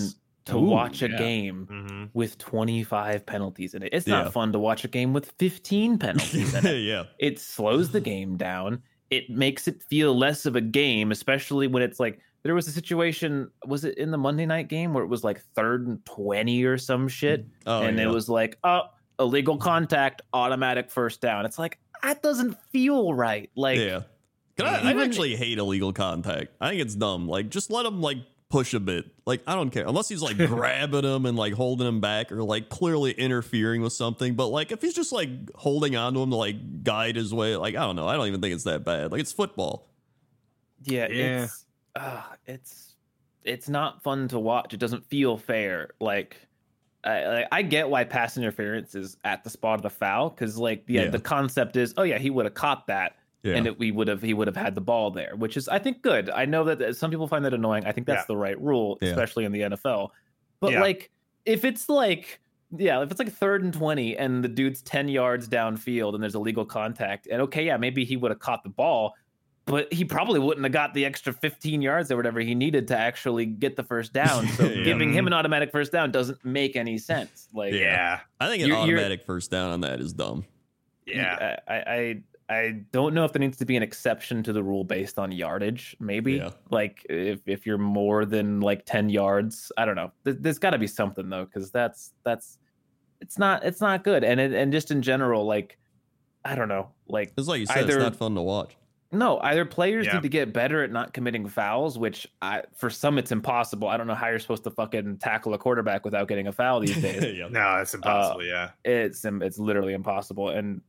Speaker 1: to
Speaker 4: Ooh,
Speaker 1: watch a
Speaker 4: yeah.
Speaker 1: game
Speaker 3: Mm-hmm.
Speaker 1: with 25 penalties in it it's
Speaker 2: Yeah.
Speaker 1: not fun to watch a game with 15 penalties in it
Speaker 2: yeah,
Speaker 1: it slows the game down it makes it feel less of a game especially when it's like there was a situation was it in the monday night game where it was like third and 20 or some shit
Speaker 2: oh,
Speaker 1: and
Speaker 2: yeah.
Speaker 1: it was like, oh, illegal contact, automatic first down. It's like that doesn't feel right. Like,
Speaker 2: yeah. Can I,
Speaker 1: Even-
Speaker 2: I actually hate illegal contact. I think it's dumb. Like, just let him like push a bit. Like, I don't care unless he's like grabbing him and like holding him back or like clearly interfering with something. But like, if he's just like holding on to him to like guide his way, like I don't know. I don't even think it's that bad. Like, it's football.
Speaker 1: yeah, it's uh, it's it's not fun to watch. It doesn't feel fair. Like, I I, I get why pass interference is at the spot of the foul because like yeah,
Speaker 2: Yeah.
Speaker 1: the concept is oh yeah he would have caught that.
Speaker 2: Yeah,
Speaker 1: and it, we would have he would have had the ball there, which is I think good. I know that that some people find that annoying. I think that's
Speaker 3: Yeah.
Speaker 1: the right rule,
Speaker 2: Yeah.
Speaker 1: especially in the NFL. But
Speaker 3: Yeah.
Speaker 1: like if it's like yeah, if it's like third and twenty and the dude's ten yards downfield and there's illegal contact, and okay, yeah, maybe he would have caught the ball, but he probably wouldn't have got the extra fifteen yards or whatever he needed to actually get the first down. So
Speaker 2: Yeah.
Speaker 1: giving him an automatic first down doesn't make any sense. Like
Speaker 3: Yeah.
Speaker 2: I think an
Speaker 1: you're- you're-
Speaker 2: automatic first down on that is dumb.
Speaker 3: Yeah.
Speaker 1: I, I I I don't know if there needs to be an exception to the rule based on yardage. Maybe
Speaker 2: Yeah.
Speaker 1: like if if you're more than like ten yards, I don't know. There, there's got to be something though, because that's that's it's not it's not good. And it, and just in general, like I don't know, like
Speaker 2: It's like you said,
Speaker 1: Either-
Speaker 2: it's not fun to watch.
Speaker 1: No, either players
Speaker 5: Yeah.
Speaker 1: need to get better at not committing fouls, which I, for some it's impossible. I don't know how you're supposed to fucking tackle a quarterback without getting a foul these days.
Speaker 3: uh,
Speaker 2: yeah.
Speaker 5: No, that's impossible. yeah.
Speaker 3: oh,
Speaker 1: it's im- it's literally impossible and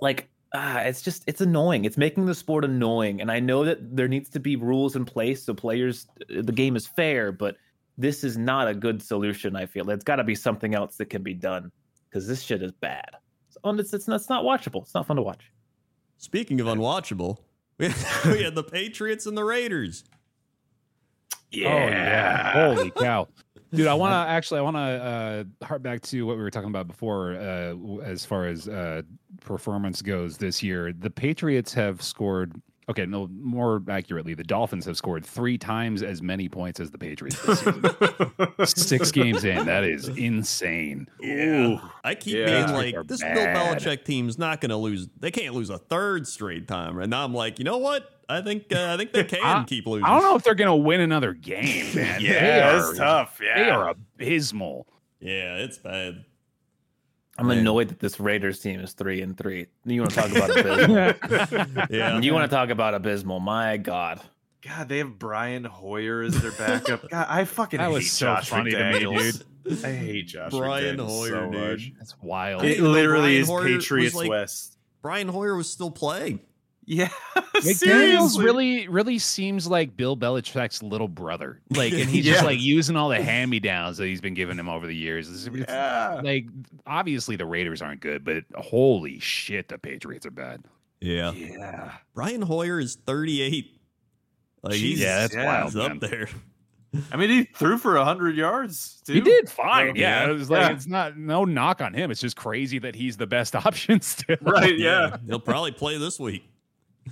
Speaker 1: like ah, it's just it's annoying it's making the sport annoying and i know that there needs to be rules in place so players uh, the game is fair but this is not a good solution i feel it's got to be something else that can be done because this shit is bad it's, and it's, it's, not, it's not watchable it's not fun to watch
Speaker 2: Speaking of unwatchable, we had, we had the Patriots and the Raiders.
Speaker 4: Oh, yeah. Holy cow. Dude, I want to actually, I want to uh, harp back to what we were talking about before uh, w- as far as uh, performance goes this year. The Patriots have scored, okay, no, more accurately, the Dolphins have scored three times as many points as the Patriots this season. Six games in. That is insane.
Speaker 5: Ooh.
Speaker 2: I keep
Speaker 3: Yeah.
Speaker 2: being
Speaker 4: Patriots are
Speaker 2: like, this
Speaker 4: bad.
Speaker 2: Bill Belichick team's not going to lose. They can't lose a third straight time. And now I'm like, you know what? I think uh, I think they can
Speaker 4: I-
Speaker 2: keep losing.
Speaker 4: I don't know if they're going to win another game, man. They
Speaker 5: Yeah,
Speaker 4: are-
Speaker 5: that's tough. Yeah.
Speaker 4: They are abysmal.
Speaker 2: Yeah, it's bad.
Speaker 1: i'm
Speaker 2: Man.
Speaker 1: annoyed that this raiders team is three and three you want to talk about abysmal
Speaker 2: Yeah.
Speaker 1: you want to talk about abysmal my god
Speaker 3: God, they have Brian Hoyer as their backup. God, I fucking
Speaker 4: That
Speaker 3: hate
Speaker 4: was so
Speaker 3: Josh
Speaker 4: funny to me,
Speaker 3: McDaniels.
Speaker 4: dude.
Speaker 3: I hate Josh
Speaker 2: Brian
Speaker 3: McDaniels
Speaker 2: Hoyer,
Speaker 3: so
Speaker 2: dude.
Speaker 3: much.
Speaker 4: That's wild.
Speaker 2: Hey,
Speaker 3: It
Speaker 2: though
Speaker 3: literally
Speaker 2: Brian
Speaker 3: is
Speaker 2: Hoyer was
Speaker 3: Patriots
Speaker 2: like-
Speaker 3: West.
Speaker 2: Brian Hoyer was still playing.
Speaker 3: Yeah,
Speaker 4: McDaniels
Speaker 3: seriously.
Speaker 4: really really seems like Bill Belichick's little brother. Like, and he's
Speaker 3: Yeah.
Speaker 4: just like using all the hand me downs that he's been giving him over the years. It's- it's-
Speaker 3: Yeah.
Speaker 4: Like, obviously the Raiders aren't good, but holy shit, the Patriots are bad.
Speaker 2: Yeah.
Speaker 3: Yeah.
Speaker 2: Brian Hoyer is 38. Like he's,
Speaker 4: yeah,
Speaker 3: Jesus,
Speaker 4: that's
Speaker 3: yeah.
Speaker 2: he's
Speaker 4: wild.
Speaker 2: up
Speaker 4: man.
Speaker 2: there.
Speaker 3: I mean, he threw for hundred yards. Too.
Speaker 4: He did fine. Yeah,
Speaker 2: Yeah.
Speaker 4: it was like
Speaker 3: Yeah.
Speaker 4: it's not no knock on him. It's just crazy that he's the best option still.
Speaker 3: Right. Yeah.
Speaker 2: He'll probably play this week.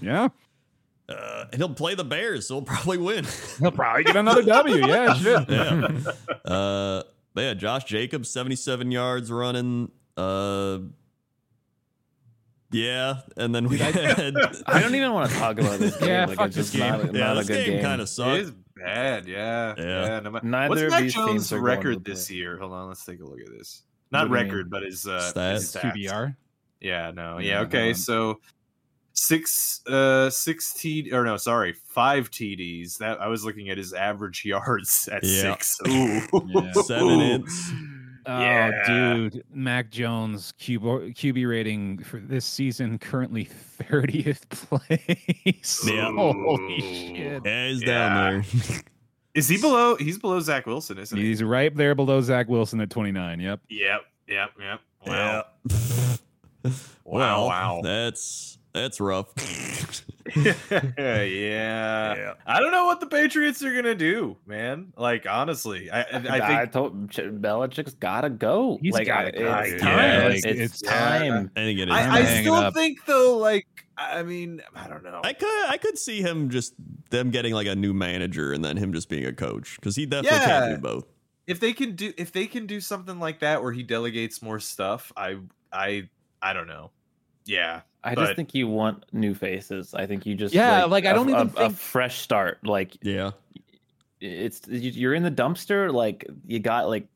Speaker 4: Yeah,
Speaker 2: Uh, and he'll play the Bears, so he'll probably win.
Speaker 4: he'll probably get another W. Yeah, sure.
Speaker 2: yeah. Uh, but yeah, Josh Jacobs, 77 yards running. Uh, yeah, and then we had.
Speaker 1: i don't even want to talk about this game
Speaker 4: Yeah,
Speaker 1: like,
Speaker 4: fuck
Speaker 1: it's
Speaker 4: this
Speaker 1: just not,
Speaker 4: game.
Speaker 1: not
Speaker 2: yeah,
Speaker 1: a
Speaker 2: this
Speaker 1: good
Speaker 2: game, kind of
Speaker 3: It
Speaker 2: sucked.
Speaker 3: is bad. Yeah.
Speaker 2: Yeah.
Speaker 3: no ma-
Speaker 1: Neither
Speaker 3: What's
Speaker 1: of
Speaker 3: Mac
Speaker 1: these teams
Speaker 3: Jones'
Speaker 1: are going to
Speaker 3: record
Speaker 1: the
Speaker 3: this
Speaker 1: play.
Speaker 3: year? Hold on, let's take a look at this. Not
Speaker 1: do you mean?
Speaker 3: record, but his, uh, his
Speaker 2: Stats.
Speaker 3: stats.
Speaker 4: QBR.
Speaker 3: Yeah, no,
Speaker 4: Yeah,
Speaker 3: yeah,
Speaker 4: hold
Speaker 3: okay.
Speaker 4: on.
Speaker 3: So six uh six T or no, sorry, five TDs. That I was looking at his average yards at
Speaker 2: Yeah.
Speaker 3: six. Ooh.
Speaker 4: Yeah.
Speaker 2: Seven ints.
Speaker 4: Oh,
Speaker 3: Yeah.
Speaker 4: dude, Mac Jones QB, QB rating for this season currently thirtieth place.
Speaker 2: Yeah.
Speaker 4: Holy shit!
Speaker 2: Yeah, he's
Speaker 3: Yeah.
Speaker 2: down there.
Speaker 3: Is he below he's below Zach Wilson, isn't he?
Speaker 4: He's right there below Zach Wilson at twenty nine. Yep.
Speaker 3: Yep, yep, yep. Wow.
Speaker 2: Yeah.
Speaker 3: Wow,
Speaker 2: Well,
Speaker 3: wow.
Speaker 2: That's that's rough.
Speaker 3: yeah. I don't know what the Patriots are gonna do, man. Like honestly, I I, I think
Speaker 1: I told Ch- Belichick's gotta go.
Speaker 4: He's
Speaker 1: like, I-
Speaker 4: gotta go,
Speaker 1: It's
Speaker 3: dude.
Speaker 1: time.
Speaker 2: Yeah,
Speaker 1: it's,
Speaker 4: like, it's
Speaker 1: time.
Speaker 2: I think it is.
Speaker 3: I,
Speaker 4: I'm
Speaker 3: I
Speaker 4: hanging
Speaker 3: still
Speaker 4: up.
Speaker 3: think though, like I mean, I don't know.
Speaker 2: I could I could see him just them getting like a new manager and then him just being a coach because he definitely
Speaker 3: Yeah.
Speaker 2: can't do both.
Speaker 3: if they can do if they can do something like that where he delegates more stuff i i i don't know yeah
Speaker 1: I just
Speaker 3: But-
Speaker 1: think you want new faces. I think you just
Speaker 4: Yeah, like, I
Speaker 1: a-
Speaker 4: don't even
Speaker 1: a, a
Speaker 4: think-
Speaker 1: fresh start. Like
Speaker 2: Yeah,
Speaker 1: it's you- you're in the dumpster. Like you got like.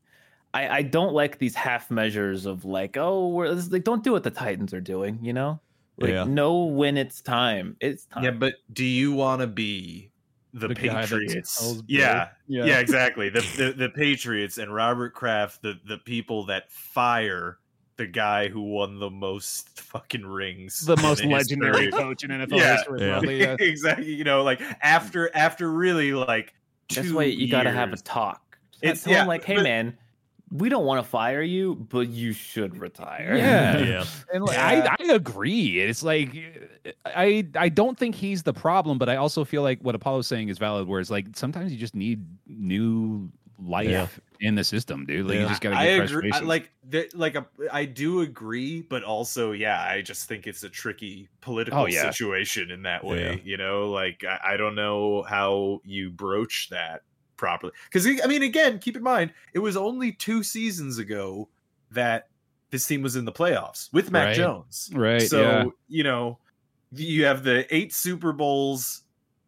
Speaker 1: I, I don't like these half measures of like oh we're this is- like don't do what the Titans are doing you know like
Speaker 2: Yeah.
Speaker 1: know when it's time it's time
Speaker 3: yeah but do you want to be the,
Speaker 4: The guy that tells
Speaker 3: patriots
Speaker 4: Bill-
Speaker 3: yeah, yeah exactly the, the the patriots and robert kraft the the people that fire the guy who won the most fucking rings
Speaker 4: The
Speaker 3: in
Speaker 4: most
Speaker 3: history
Speaker 4: legendary
Speaker 3: of
Speaker 4: coach in NFL
Speaker 3: Yeah.
Speaker 4: history.
Speaker 2: Yeah.
Speaker 4: probably, uh,
Speaker 3: exactly you know like after after really like
Speaker 1: That's
Speaker 3: two
Speaker 1: why you got to have a
Speaker 3: years.
Speaker 1: talk.
Speaker 3: It's-
Speaker 1: It's tell 'em,
Speaker 3: yeah,
Speaker 1: like, hey
Speaker 3: but-
Speaker 1: man, we don't want to fire you, but you should retire.
Speaker 4: Yeah.
Speaker 2: yeah,
Speaker 4: And like,
Speaker 3: Yeah.
Speaker 4: I, I agree. It's like I I don't think he's the problem, but I also feel like what Apollo's saying is valid. Where it's like sometimes you just need new life
Speaker 2: Yeah.
Speaker 4: in the system, dude. Like
Speaker 2: Yeah.
Speaker 4: you just gotta get
Speaker 3: I agree. I,
Speaker 4: frustrations.
Speaker 3: like, th- like a, I do agree, but also, yeah, I just think it's a tricky political
Speaker 4: Oh, yeah.
Speaker 3: situation in that way.
Speaker 2: Yeah.
Speaker 3: You know, like I, I don't know how you broach that properly. Because I mean, again, keep in mind, it was only two seasons ago that this team was in the playoffs with Mac
Speaker 4: Right.
Speaker 3: Jones.
Speaker 4: right?
Speaker 3: So
Speaker 4: yeah.
Speaker 3: you know, you have the eight Super Bowls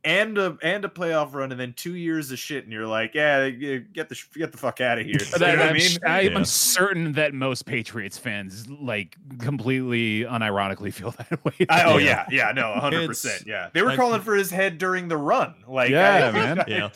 Speaker 3: and a and a playoff run, and then two years of shit, and you're like, yeah, get the sh- get the fuck out of here. You know
Speaker 4: That-
Speaker 3: what I
Speaker 4: I'm,
Speaker 3: mean?
Speaker 4: s- I'm
Speaker 2: Yeah.
Speaker 4: certain that most Patriots fans like completely unironically feel that way.
Speaker 3: I, oh yeah,
Speaker 2: Yeah.
Speaker 3: yeah, no, hundred
Speaker 2: It's-
Speaker 3: percent. Yeah, they were
Speaker 2: I-
Speaker 3: calling for his head during the run. Like,
Speaker 4: Yeah,
Speaker 3: I-
Speaker 4: man.
Speaker 2: Yeah.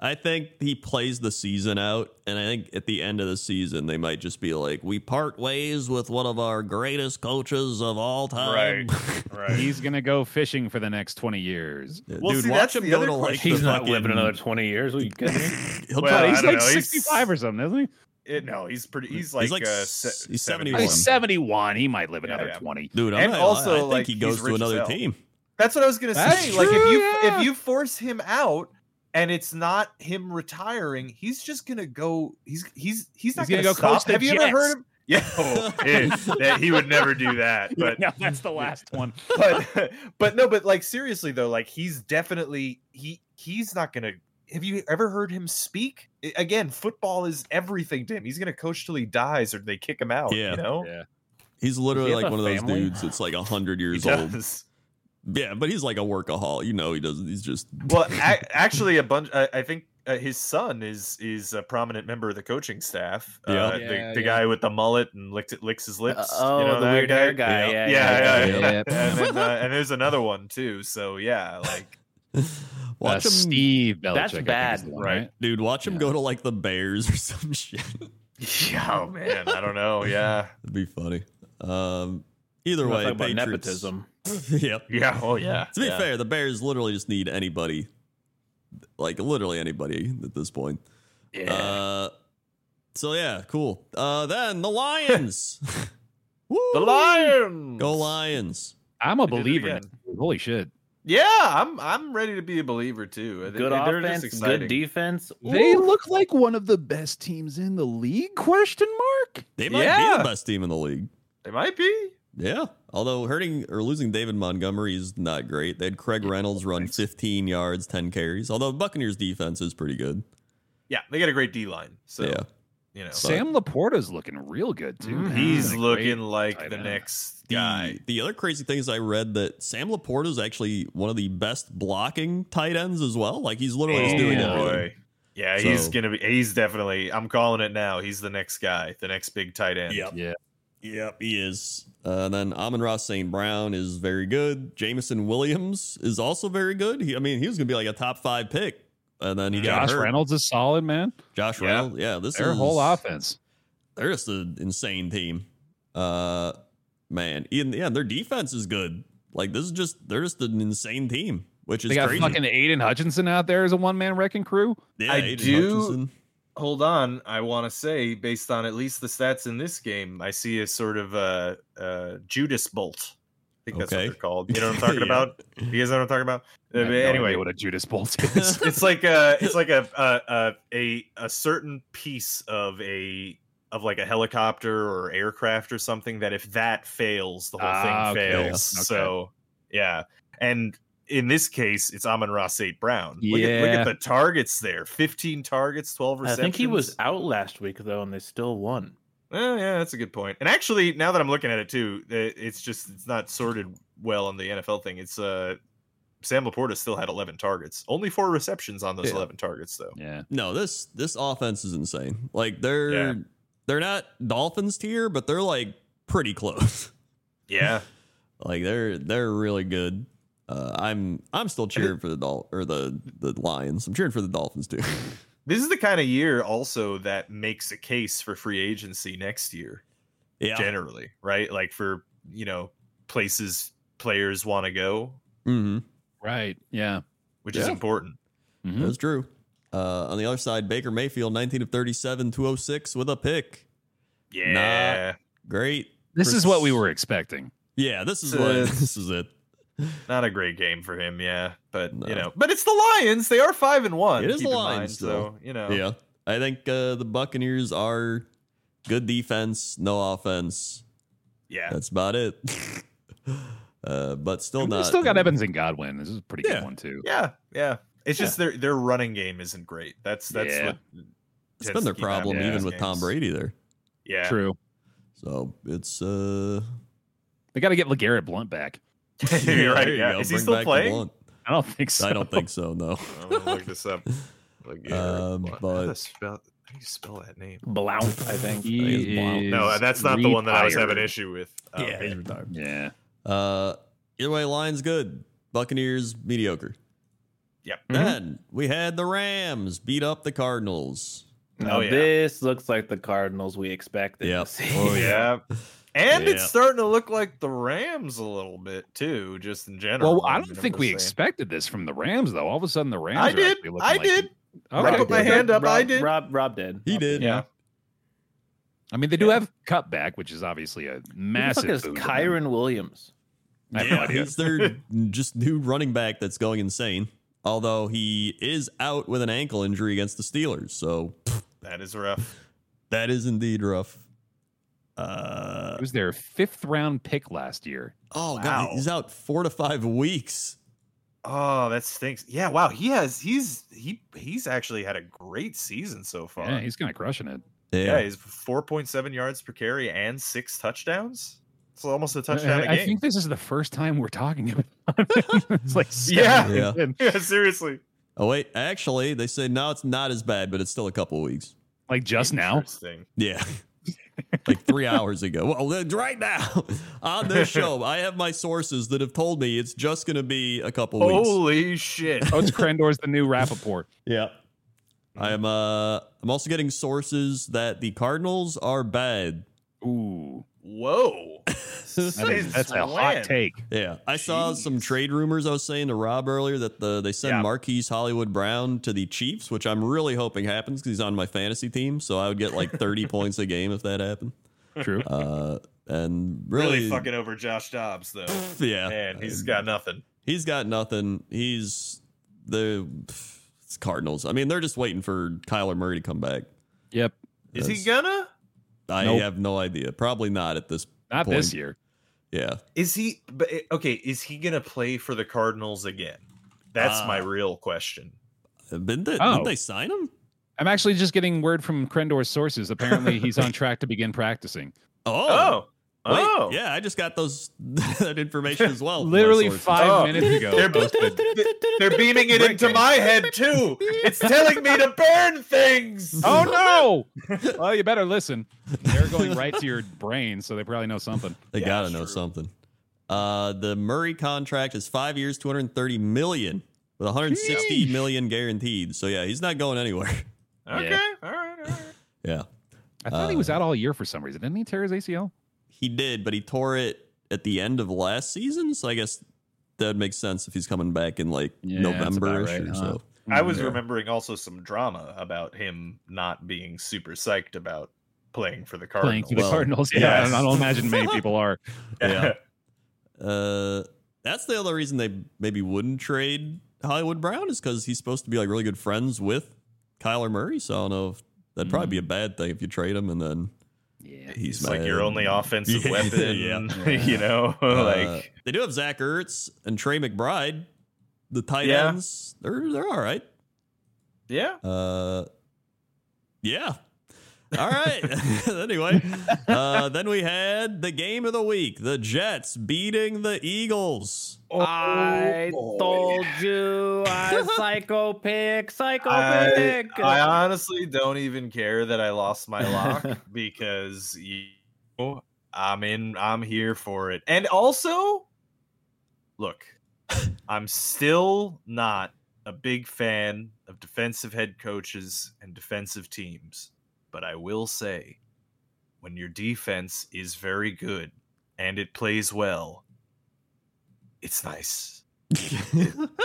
Speaker 2: I think he plays the season out, and I think at the end of the season they might just be like, "We part ways with one of our greatest coaches of all time."
Speaker 3: right.
Speaker 4: He's gonna go fishing for the next twenty years.
Speaker 2: Dude,
Speaker 3: Well, see,
Speaker 2: watch
Speaker 3: that's
Speaker 2: him
Speaker 3: the
Speaker 2: go
Speaker 3: other
Speaker 2: to like
Speaker 3: question.
Speaker 2: the
Speaker 1: He's not
Speaker 2: fucking-
Speaker 1: living another 20 years. Will you kidding me?
Speaker 2: He'll
Speaker 3: Well,
Speaker 2: probably-
Speaker 3: I
Speaker 4: he's
Speaker 3: don't
Speaker 4: like
Speaker 3: know, he's-
Speaker 4: sixty-five or something, isn't he?
Speaker 3: It- no, he's pretty. He's like,
Speaker 2: He's like
Speaker 3: uh,
Speaker 2: s-
Speaker 3: se-
Speaker 2: he's 71.
Speaker 4: He's seventy-one. He might live
Speaker 3: Yeah,
Speaker 4: another
Speaker 3: yeah.
Speaker 4: twenty.
Speaker 2: dude. I'm
Speaker 3: And
Speaker 2: not gonna lie,
Speaker 3: also,
Speaker 2: I think
Speaker 3: like,
Speaker 2: he
Speaker 3: he's
Speaker 2: goes to
Speaker 3: rich as
Speaker 2: another
Speaker 3: hell.
Speaker 2: team.
Speaker 3: That's what I was gonna
Speaker 4: That's
Speaker 3: say. like, if
Speaker 4: true,
Speaker 3: you
Speaker 4: yeah.
Speaker 3: if you force him out. And it's not him retiring. He's just gonna go. He's he's he's not
Speaker 4: gonna
Speaker 3: gonna,
Speaker 4: go
Speaker 3: stop.
Speaker 4: coach the
Speaker 3: Have you ever
Speaker 4: Jets.
Speaker 3: heard him? Yeah, oh, eh, that- he would never do that. But
Speaker 4: no, that's the last one.
Speaker 3: but but no, but like seriously though, like he's definitely he he's not gonna. Have you ever heard him speak? I- Again, football is everything to him. He's gonna coach till he dies, or they kick him out.
Speaker 2: Yeah.
Speaker 3: you know.
Speaker 4: Yeah.
Speaker 2: He's literally
Speaker 1: have
Speaker 2: like
Speaker 1: a
Speaker 2: one of those
Speaker 1: family?
Speaker 2: dudes that's like hundred
Speaker 3: He
Speaker 2: years old.
Speaker 3: does.
Speaker 2: Yeah, but he's like a workaholic. You know, he doesn't. He's just
Speaker 3: Well, ac actually, a bunch. I, I think uh, his son is is a prominent member of the coaching staff.
Speaker 2: Yeah.
Speaker 3: uh,
Speaker 4: Yeah,
Speaker 3: the, the
Speaker 4: yeah.
Speaker 3: guy with the mullet and licked it licks his lips.
Speaker 1: oh,
Speaker 3: you know,
Speaker 1: the
Speaker 3: that
Speaker 1: weird hair
Speaker 3: guy.
Speaker 1: guy. Yeah,
Speaker 3: Yeah, yeah,
Speaker 2: yeah,
Speaker 3: yeah.
Speaker 4: yeah.
Speaker 3: And, then, uh, and there's another one too. So yeah, like
Speaker 2: watch
Speaker 4: Uh,
Speaker 2: him,
Speaker 4: Steve Belichick.
Speaker 1: That's
Speaker 4: I think, is
Speaker 1: bad,
Speaker 4: the one,
Speaker 3: right?
Speaker 2: dude. Watch him
Speaker 4: Yeah.
Speaker 2: go to like the Bears or some shit.
Speaker 3: oh man, I don't know. Yeah,
Speaker 2: That'd be funny. Um, either
Speaker 1: We're
Speaker 2: way,
Speaker 1: talking about
Speaker 2: Patriots.
Speaker 1: nepotism.
Speaker 2: yep.
Speaker 3: yeah. Oh yeah.
Speaker 2: To be
Speaker 3: yeah.
Speaker 2: fair, the Bears literally just need anybody, like literally anybody at this point. Uh, so yeah, cool. Uh, then the Lions. Woo!
Speaker 3: The Lions.
Speaker 2: Go Lions.
Speaker 4: I'm a
Speaker 3: They did it
Speaker 4: believer.
Speaker 3: again.
Speaker 4: now. Holy shit!
Speaker 3: Yeah, I'm I'm ready to be a believer too. I think
Speaker 1: Good
Speaker 3: they're just
Speaker 1: offense,
Speaker 3: exciting.
Speaker 1: good defense.
Speaker 4: They
Speaker 1: Ooh.
Speaker 4: look like one of the best teams in the league? Question mark.
Speaker 2: They might
Speaker 3: Yeah.
Speaker 2: be the best team in the league.
Speaker 3: They might be.
Speaker 2: Yeah. Although hurting or losing David Montgomery is not great. They had Craig Reynolds run 15 yards, 10 carries. Although Buccaneers defense is pretty good.
Speaker 3: Yeah, they got a great D line. So
Speaker 2: yeah.
Speaker 3: you know,
Speaker 4: Sam Laporta's looking real good too.
Speaker 1: Mhm.
Speaker 4: man.
Speaker 3: he's
Speaker 4: Great.
Speaker 3: looking like
Speaker 4: tight
Speaker 3: the
Speaker 4: end.
Speaker 3: next
Speaker 2: The,
Speaker 3: guy.
Speaker 2: the other crazy thing is I read that Sam Laporta is actually one of the best blocking tight ends as well. Like he's literally just doing
Speaker 4: Damn.
Speaker 2: everything.
Speaker 3: Oh, Yeah, he's
Speaker 2: So-
Speaker 3: gonna be. He's definitely. I'm calling it now. He's the next guy, the next big tight end.
Speaker 2: Yep.
Speaker 4: Yeah.
Speaker 2: Yep, he is. Uh, and then Amon Ross St. Brown is very good. Jamison Williams is also very good. He, I mean, he was going to be like a top five pick. And then he got
Speaker 4: Josh
Speaker 2: hurt.
Speaker 4: Reynolds is solid, man.
Speaker 2: Josh
Speaker 3: Yeah.
Speaker 2: Reynolds. Yeah, this
Speaker 4: Their
Speaker 2: is
Speaker 4: whole offense.
Speaker 2: They're just an insane team. Uh, man, Ian, yeah, their defense is good. Like this is just they're just an insane team, which is
Speaker 4: They got
Speaker 2: crazy.
Speaker 4: fucking Aiden Hutchinson out there as a one man wrecking crew.
Speaker 2: yeah,
Speaker 3: I
Speaker 2: Aiden
Speaker 3: do-
Speaker 2: Hutchinson.
Speaker 3: Hold on, I want to say based on at least the stats in this game, I see a sort of uh, uh, Judas Bolt. I think that's
Speaker 2: Okay.
Speaker 3: what they're called. You know what I'm talking
Speaker 2: Yeah.
Speaker 3: about? You guys know what I'm talking about?
Speaker 4: I
Speaker 3: Uh,
Speaker 4: have no
Speaker 3: anyway,
Speaker 4: idea what a Judas Bolt is.
Speaker 3: it's like a it's like a a, a a a certain piece of a of like a helicopter or aircraft or something that if that fails the whole
Speaker 4: Ah,
Speaker 3: thing
Speaker 4: okay.
Speaker 3: fails
Speaker 4: Okay.
Speaker 3: so yeah and in this case it's amon ross St. brown look, at, look
Speaker 4: Yeah.
Speaker 3: at the targets there 15 targets 12
Speaker 1: I
Speaker 3: receptions
Speaker 1: think he was out last week though, and they still won.
Speaker 3: oh yeah that's a good point and actually now that i'm looking at it too uh, it's just it's not sorted well on the nfl thing it's uh Sam Laporta still had 11 targets. Only four receptions on those
Speaker 2: Yeah.
Speaker 3: 11 targets, though.
Speaker 4: yeah.
Speaker 2: No, this this offense is insane. Like they're
Speaker 3: Yeah.
Speaker 2: they're not Dolphins tier, but they're like pretty close.
Speaker 3: Yeah.
Speaker 2: like they're they're really good. Uh, I'm I'm still cheering for the Dol- or the the Lions. I'm cheering for the Dolphins too.
Speaker 3: This is the kind of year also that makes a case for free agency next year,
Speaker 2: yeah.
Speaker 3: generally, right? Like for, you know, places players want to go,
Speaker 2: mm-hmm.
Speaker 4: Right. Yeah.
Speaker 3: which is
Speaker 2: Yeah.
Speaker 3: important.
Speaker 4: Mhm.
Speaker 2: That's true. Uh, on the other side, Baker Mayfield, 19 of 37, 206 with a pick.
Speaker 3: Yeah.
Speaker 2: Great.
Speaker 4: This is what we were expecting.
Speaker 2: Yeah, this is
Speaker 3: Uh,
Speaker 2: what this is it.
Speaker 3: Not a great game for him, yeah. But,
Speaker 2: No.
Speaker 3: you know, but it's the Lions. They are 5 and 1.
Speaker 2: It is
Speaker 3: keep
Speaker 2: the
Speaker 3: in mind,
Speaker 2: Lions, though.
Speaker 3: so, you know.
Speaker 2: Yeah. I think uh, the Buccaneers are good defense, no offense.
Speaker 3: Yeah.
Speaker 2: That's about it. uh, but still
Speaker 4: We
Speaker 2: not.
Speaker 4: still got Evans and Godwin. This is a pretty
Speaker 2: Yeah.
Speaker 4: good one too.
Speaker 3: Yeah. yeah. It's just their their running game isn't great. That's that's
Speaker 4: Yeah.
Speaker 3: what
Speaker 2: It's been their problem
Speaker 4: Yeah.
Speaker 2: even with Tom Brady there.
Speaker 3: Yeah.
Speaker 4: True.
Speaker 2: So it's. uh
Speaker 4: They got to get Legarrette Blunt back.
Speaker 3: You're
Speaker 2: yeah,
Speaker 3: right.
Speaker 2: there you
Speaker 3: Yeah.
Speaker 2: go.
Speaker 3: Is he
Speaker 2: Bring
Speaker 3: still
Speaker 2: back
Speaker 3: playing?
Speaker 2: DeBlanc.
Speaker 4: I don't think so.
Speaker 2: I don't think so. No.
Speaker 3: I'm gonna look this up. Like, yeah,
Speaker 2: Um,
Speaker 3: Blount.
Speaker 2: but-
Speaker 3: how, do I spell, how do you spell that name?
Speaker 1: Blount, I think.
Speaker 4: He
Speaker 2: Blount.
Speaker 3: No, uh,
Speaker 4: is
Speaker 3: that's not the one that I was having
Speaker 4: retired.
Speaker 3: issue with. Oh, okay.
Speaker 2: he's retired.
Speaker 4: Yeah.
Speaker 2: Uh, either way, Lions good. Buccaneers mediocre.
Speaker 3: Yep.
Speaker 2: Then we had the Rams beat up the Cardinals.
Speaker 1: Now,
Speaker 3: Oh, yeah.
Speaker 1: This looks like the Cardinals we expected. to
Speaker 2: Yep.
Speaker 1: see.
Speaker 2: Oh,
Speaker 3: Yeah. And
Speaker 2: Yeah.
Speaker 3: it's starting to look like the Rams a little bit too, just in general.
Speaker 4: Well, I
Speaker 3: mean,
Speaker 4: don't
Speaker 3: I'm
Speaker 4: think
Speaker 3: just
Speaker 4: we
Speaker 3: saying.
Speaker 4: expected this from the Rams, though. All of a sudden, the Rams.
Speaker 3: I
Speaker 4: are
Speaker 3: did.
Speaker 4: actually looking
Speaker 3: I
Speaker 4: like-
Speaker 3: did.
Speaker 4: Okay,
Speaker 3: I put my
Speaker 4: good.
Speaker 3: hand up,
Speaker 1: Rob,
Speaker 3: I did.
Speaker 1: Rob, Rob did.
Speaker 2: He
Speaker 1: Rob
Speaker 2: did.
Speaker 3: Yeah.
Speaker 4: I mean, they do have cutback, which is obviously a massive.
Speaker 1: Who the fuck
Speaker 4: boon
Speaker 1: is
Speaker 4: to them.
Speaker 1: Kyron Williams?
Speaker 4: I have no
Speaker 2: yeah,
Speaker 4: idea.
Speaker 2: he's their just new running back that's going insane. Although he is out with an ankle injury against the Steelers, so
Speaker 3: That is rough.
Speaker 2: that is indeed rough. Uh,
Speaker 4: It was their fifth round pick last year.
Speaker 2: oh
Speaker 3: Wow.
Speaker 2: god, he's out four to five weeks.
Speaker 3: Oh, that stinks. Yeah, wow. He has he's he he's actually had a great season so far.
Speaker 4: Yeah, he's kind of crushing it.
Speaker 3: Yeah, he's 4.7 yards per carry and six touchdowns. It's almost a touchdown
Speaker 4: I,
Speaker 3: a
Speaker 4: I
Speaker 3: game.
Speaker 4: think this is the first time we're talking about. Him. it's like
Speaker 3: Yeah.
Speaker 4: seven years in.
Speaker 3: yeah, seriously.
Speaker 2: Oh wait, actually, they say now it's not as bad, but it's still a couple weeks.
Speaker 4: like just now.
Speaker 3: Interesting.
Speaker 2: Yeah. like three hours ago. Well, then right now on this show, I have my sources that have told me it's just going to be a couple weeks.
Speaker 3: Holy shit.
Speaker 4: Oh, it's Crendor's the new Rappaport.
Speaker 2: Yeah. I'm uh I'm also getting sources that the Cardinals are bad.
Speaker 4: Ooh,
Speaker 3: Whoa.
Speaker 4: that is,
Speaker 3: Since
Speaker 4: that's a
Speaker 3: when?
Speaker 4: hot take.
Speaker 2: Yeah. I saw some
Speaker 3: Jeez.
Speaker 2: trade rumors I was saying to Rob earlier that the they send
Speaker 3: Yeah.
Speaker 2: Marquise Hollywood Brown to the Chiefs, which I'm really hoping happens because he's on my fantasy team, so I would get like 30 points a game if that happened.
Speaker 4: True.
Speaker 2: Uh and
Speaker 3: Really,
Speaker 2: really,
Speaker 3: fucking over Josh Dobbs though.
Speaker 2: yeah.
Speaker 3: Man, he's got nothing.
Speaker 2: He's got nothing. He's the pff, it's Cardinals. I mean, they're just waiting for Kyler Murray to come back.
Speaker 4: Yep.
Speaker 3: Is he
Speaker 2: That's-
Speaker 3: gonna?
Speaker 2: I
Speaker 4: Nope.
Speaker 2: have no idea. Probably not at this.
Speaker 4: Not this
Speaker 2: Point.
Speaker 4: year.
Speaker 2: Yeah.
Speaker 3: Is he but eh, okay, is he gonna play for the Cardinals again? That's
Speaker 2: Uh,
Speaker 3: my real question.
Speaker 2: Didn't they,
Speaker 4: Oh.
Speaker 2: didn't they sign him?
Speaker 4: I'm actually just getting word from Crendor's sources. Apparently, he's on track to begin practicing.
Speaker 2: Oh.
Speaker 3: Oh.
Speaker 2: Wait,
Speaker 3: Oh.
Speaker 2: Yeah, I just got those that information as well. from my
Speaker 4: Literally
Speaker 2: sources.
Speaker 4: five
Speaker 3: Oh.
Speaker 4: minutes ago.
Speaker 3: They're-
Speaker 4: posted.
Speaker 3: They're beaming it into my head too. It's telling me to burn things.
Speaker 4: oh no! well, you better listen. They're going right to your brain, so they probably know something.
Speaker 2: They
Speaker 3: Yeah,
Speaker 2: gotta
Speaker 3: it's
Speaker 2: know
Speaker 3: true.
Speaker 2: something. Uh, the Murray contract is five years, two hundred thirty million, with one hundred sixty
Speaker 4: Sheesh.
Speaker 2: million guaranteed. So yeah, he's not going anywhere.
Speaker 3: Okay.
Speaker 4: Yeah.
Speaker 3: All right. All right.
Speaker 2: yeah,
Speaker 4: I thought he
Speaker 2: Uh,
Speaker 4: was out all year for some reason. Didn't he tear his ACL?
Speaker 2: He did, but he tore it at the end of last season, so I guess that makes sense if he's coming back in like
Speaker 4: Yeah, that's about
Speaker 2: November
Speaker 4: right,
Speaker 2: or
Speaker 4: huh?
Speaker 2: so.
Speaker 3: I was
Speaker 2: Yeah.
Speaker 3: remembering also some drama about him not being super psyched about playing for the
Speaker 4: playing
Speaker 3: Cardinals.
Speaker 4: for the
Speaker 2: Well,
Speaker 4: Cardinals. Yeah, I,
Speaker 3: yes.
Speaker 4: don't, I don't imagine many people are.
Speaker 2: Yeah. Uh, that's the other reason they maybe wouldn't trade Hollywood Brown is because he's supposed to be like really good friends with Kyler Murray. So I don't know if that'd probably
Speaker 4: Mm.
Speaker 2: be a bad thing if you trade him and then
Speaker 4: Yeah.
Speaker 2: he's,
Speaker 3: He's like
Speaker 2: mad.
Speaker 3: your only offensive
Speaker 2: Yeah,
Speaker 3: weapon.
Speaker 2: yeah.
Speaker 3: You know,
Speaker 2: Uh,
Speaker 3: like
Speaker 2: they do have Zach Ertz and Trey McBride, the tight
Speaker 3: Yeah.
Speaker 2: ends. They're they're all right.
Speaker 3: yeah.
Speaker 2: Uh, yeah. All right. anyway, uh, then we had the game of the week: the Jets beating the Eagles.
Speaker 1: I
Speaker 3: Oh,
Speaker 1: told you, I psycho pick, psycho
Speaker 3: I,
Speaker 1: pick.
Speaker 3: I honestly don't even care that I lost my lock because you know, I'm in I'm here for it. And also look, I'm still not a big fan of defensive head coaches and defensive teams, but I will say when your defense is very good and it plays well, it's nice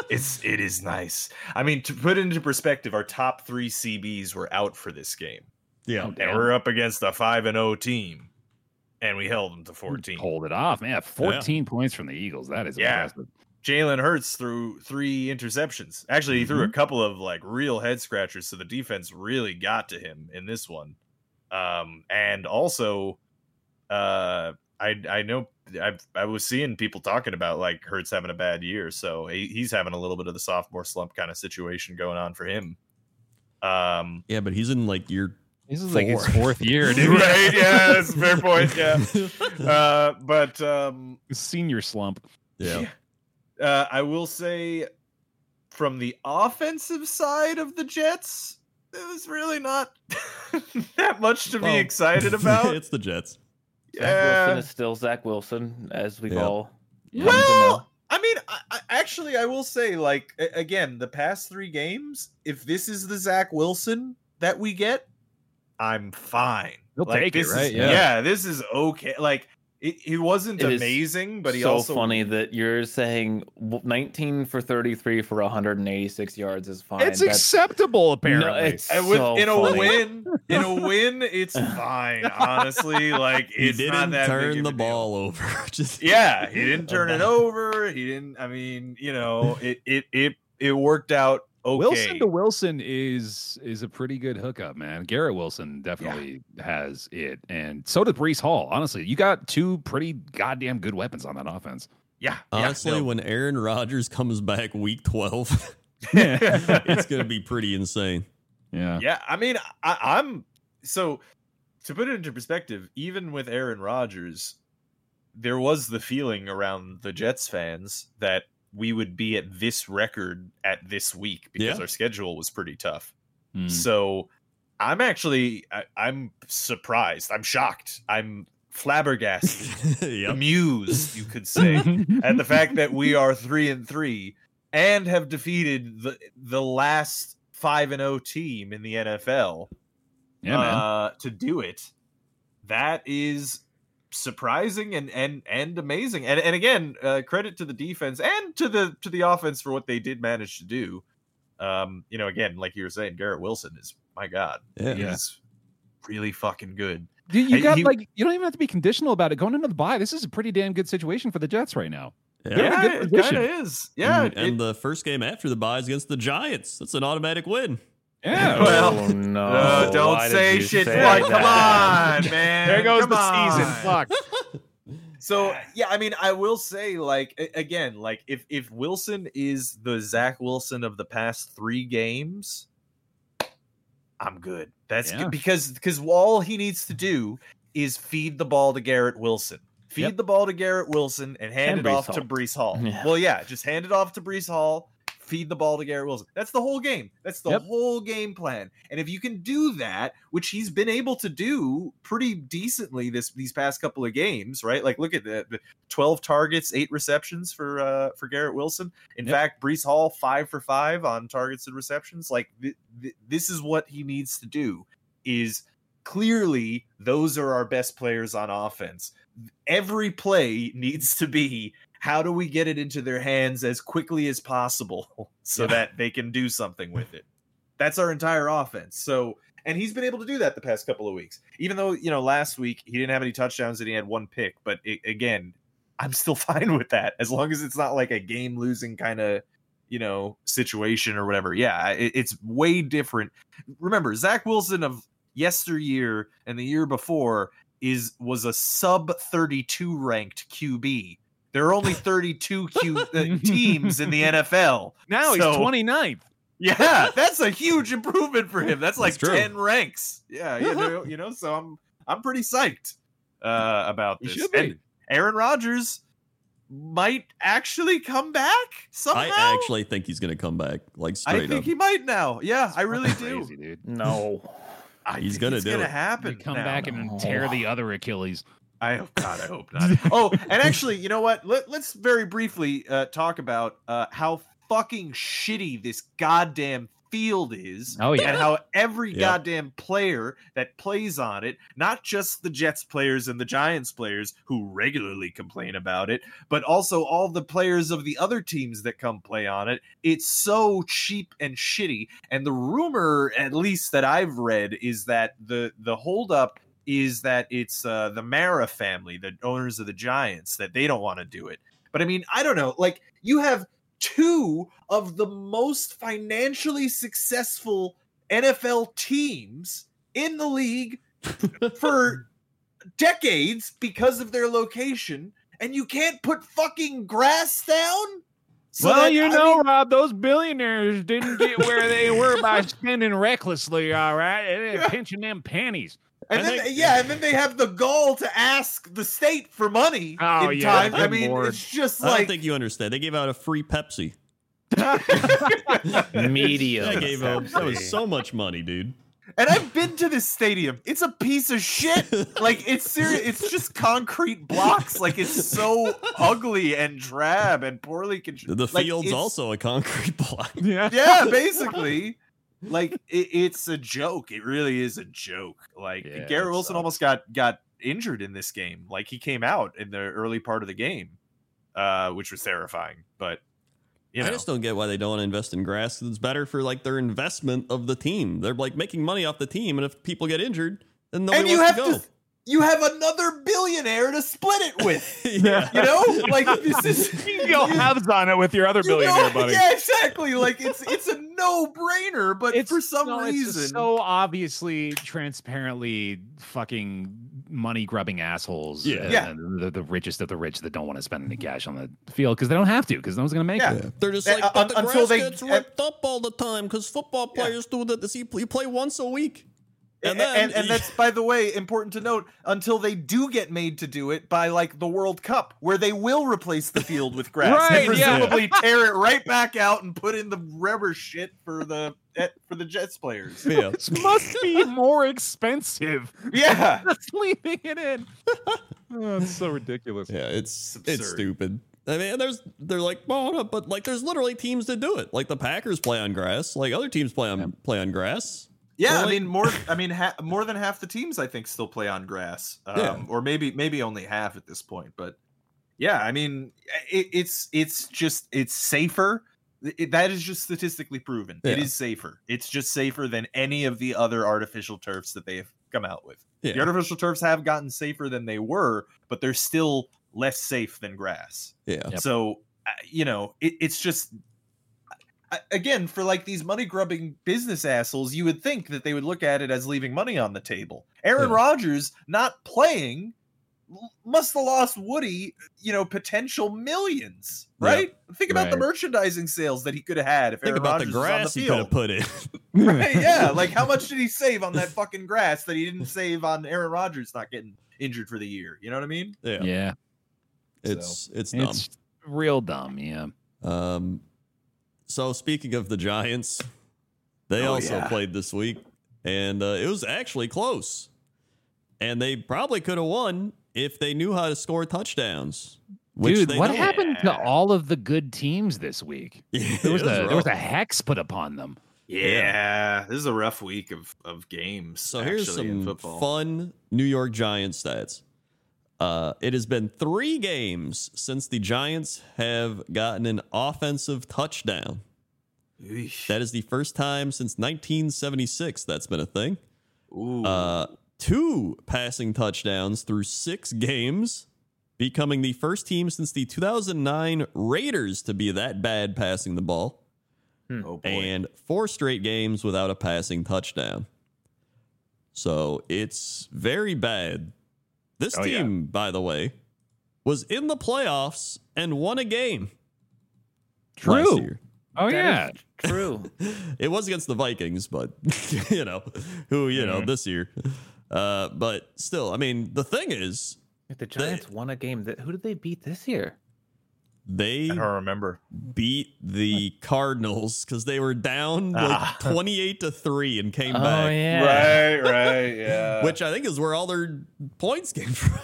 Speaker 3: it's it is nice. I mean, to put into perspective, our top three CBs were out for this game,
Speaker 2: yeah.
Speaker 3: and we're up against a five and O team, and we held them to fourteen.
Speaker 4: Hold it off, man. 14 points from the Eagles. That is
Speaker 3: Yeah.
Speaker 4: impressive.
Speaker 3: Jalen Hurts threw three interceptions. Actually, he threw a couple of like real head scratchers, so the defense really got to him in this one. Um, and also, uh, I I know I I was seeing people talking about like Hurts having a bad year, so he, he's having a little bit of the sophomore slump kind of situation going on for him. Um,
Speaker 2: Yeah, but he's in like year.
Speaker 4: This is like his
Speaker 2: Four.
Speaker 4: fourth year, dude.
Speaker 3: right? Yeah, that's a fair point. Yeah, uh, but um,
Speaker 4: Senior slump.
Speaker 2: yeah.
Speaker 3: Uh, I will say from the offensive side of the Jets, it was really not that much to
Speaker 2: Well,
Speaker 3: be excited about.
Speaker 2: Oh. it's the Jets.
Speaker 1: Zach Wilson
Speaker 3: yeah.
Speaker 1: is still Zach Wilson, as we've
Speaker 2: Yeah.
Speaker 1: all. come to know.
Speaker 3: Well, I mean, I, I, actually, I will say, like, a- again, the past three games, if this is the Zach Wilson that we get, I'm fine.
Speaker 4: He'll
Speaker 3: like,
Speaker 4: take it,
Speaker 3: this is-
Speaker 4: right? Yeah.
Speaker 3: this is okay. Like, it, he wasn't
Speaker 1: It is
Speaker 3: amazing, but he
Speaker 1: so
Speaker 3: also
Speaker 1: funny that you're saying w- 19 for 33 for 186 yards is fine.
Speaker 4: It's
Speaker 1: That's-
Speaker 4: acceptable, apparently.
Speaker 1: No, it's
Speaker 3: And with,
Speaker 1: so
Speaker 3: in a
Speaker 1: funny.
Speaker 3: win, in a win, it's fine. Honestly, like
Speaker 2: He
Speaker 3: it's not
Speaker 2: didn't
Speaker 3: that big
Speaker 2: turn
Speaker 3: of
Speaker 2: the
Speaker 3: a deal.
Speaker 2: ball over. Just
Speaker 3: Yeah, he didn't turn it over. He didn't. I mean, you know, it it it it worked out okay.
Speaker 4: Wilson to Wilson is is a pretty good hookup, man. Garrett Wilson definitely has it, and so did Brees Hall. Honestly, you got two pretty goddamn good weapons on that offense.
Speaker 3: yeah, yeah,
Speaker 2: Honestly,
Speaker 3: no.
Speaker 2: when Aaron Rodgers comes back week 12, it's going to be pretty insane.
Speaker 4: yeah.
Speaker 3: yeah. I mean, I, I'm so to put it into perspective. Even with Aaron Rodgers, there was the feeling around the Jets fans that we would be at this record at this week because
Speaker 2: Yeah.
Speaker 3: our schedule was pretty tough.
Speaker 4: Mm.
Speaker 3: So I'm actually I, I'm surprised. I'm shocked. I'm flabbergasted,
Speaker 2: yep.
Speaker 3: amused, you could say,
Speaker 4: Hmm.
Speaker 3: at the fact that we are three and three and have defeated the the last five and O team in the NFL
Speaker 4: yeah, man.
Speaker 3: uh, to do it. That is surprising and and and amazing. And and again, uh, credit to the defense and to the to the offense for what they did manage to do. Um, you know, again, like you were saying, Garrett Wilson is my god,
Speaker 2: Yeah.
Speaker 4: Yeah.
Speaker 3: he's really fucking good.
Speaker 4: Dude, you
Speaker 3: Hey,
Speaker 4: got
Speaker 3: he-
Speaker 4: like you don't even have to be conditional about it. Going into the bye, this is a pretty damn good situation for the Jets right now.
Speaker 2: Yeah.
Speaker 4: They're in a good
Speaker 3: it
Speaker 4: position.
Speaker 3: kind of is. Yeah,
Speaker 2: and,
Speaker 3: it-
Speaker 2: and the first game after the bye is against the Giants. That's an automatic win.
Speaker 4: Yeah.
Speaker 3: Well,
Speaker 1: oh, no.
Speaker 3: uh, don't
Speaker 1: Why did
Speaker 3: say
Speaker 1: you
Speaker 3: shit.
Speaker 1: say
Speaker 3: Floyd. Come
Speaker 1: that?
Speaker 3: on, man.
Speaker 4: there goes
Speaker 3: Come
Speaker 4: the
Speaker 3: on.
Speaker 4: season. Fuck.
Speaker 3: So yeah, I mean, I will say, like a- again, like if if Wilson is the Zach Wilson of the past three games, I'm good. That's
Speaker 4: Yeah.
Speaker 3: good because because all he needs to do is feed the ball to Garrett Wilson. Feed
Speaker 4: Yep.
Speaker 3: the ball to Garrett Wilson and
Speaker 1: And
Speaker 3: hand it
Speaker 1: Brees
Speaker 3: off to
Speaker 1: Hall.
Speaker 3: Brees Hall.
Speaker 1: Yeah.
Speaker 3: Well, yeah, just hand it off to Brees Hall. Feed the ball to Garrett Wilson. That's the whole game. That's the
Speaker 4: Yep.
Speaker 3: whole game plan. And if you can do that, which he's been able to do pretty decently this these past couple of games, right? Like look at the, the 12 targets, 8 receptions for uh for Garrett Wilson. In
Speaker 4: Yep.
Speaker 3: fact, Brees Hall 5 for 5 on targets and receptions. Like th- th- this is what he needs to do is clearly those are our best players on offense. Every play needs to be how do we get it into their hands as quickly as possible so that they can do something with it that's our entire offense so and he's been able to do that the past couple of weeks even though you know last week he didn't have any touchdowns and he had one pick but i again i'm still fine with that as long as it's not like a game losing kind of you know situation or whatever yeah it, it's way different remember zach wilson of yesteryear and the year before is was a sub 32 ranked qb there are only 32 Q, uh, teams in the NFL.
Speaker 4: Now he's
Speaker 3: So-
Speaker 4: 29th.
Speaker 3: Yeah, that's a huge improvement for him. That's like
Speaker 2: That's true. Uh-huh.
Speaker 3: 10 ranks. Yeah, you know, you know, so I'm I'm pretty psyched uh, about
Speaker 4: He
Speaker 3: this.
Speaker 4: should be.
Speaker 3: And Aaron Rodgers might actually come back somehow.
Speaker 2: I actually think he's going to come back like
Speaker 3: Oh, I
Speaker 2: straight
Speaker 3: think
Speaker 2: up.
Speaker 3: he might now. Yeah, I really do.
Speaker 4: Crazy, dude.
Speaker 1: No.
Speaker 3: I
Speaker 2: He's
Speaker 3: think
Speaker 2: gonna
Speaker 3: it's
Speaker 2: do
Speaker 3: gonna
Speaker 2: it.
Speaker 3: happen.
Speaker 4: come
Speaker 3: now.
Speaker 4: back and tear the other Achilles.
Speaker 3: I hope God, I hope not. Oh, and actually, you know what? Let, let's very briefly uh, talk about uh, how fucking shitty this goddamn field is.
Speaker 4: Oh, yeah.
Speaker 3: And how every
Speaker 2: Yeah.
Speaker 3: goddamn player that plays on it, not just the Jets players and the Giants players who regularly complain about it, but also all the players of the other teams that come play on it, it's so cheap and shitty. And the rumor, at least that I've read, is that the the holdup is that it's uh, the Mara family, the owners of the Giants, that they don't want to do it. But I mean, I don't know. Like you have two of the most financially successful NFL teams in the league for decades because of their location, and you can't put fucking grass down. So
Speaker 4: well,
Speaker 3: that-
Speaker 4: you
Speaker 3: I
Speaker 4: know,
Speaker 3: mean-
Speaker 4: Rob, those billionaires didn't get where they were by spending recklessly, all right? And
Speaker 3: Yeah.
Speaker 4: pinching them panties.
Speaker 3: And
Speaker 2: I
Speaker 3: then,
Speaker 2: think-
Speaker 3: yeah, and then they have the gall to ask the state for money
Speaker 4: Oh,
Speaker 3: in
Speaker 4: yeah,
Speaker 3: time. I
Speaker 4: good
Speaker 3: mean,
Speaker 4: lord.
Speaker 3: it's just
Speaker 2: I don't
Speaker 3: like
Speaker 2: think you understand. They gave out a free Pepsi.
Speaker 1: Medium.
Speaker 2: That gave up. That was so much money, dude.
Speaker 3: And I've been to this stadium. It's a piece of shit. Like it's serious. It's just concrete blocks. Like it's so ugly and drab and poorly constructed.
Speaker 2: The
Speaker 3: Like,
Speaker 2: field's
Speaker 3: it's-
Speaker 2: also a concrete block.
Speaker 4: Yeah.
Speaker 3: Yeah, basically. Like it, it's a joke. It really is a joke. Like
Speaker 4: Yeah,
Speaker 3: Garrett
Speaker 4: it
Speaker 3: Wilson
Speaker 4: sucks.
Speaker 3: almost got got injured in this game. Like he came out in the early part of the game, uh, which was terrifying. But you know,
Speaker 2: I just don't get why they don't want to invest in grass. 'cause It's better for like their investment of the team. They're like making money off the team, and if people get injured, then nobody
Speaker 3: and you
Speaker 2: wants
Speaker 3: have to,
Speaker 2: to
Speaker 3: you have another billionaire to split it with.
Speaker 2: go. yeah.
Speaker 3: You know, like this is
Speaker 5: You can go halves on it with your other
Speaker 3: you know-
Speaker 5: billionaire buddy.
Speaker 3: Yeah, exactly. Like it's it's a no brainer, but for some
Speaker 4: no, it's just
Speaker 3: reason,
Speaker 4: so obviously, transparently, fucking money grubbing assholes.
Speaker 2: Yeah.
Speaker 4: uh,
Speaker 3: Yeah.
Speaker 4: The, the richest of the rich that don't want to spend any cash on the field because they don't have to because no one's gonna make
Speaker 3: Yeah.
Speaker 4: it.
Speaker 2: They're just
Speaker 3: Uh,
Speaker 2: like,
Speaker 3: uh,
Speaker 2: but the
Speaker 3: un- until
Speaker 2: grass
Speaker 3: they-
Speaker 2: gets ripped up all the time because football players do that. This, you play- you play once a week.
Speaker 3: and,
Speaker 2: And
Speaker 3: and,
Speaker 2: then-
Speaker 3: and that's by the way important to note until they do get made to do it by like the World Cup, where they will replace the field with grass and
Speaker 4: Right, yeah.
Speaker 3: presumably tear it right back out and put in the rubber shit for the eh, for the Jets players.
Speaker 2: Yeah.
Speaker 4: This must be more expensive.
Speaker 3: Yeah,
Speaker 4: Just leaving it in. oh, it's so ridiculous.
Speaker 2: Yeah, it's
Speaker 3: It's
Speaker 2: it's
Speaker 3: absurd.
Speaker 2: stupid. I mean, and there's they're like, oh, no, but like, there's literally teams that do it. Like the Packers play on grass. Like other teams play on play on grass.
Speaker 3: yeah.
Speaker 2: Well,
Speaker 3: I
Speaker 2: like-
Speaker 3: mean more. I mean ha- more than half the teams I think still play on grass, um,
Speaker 2: Yeah.
Speaker 3: or maybe maybe only half at this point. But yeah, I mean it, it's it's just it's safer. It, that is just statistically proven. It
Speaker 2: Yeah.
Speaker 3: is safer. It's just safer than any of the other artificial turfs that they have come out with. The
Speaker 2: Yeah,
Speaker 3: artificial turfs have gotten safer than they were, but they're still less safe than grass.
Speaker 2: yeah,
Speaker 4: Yep.
Speaker 3: So, uh, you know, it, it's just I- again for like these money grubbing business assholes, you would think that they would look at it as leaving money on the table. Aaron
Speaker 2: Yeah.
Speaker 3: Rodgers not playing l- must have lost Woody, you know, potential millions,
Speaker 2: Yeah.
Speaker 3: right? Think about the
Speaker 4: Right.
Speaker 3: merchandising sales that he could have had if
Speaker 2: Think
Speaker 3: Aaron
Speaker 2: about the
Speaker 3: Rodgers was on the
Speaker 2: grass you could have
Speaker 3: field.
Speaker 2: put in.
Speaker 3: Hey, yeah, like how much did he save on that fucking grass that he didn't save on Aaron Rodgers not getting injured for the year? You know what I mean?
Speaker 2: yeah,
Speaker 4: yeah.
Speaker 2: it's it's dumb.
Speaker 4: It's real dumb, yeah.
Speaker 2: Um, so speaking of the Giants, they
Speaker 3: Oh,
Speaker 2: also
Speaker 3: yeah.
Speaker 2: played this week, and uh, it was actually close. And they probably could have won if they knew how to score touchdowns. Which
Speaker 4: Dude,
Speaker 2: they
Speaker 4: what
Speaker 2: don't.
Speaker 4: happened to all of the good teams this week?
Speaker 2: It
Speaker 4: There was,
Speaker 2: was
Speaker 4: a there was a
Speaker 2: rough.
Speaker 4: hex put upon them.
Speaker 3: Yeah, this is a rough week of of games.
Speaker 2: So here's
Speaker 3: actually, in
Speaker 2: some
Speaker 3: football.
Speaker 2: fun New York Giants stats. Uh, it has been three games since the Giants have gotten an offensive touchdown.
Speaker 3: Eesh.
Speaker 2: That is the first time since 1976 that's been a thing.
Speaker 3: Ooh.
Speaker 2: Uh, two passing touchdowns through six games, becoming the first team since the 2009 Raiders to be that bad passing the ball
Speaker 3: oh boy.
Speaker 2: and four straight games without a passing touchdown. So it's very bad. This
Speaker 5: Oh, yeah.
Speaker 2: team, by the way, was in the playoffs and won a game. last
Speaker 4: True.
Speaker 2: year.
Speaker 4: Oh yeah.
Speaker 1: That is True.
Speaker 2: It was against the Vikings, but you know, who, you
Speaker 3: Mm-hmm.
Speaker 2: know, this year. Uh, but still, I mean, the thing is,
Speaker 1: If the Giants won a game, that who did they beat this year?
Speaker 2: they
Speaker 3: I don't remember.
Speaker 2: beat the Cardinals because they were down like
Speaker 3: Ah.
Speaker 2: 28 to 3 and came
Speaker 1: Oh
Speaker 2: back,
Speaker 1: yeah.
Speaker 3: Right, right, yeah.
Speaker 2: which I think is where all their points came from.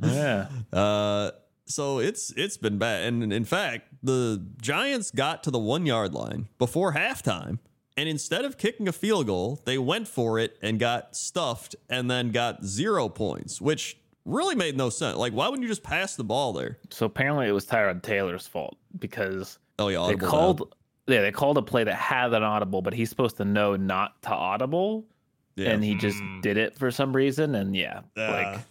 Speaker 1: Yeah.
Speaker 2: Uh, so it's it's been bad, and in fact, the Giants got to the one yard line before halftime, and instead of kicking a field goal, they went for it and got stuffed, and then got zero points, which really made no sense. Like, why wouldn't you just pass the ball there?
Speaker 1: So apparently it was Tyron Taylor's fault because
Speaker 2: Oh yeah,
Speaker 1: they
Speaker 2: audible
Speaker 1: called.
Speaker 2: down.
Speaker 1: Yeah, they called a play that had an audible, but he's supposed to know not to audible,
Speaker 2: Yeah.
Speaker 1: and he just
Speaker 3: Mm.
Speaker 1: did it for some reason. And yeah,
Speaker 2: Uh,
Speaker 1: like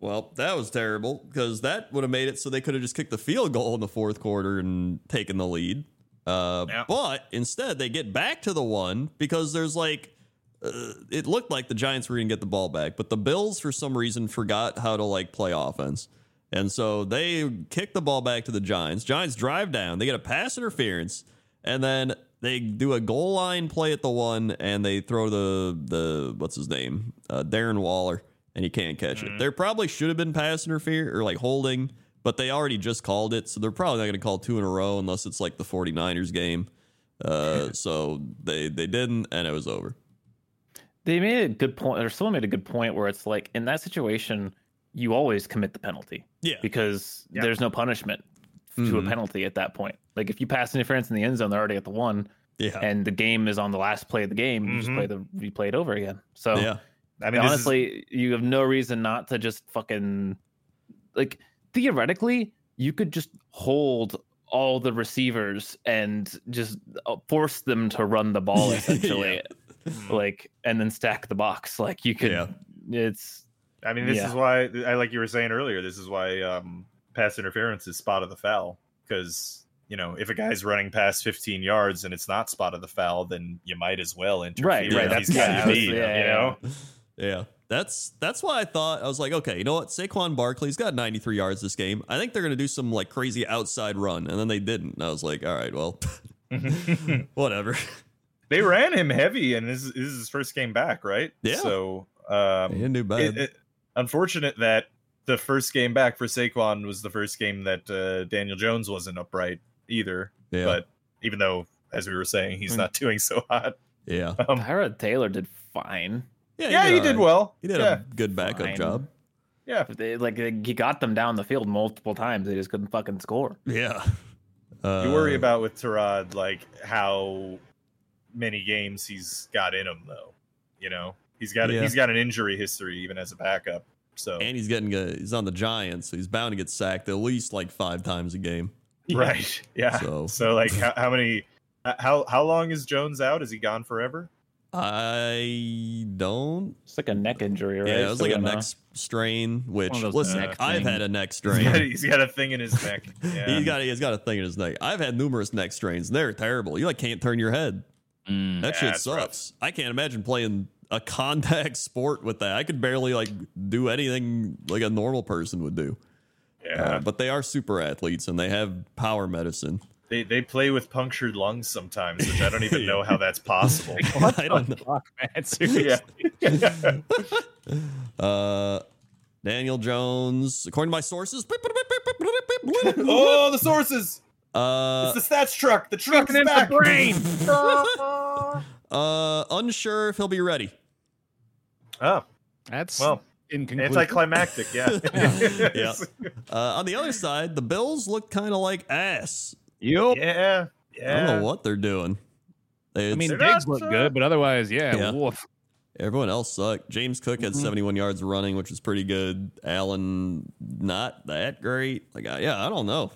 Speaker 2: well, that was terrible because that would have made it so they could have just kicked the field goal in the fourth quarter and taken the lead. Uh,
Speaker 3: Yeah.
Speaker 2: But instead, they get back to the one because there's like, uh, it looked like the Giants were going to get the ball back, but the Bills, for some reason, forgot how to like play offense. And so they kick the ball back to the Giants. Giants drive down, they get a pass interference, and then they do a goal line play at the one, and they throw the the what's his name, uh, Darren Waller, and he can't catch it. There probably should have been pass interference or like holding, but they already just called it, so they're probably not going to call two in a row unless it's like the 49ers game. Uh, so they they didn't, and it was over.
Speaker 1: They made a good point, or someone made a good point where it's like in that situation, you always commit the penalty
Speaker 2: Yeah,
Speaker 1: because
Speaker 5: Yeah.
Speaker 1: there's no punishment to a
Speaker 2: Mhm.
Speaker 1: penalty at that point. Like if you pass interference in the end zone, they're already at the one,
Speaker 2: yeah,
Speaker 1: and the game is on the last play of the game. You just
Speaker 5: Mhm.
Speaker 1: play the replay it over again. So
Speaker 2: yeah.
Speaker 5: I mean, honestly,
Speaker 1: honestly, you have no reason not to just fucking like theoretically, you could just hold all the receivers and just uh, force them to run the ball
Speaker 2: Yeah.
Speaker 1: essentially,
Speaker 2: Hmm.
Speaker 1: like and then stack the box. Like you could,
Speaker 2: Yeah.
Speaker 1: it's
Speaker 5: I mean,
Speaker 1: this
Speaker 5: this
Speaker 1: yeah.
Speaker 5: is
Speaker 1: is
Speaker 5: why
Speaker 3: I like you were saying earlier. This is why um, pass interference is spot of the foul because you know if a guy's running past 15 yards and it's not spot of the foul, then you might as well interfere.
Speaker 1: Right,
Speaker 2: right,
Speaker 3: if
Speaker 2: that's-
Speaker 3: he's got
Speaker 1: yeah,
Speaker 3: you
Speaker 1: that's-
Speaker 3: beat,
Speaker 1: yeah,
Speaker 3: you know.
Speaker 2: Yeah. That's that's why I thought I was like, okay, you know what? Saquon Barkley's got 93 yards this game. I think they're gonna do some like crazy outside run, and then they didn't. And I was like, all right, well, whatever.
Speaker 3: They ran him heavy, and this is, this is his first game back, right?
Speaker 2: Yeah.
Speaker 3: So um,
Speaker 2: They didn't do bad.
Speaker 3: it, it- unfortunate that the first game back for Saquon was the first game that uh, Daniel Jones wasn't upright either.
Speaker 2: yeah,
Speaker 3: But even though, as we were saying, he's
Speaker 2: Hmm.
Speaker 1: Mm.
Speaker 3: not doing so hot.
Speaker 2: yeah,
Speaker 3: Um,
Speaker 1: Tyra Taylor did fine.
Speaker 3: yeah, he did
Speaker 2: alright.
Speaker 3: well.
Speaker 2: He did
Speaker 3: yeah.
Speaker 2: a good backup
Speaker 1: Fine.
Speaker 2: job.
Speaker 3: yeah.
Speaker 1: They, like they, he got them down the field multiple times. They just couldn't fucking score.
Speaker 2: Yeah. Uh,
Speaker 3: You worry about with Tarad, like how many games he's got in him, though. You know, he's got
Speaker 2: Yeah.
Speaker 3: he's got an injury history even as a backup. So
Speaker 2: and he's getting uh, he's on the Giants, so he's bound to get sacked at least like five times a game.
Speaker 3: right, yeah.
Speaker 2: So-
Speaker 3: So, like, how, how many? How how long is Jones out? Is he gone forever?
Speaker 2: I don't.
Speaker 1: It's like a neck injury, right?
Speaker 2: Yeah, it was
Speaker 1: So we
Speaker 2: like a
Speaker 1: don't know.
Speaker 2: neck strain. Which
Speaker 1: One of those
Speaker 2: listen,
Speaker 1: neck
Speaker 2: I've had a neck strain.
Speaker 3: he's got a thing in his neck. Yeah.
Speaker 2: He's got he's got a thing in his neck. I've had numerous neck strains. and They're terrible. You like can't turn your head.
Speaker 6: Mm.
Speaker 2: That
Speaker 3: Yeah,
Speaker 2: shit
Speaker 3: it's rough.
Speaker 2: sucks. I can't imagine playing a contact sport with that. I could barely like do anything like a normal person would do.
Speaker 3: yeah.
Speaker 2: Uh, but they are super athletes and they have power medicine.
Speaker 3: They they play with punctured lungs sometimes, which I don't even know how that's possible.
Speaker 2: I don't know.
Speaker 4: Fuck, man. Seriously.
Speaker 3: yeah.
Speaker 2: Uh, Daniel Jones, according to my sources.
Speaker 3: Oh, the sources!
Speaker 2: Uh,
Speaker 3: it's the stats truck. The truck is
Speaker 4: in the
Speaker 3: back.
Speaker 4: brain.
Speaker 2: uh, unsure if he'll be ready.
Speaker 3: Oh,
Speaker 4: That's
Speaker 3: well,
Speaker 4: inconclusive.
Speaker 3: anticlimactic. Yeah.
Speaker 2: Yeah. Uh, on the other side, the Bills look kind of like ass.
Speaker 4: Yup.
Speaker 3: Yeah.
Speaker 2: I don't
Speaker 3: Yeah.
Speaker 2: know what they're doing.
Speaker 4: I
Speaker 2: It's-
Speaker 4: mean,
Speaker 3: They're
Speaker 4: Diggs
Speaker 3: not,
Speaker 4: looked
Speaker 3: uh,
Speaker 4: good, but otherwise, yeah,
Speaker 2: Yeah.
Speaker 4: woof.
Speaker 2: Everyone else sucked. James Cook had 71 yards running, which was pretty good. Allen, not that great. Like, I, yeah, I don't know.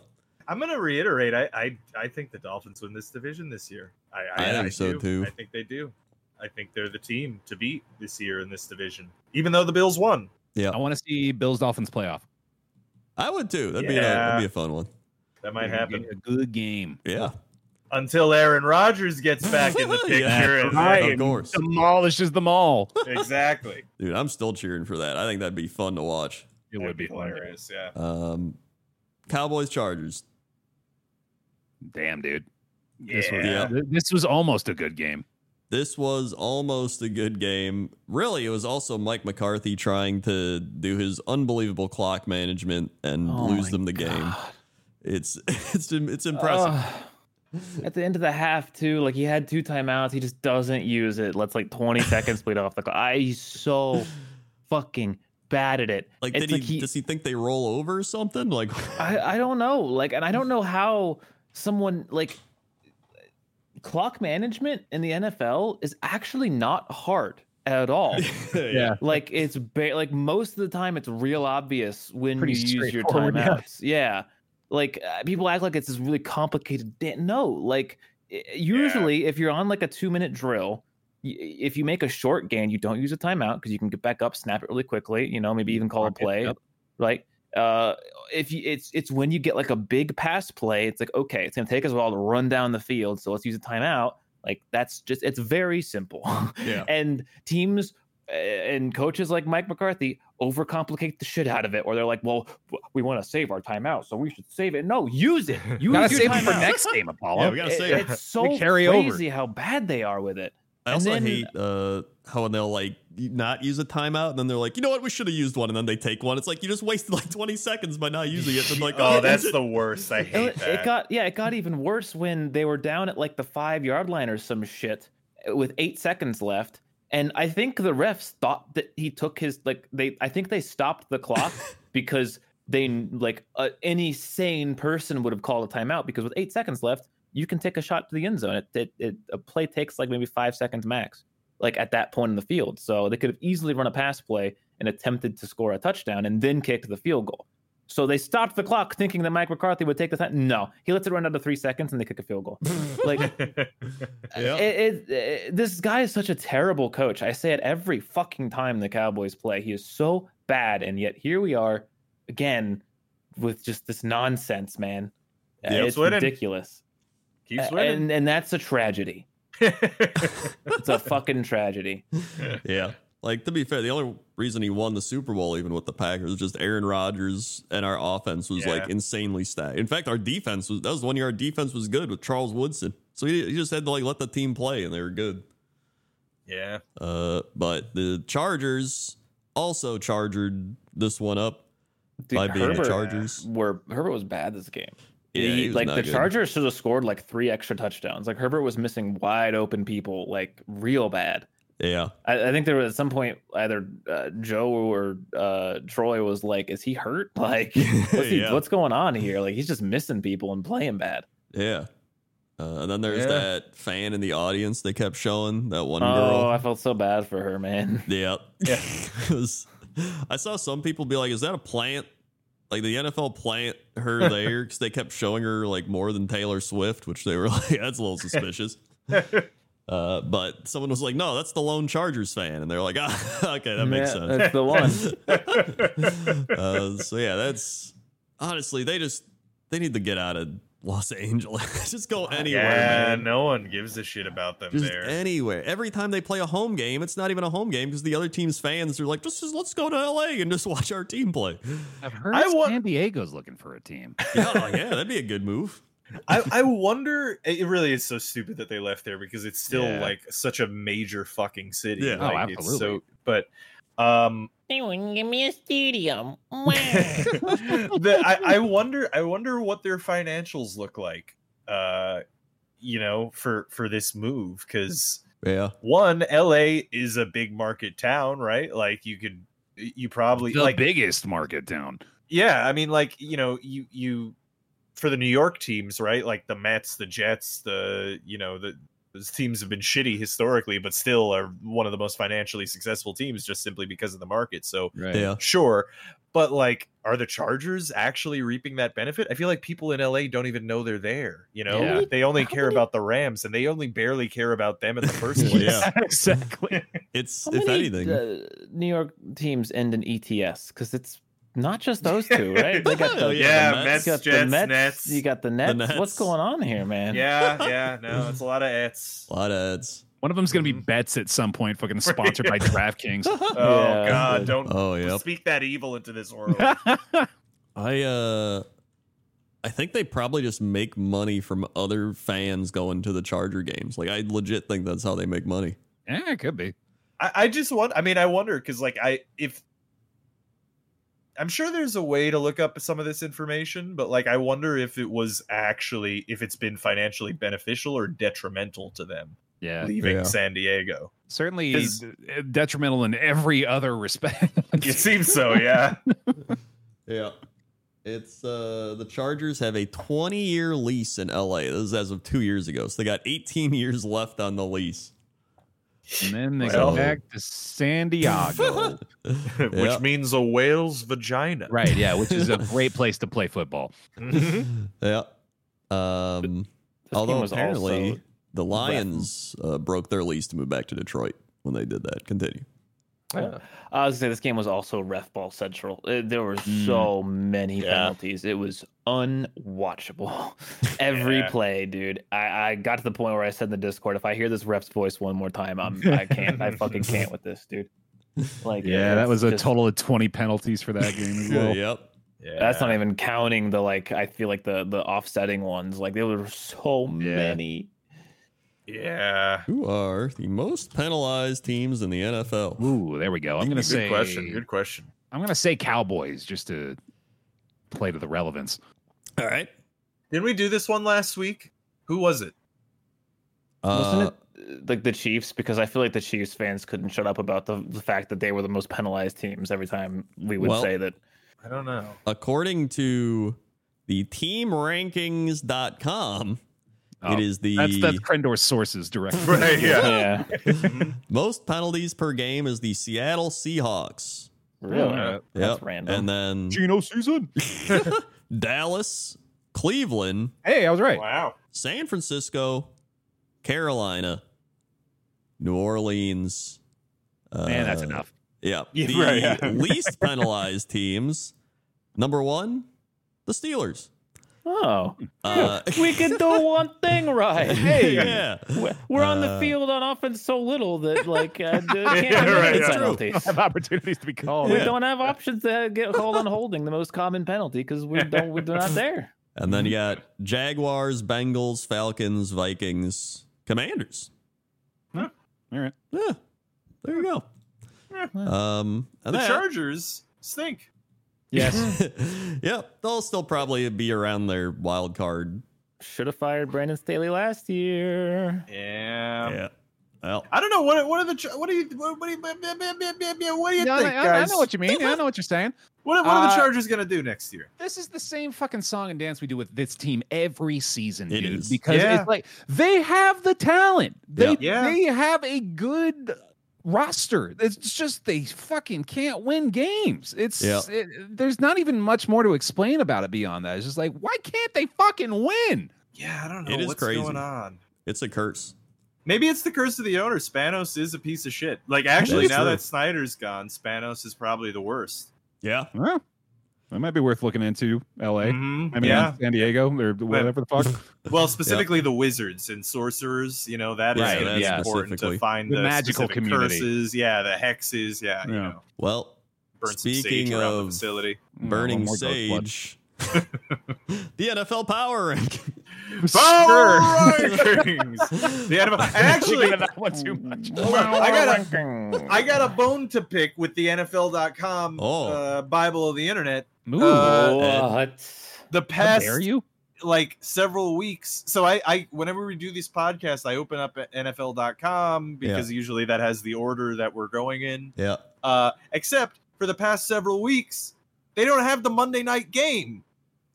Speaker 3: I'm gonna reiterate. I, I I think the Dolphins win this division this year. I, I,
Speaker 2: I think so,
Speaker 3: do.
Speaker 2: too.
Speaker 3: I think they do. I think they're the team to beat this year in this division, even though the Bills won.
Speaker 4: I want to see Bills Dolphins playoff.
Speaker 2: I would too. That'd be a,
Speaker 3: Yeah.
Speaker 2: that'd be a fun one.
Speaker 3: That might happen
Speaker 4: A good game.
Speaker 2: Yeah,
Speaker 3: until Aaron Rodgers gets back in the picture.
Speaker 2: Yeah,
Speaker 3: and-
Speaker 4: right.
Speaker 2: of course,
Speaker 4: Demolishes them all.
Speaker 3: Exactly.
Speaker 2: dude. I'm still cheering for that. I think that'd be fun to watch.
Speaker 4: It
Speaker 3: That'd
Speaker 4: would be fun.
Speaker 3: hilarious. Yeah.
Speaker 2: Um, Cowboys, Chargers.
Speaker 4: Damn, dude.
Speaker 3: Yeah.
Speaker 4: This, was,
Speaker 2: Yeah.
Speaker 4: th- this was almost a good game.
Speaker 2: This was almost a good game. Really, it was also Mike McCarthy trying to do his unbelievable clock management and
Speaker 1: Oh
Speaker 2: lose
Speaker 1: my
Speaker 2: them the game.
Speaker 1: God.
Speaker 2: It's it's it's impressive.
Speaker 1: Ugh. at the end of the half, too, like he had two timeouts. He just doesn't use it. Let's like 20 seconds bleed off the clock. I, he's so fucking bad at it.
Speaker 2: like,
Speaker 1: It's
Speaker 2: did he, does he think they roll over or something? Like,
Speaker 1: I, I don't know. Like, and I don't know how someone like clock management in the NFL is actually not hard at all.
Speaker 4: Yeah.
Speaker 1: like it's ba- like most of the time it's real obvious when
Speaker 4: Pretty
Speaker 1: you use your
Speaker 4: straightforward, yeah.
Speaker 1: timeouts. Yeah. Like uh, people act like it's this really complicated. da- no, like i- usually if you're on like a 2-minute drill, y- if you make a short gain, you don't use a timeout because you can get back up, snap it really quickly, you know, maybe even call a
Speaker 4: Lock it
Speaker 1: play.
Speaker 4: up.
Speaker 1: Like uh if you it's it's when you get like a big pass play, it's like okay, it's going to take us a while to run down the field, so let's use a timeout. Like that's just it's very simple.
Speaker 2: yeah,
Speaker 1: and teams uh, and coaches like Mike McCarthy overcomplicate the shit out of it, or they're like, "Well, w- we want to save our timeout, so we should save it." No, use it. Use
Speaker 4: Gotta
Speaker 1: your
Speaker 4: save it for
Speaker 1: timeout.
Speaker 4: next game, Apollo.
Speaker 2: we gotta
Speaker 1: It-
Speaker 2: save it.
Speaker 1: It's so
Speaker 4: carry over.
Speaker 1: crazy how bad they are with it.
Speaker 2: I
Speaker 1: And
Speaker 2: also
Speaker 1: then-
Speaker 2: hate uh, how when they'll like not use a timeout and then they're like, you know what, we should have used one, and then they take one. It's like you just wasted like 20 seconds by not using it. And like,
Speaker 3: oh, that's the worst. I hate
Speaker 1: It,
Speaker 3: that.
Speaker 1: it got yeah, it got even worse when they were down at like the five yard line or some shit uh, with eight seconds left. And I think the refs thought that he took his like they I think they stopped the clock because they like uh, any sane person would have called a timeout because with eight seconds left you can take a shot to the end zone. It, it, it a play takes like maybe five seconds max, like at that point in the field. So they could have easily run a pass play and attempted to score a touchdown and then kicked the field goal. So they stopped the clock, thinking that Mike McCarthy would take the time. No, he lets it run down to three seconds and they kick a field goal. like
Speaker 2: Yeah.
Speaker 1: it, it, it- this guy is such a terrible coach. I say it every fucking time the Cowboys play. He is so bad, and yet here we are again with just this nonsense, man. Uh,
Speaker 3: Keeps
Speaker 1: it's
Speaker 3: winning.
Speaker 1: ridiculous,
Speaker 3: Keeps
Speaker 1: A-
Speaker 3: winning.
Speaker 1: and and that's a tragedy. It's a fucking tragedy.
Speaker 2: yeah. Like to be fair, the only reason he won the Super Bowl, even with the Packers, was just Aaron Rodgers and our offense was like
Speaker 3: Yeah.
Speaker 2: insanely stacked. In fact, our defense was that was the one year our defense was good with Charles Woodson. So he, he just had to like let the team play, and they were good.
Speaker 3: yeah.
Speaker 2: Uh, but the Chargers also chargered this one up
Speaker 1: Dude,
Speaker 2: by being
Speaker 1: Herbert
Speaker 2: the Chargers.
Speaker 1: were Herbert was bad this game.
Speaker 2: Yeah,
Speaker 1: He-
Speaker 2: he was
Speaker 1: like
Speaker 2: not
Speaker 1: the
Speaker 2: good.
Speaker 1: Chargers should have scored like three extra touchdowns. Like Herbert was missing wide open people, like real bad.
Speaker 2: Yeah.
Speaker 1: I, I think there was at some point either uh, Joe or uh, Troy was like, "Is he hurt? Like, what's, he,
Speaker 2: Yeah.
Speaker 1: what's going on here? Like, he's just missing people and playing bad."
Speaker 2: Yeah. Uh, and then there's
Speaker 3: Yeah.
Speaker 2: that fan in the audience they kept showing, that one
Speaker 1: Oh,
Speaker 2: girl.
Speaker 1: I felt so bad for her, man.
Speaker 2: Yeah.
Speaker 3: Yeah.
Speaker 2: It was- I saw some people be like, is that a plant? Like the NFL plant her there because they kept showing her like more than Taylor Swift, which they were like, that's a little suspicious. uh, but someone was like, no, that's the lone Chargers fan. And they're like, ah, okay, that makes
Speaker 1: Yeah,
Speaker 2: sense.
Speaker 1: That's the one.
Speaker 2: uh, so yeah, that's honestly they just they need to get out of Los Angeles. just go anywhere,
Speaker 3: yeah,
Speaker 2: man.
Speaker 3: no one gives a shit about them
Speaker 2: Just
Speaker 3: there.
Speaker 2: anywhere. Every time they play a home game, it's not even a home game because the other team's fans are like, just, just let's go to LA and just watch our team play.
Speaker 4: I've heard
Speaker 3: I wa-
Speaker 4: San Diego's looking for a team.
Speaker 2: Yeah, I'm like, yeah, that'd be a good move.
Speaker 3: I, I wonder. It really is so stupid that they left there because it's still
Speaker 2: Yeah.
Speaker 3: like such a major fucking city.
Speaker 2: Yeah.
Speaker 4: Oh,
Speaker 3: Like, it's
Speaker 4: absolutely.
Speaker 3: so, but um,
Speaker 1: They wouldn't give me a stadium.
Speaker 3: the, I, I wonder. I wonder what their financials look like. Uh, you know, for for this move because
Speaker 2: Yeah,
Speaker 3: one, L.A. is a big market town, right? Like you could, you probably
Speaker 4: the
Speaker 3: like
Speaker 4: biggest market town.
Speaker 3: yeah i mean like you know you you for the new york teams right like the mets the jets the you know the those teams have been shitty historically but still are one of the most financially successful teams just simply because of the market so
Speaker 4: Right.
Speaker 2: yeah.
Speaker 3: sure but like are the chargers actually reaping that benefit i feel like people in la don't even know they're there you know
Speaker 4: Yeah.
Speaker 3: they only care about the rams and they only barely care about them in the first place
Speaker 2: Yeah.
Speaker 4: exactly.
Speaker 2: It's
Speaker 1: How
Speaker 2: if
Speaker 1: many,
Speaker 2: anything,
Speaker 1: uh, New York teams end in E ETS because it's not just those two, right? They got
Speaker 2: Oh,
Speaker 1: the,
Speaker 2: Yeah,
Speaker 3: yeah,
Speaker 2: the
Speaker 1: you
Speaker 3: Mets,
Speaker 1: got
Speaker 3: Jets,
Speaker 1: the Mets,
Speaker 3: Nets.
Speaker 1: you got the Nets.
Speaker 2: Nets.
Speaker 1: What's going on here, man?
Speaker 3: yeah, yeah, no, it's a lot of ets.
Speaker 2: a lot of ads.
Speaker 4: One of them's gonna be bets at some point, fucking sponsored by DraftKings.
Speaker 3: Oh
Speaker 1: Yeah.
Speaker 3: God! Don't
Speaker 2: Oh yeah,
Speaker 3: speak that evil into this world.
Speaker 2: I uh I think they probably just make money from other fans going to the Charger games. Like I legit think that's how they make money.
Speaker 4: yeah, it could be.
Speaker 3: I, I just want. I mean, I wonder because, like, I if I'm sure there's a way to look up some of this information, but like, I wonder if it was actually if it's been financially beneficial or detrimental to them
Speaker 4: Yeah.
Speaker 3: leaving
Speaker 2: Yeah.
Speaker 3: San Diego.
Speaker 4: Certainly
Speaker 3: Is-
Speaker 4: d- eh, detrimental in every other respect.
Speaker 3: It seems so, yeah.
Speaker 2: Yeah. It's uh the Chargers have a 20 year lease in LA. This is as of 2 years ago. So they got 18 years left on the lease.
Speaker 4: and then they
Speaker 2: Well-
Speaker 4: go back to San Diego.
Speaker 3: Which
Speaker 2: Yeah.
Speaker 3: means a whale's vagina,
Speaker 4: right, yeah, which is a great place to play football.
Speaker 3: Mhm.
Speaker 2: Yeah. Um
Speaker 1: This
Speaker 2: although
Speaker 1: game was
Speaker 2: apparently
Speaker 1: also-
Speaker 2: the Lions uh, broke their lease to move back to Detroit when they did that. Continue.
Speaker 1: I was gonna say this game was also ref ball central. Uh, There were so many
Speaker 3: Yeah.
Speaker 1: penalties; it was unwatchable. Every
Speaker 3: Yeah.
Speaker 1: play, dude. I, I got to the point where I said in the Discord, if I hear this ref's voice one more time, I'm I can't. I fucking can't with this, dude. Like,
Speaker 4: Yeah, that
Speaker 1: it's
Speaker 4: was a
Speaker 1: just-
Speaker 4: total of 20 penalties for that game as well.
Speaker 2: yep.
Speaker 3: Yeah.
Speaker 1: That's not even counting the like. I feel like the the offsetting ones. Like there were so
Speaker 4: Yeah.
Speaker 1: many.
Speaker 3: Yeah.
Speaker 2: Who are the most penalized teams in the NFL?
Speaker 4: Ooh, there we go. I'm
Speaker 2: Good
Speaker 4: gonna
Speaker 3: Good
Speaker 4: say
Speaker 3: question. Good question.
Speaker 4: I'm gonna say Cowboys just to play to the relevance.
Speaker 2: All right.
Speaker 3: Didn't we do this one last week? Who was it?
Speaker 2: Uh,
Speaker 1: Wasn't it uh, like the Chiefs? Because I feel like the Chiefs fans couldn't shut up about the, the fact that they were the most penalized teams every time we would
Speaker 2: Well-
Speaker 1: say that.
Speaker 3: I don't know.
Speaker 2: according to the teamrankings.com,
Speaker 4: Oh,
Speaker 2: it is the
Speaker 4: That's that's Krendor's sources direct.
Speaker 3: Right. Yeah.
Speaker 1: Yeah,
Speaker 2: most penalties per game is the Seattle Seahawks.
Speaker 1: really.
Speaker 4: Yeah.
Speaker 1: That's
Speaker 2: Yep.
Speaker 1: random.
Speaker 2: And then
Speaker 4: Geno season.
Speaker 2: Dallas, Cleveland,
Speaker 4: Hey, I was right.
Speaker 3: Wow.
Speaker 2: San Francisco, Carolina, New Orleans. Uh,
Speaker 4: Man, that's enough.
Speaker 2: Yeah.
Speaker 5: Yeah,
Speaker 2: the
Speaker 5: right, yeah.
Speaker 2: least penalized teams. Number one, the Steelers.
Speaker 1: oh,
Speaker 2: Uh,
Speaker 1: we could do one thing right.
Speaker 4: Hey.
Speaker 2: yeah.
Speaker 1: We're- We're on the
Speaker 2: Uh,
Speaker 1: field on offense so little that like uh, d- can't
Speaker 3: Yeah,
Speaker 1: have
Speaker 3: right,
Speaker 1: any
Speaker 3: yeah.
Speaker 1: penalties. Oh,
Speaker 4: Have opportunities to be called.
Speaker 1: We don't have options to get called on holding, the most common penalty, because we don't we're not there.
Speaker 2: And then you got Jaguars, Bengals, Falcons, Vikings, Commanders.
Speaker 4: All right.
Speaker 2: Yeah. There you go. Um, and
Speaker 3: The
Speaker 2: that-
Speaker 3: Chargers stink.
Speaker 4: Yes.
Speaker 2: yep. They'll still probably be around their wild card.
Speaker 1: Should have fired Brandon Staley last year.
Speaker 3: Yeah.
Speaker 2: yeah. Well,
Speaker 3: I don't know what what are the Char- what do you what, what do you what do you, what do you
Speaker 4: No,
Speaker 3: think,
Speaker 4: I, I- I
Speaker 3: guys?
Speaker 4: know what you mean. Yeah, I know what you're saying.
Speaker 3: What, what are the
Speaker 4: Uh,
Speaker 3: Chargers gonna do next year?
Speaker 4: This is the same fucking song and dance we do with this team every season,
Speaker 2: It
Speaker 4: dude.
Speaker 2: is.
Speaker 4: Because
Speaker 3: Yeah.
Speaker 4: it's like they have the talent. They
Speaker 2: Yeah.
Speaker 3: Yeah.
Speaker 4: they have a good roster. It's just they fucking can't win games. It's
Speaker 2: Yeah.
Speaker 4: it, there's not even much more to explain about it beyond that. It's just like why can't they fucking win?
Speaker 3: Yeah, I don't know
Speaker 2: It is
Speaker 3: what's
Speaker 2: crazy.
Speaker 3: going on.
Speaker 2: it's a curse.
Speaker 3: Maybe it's the curse of the owner. Spanos is a piece of shit. Like actually,
Speaker 2: That's
Speaker 3: now
Speaker 2: true.
Speaker 3: that Snyder's gone, Spanos is probably the worst.
Speaker 2: Yeah.
Speaker 4: Well, that might be worth looking into. L.A.
Speaker 3: Mhm,
Speaker 4: I mean,
Speaker 3: yeah.
Speaker 4: San Diego or whatever the fuck. Oh,
Speaker 3: Well, specifically the wizards and sorcerers. You know that is
Speaker 2: Right,
Speaker 3: gonna
Speaker 2: that's
Speaker 3: be important to
Speaker 2: specifically.
Speaker 3: find
Speaker 4: The
Speaker 3: the,
Speaker 4: magical
Speaker 3: specific
Speaker 4: community.
Speaker 3: curses. Yeah, the hexes. Yeah, you
Speaker 4: Yeah.
Speaker 3: know,
Speaker 2: Well,
Speaker 3: burn some sage
Speaker 2: Speaking
Speaker 3: around the
Speaker 2: of-
Speaker 3: facility.
Speaker 2: burning
Speaker 4: more ghost blood.
Speaker 2: sage. the NFL power rank.
Speaker 3: Power rankings. the animal. And actually,
Speaker 4: that one too much.
Speaker 3: Hold on, I gotta- I got a bone to pick with the NFL.com
Speaker 2: Oh.
Speaker 3: uh, Bible of the Internet.
Speaker 4: Ooh,
Speaker 3: Uh,
Speaker 1: what?
Speaker 3: The
Speaker 4: how
Speaker 3: past
Speaker 4: dare you?
Speaker 3: like several weeks. So I, I whenever we do these podcasts, I open up at NFL.com because usually that has the order that we're going in.
Speaker 2: Yeah.
Speaker 3: Uh, except for the past several weeks, they don't have the Monday night game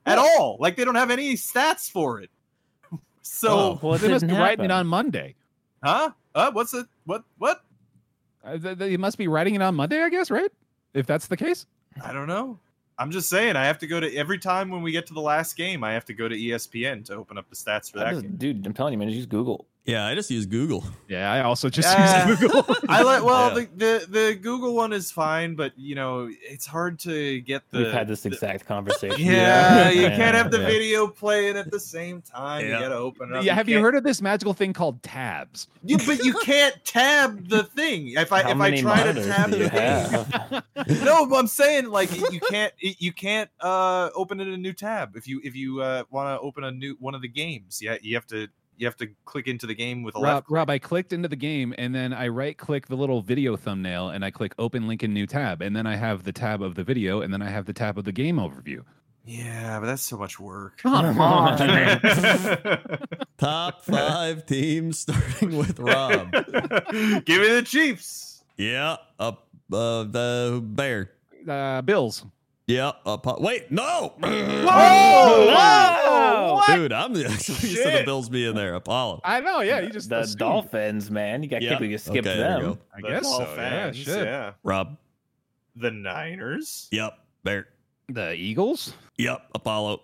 Speaker 3: at all. Like they don't have any stats for it. So
Speaker 2: Oh.
Speaker 1: Well, it
Speaker 4: they must
Speaker 1: didn't
Speaker 4: be writing it
Speaker 1: happen.
Speaker 4: on Monday.
Speaker 3: huh? Uh, what's it? What? What?
Speaker 4: Uh, they, they must be writing it on Monday, I guess, right? If that's the case.
Speaker 3: I don't know. I'm just saying. I have to go to every time when we get to the last game. I have to E go to ESPN to open up the stats for
Speaker 1: I
Speaker 3: that
Speaker 1: just-
Speaker 3: game.
Speaker 1: dude, I'm telling you, man, just use Google.
Speaker 2: Yeah. I just use Google.
Speaker 4: Yeah, I also just
Speaker 3: Yeah.
Speaker 4: use Google.
Speaker 3: I like. Well,
Speaker 2: Yeah.
Speaker 3: the, the the Google one is fine, but you know it's hard to get the.
Speaker 1: We've had this exact conversation.
Speaker 3: Yeah,
Speaker 2: Yeah.
Speaker 3: you can't have the
Speaker 2: Yeah.
Speaker 3: video playing at the same time. You
Speaker 2: Yeah.
Speaker 3: gotta open it up.
Speaker 4: yeah, have you
Speaker 3: can't-
Speaker 4: heard of this magical thing called tabs?
Speaker 3: You, but you can't tab the thing. If I
Speaker 1: How
Speaker 3: if I
Speaker 1: many
Speaker 3: try to
Speaker 1: monitors
Speaker 3: tab
Speaker 1: do you
Speaker 3: the thing,
Speaker 1: have?
Speaker 3: no, but I'm saying like you can't you can't uh open it in a new tab if you if you uh want to open a new one of the games. Yeah, you have to you have to click into the game with a
Speaker 4: Rob,
Speaker 3: left.
Speaker 4: Rob, I clicked into the game and then I right click the little video thumbnail and I click open link in new tab. And then I have the tab of the video and then I have the tab of the game overview.
Speaker 3: Yeah, but that's so much work.
Speaker 4: Come on. man.
Speaker 3: Give
Speaker 2: Top five teams starting with Rob.
Speaker 3: me the Chiefs.
Speaker 2: Yeah. Up uh, the bear.
Speaker 4: uh, Bills.
Speaker 2: Yeah. Up. Wait. No.
Speaker 1: Wow!
Speaker 2: Dude, I'm actually used to the
Speaker 3: Shit.
Speaker 2: Bills being there. Apollo.
Speaker 4: I know. Yeah, you just
Speaker 1: the
Speaker 4: assumed.
Speaker 1: Dolphins, man. You got
Speaker 2: Yeah.
Speaker 1: can't believe you skipped
Speaker 2: okay, There you
Speaker 1: them.
Speaker 2: go.
Speaker 4: I
Speaker 3: The
Speaker 4: guess so. Yeah,
Speaker 3: Dolphins,
Speaker 4: shit.
Speaker 3: yeah.
Speaker 2: Rob.
Speaker 3: The Niners.
Speaker 2: Yep. Bear.
Speaker 4: The Eagles.
Speaker 2: Yep. Apollo.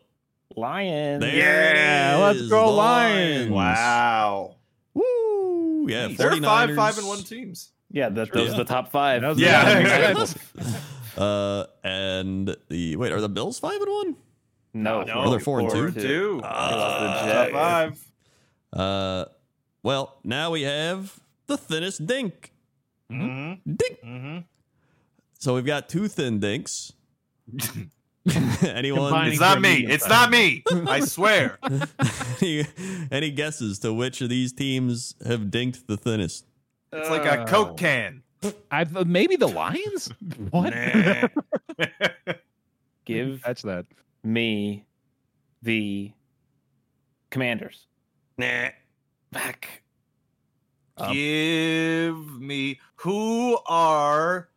Speaker 1: Lions.
Speaker 2: There
Speaker 4: Yeah,
Speaker 2: it
Speaker 4: let's
Speaker 2: is.
Speaker 4: go
Speaker 2: the
Speaker 4: Lions.
Speaker 3: Wow.
Speaker 2: Woo. Yeah.
Speaker 3: They're
Speaker 2: 49ers.
Speaker 3: five, five, and one teams.
Speaker 1: Yeah, that, those are the top five.
Speaker 4: That was
Speaker 3: Yeah.
Speaker 4: the-
Speaker 3: exactly.
Speaker 2: Uh, and the wait, are the Bills five and one?
Speaker 1: No,
Speaker 3: No,
Speaker 2: Oh, they're four and two?
Speaker 3: and two.
Speaker 1: Ah.
Speaker 3: Top five.
Speaker 2: Uh, well, now we have the thinnest dink.
Speaker 3: Mm-hmm.
Speaker 2: Dink.
Speaker 3: Mm-hmm.
Speaker 2: So we've got two thin dinks. Anyone?
Speaker 4: Combining-
Speaker 3: It's not me.
Speaker 4: Armenia
Speaker 3: It's
Speaker 4: side.
Speaker 3: not me. I swear.
Speaker 2: any, any guesses to which of these teams have dinked the thinnest?
Speaker 3: It's like a Coke can.
Speaker 4: I've, uh, maybe the Lions. What?
Speaker 3: Nah.
Speaker 1: Give
Speaker 4: Catch that.
Speaker 1: me the Commanders.
Speaker 3: Nah.
Speaker 1: Back.
Speaker 2: Um,
Speaker 3: Give me who are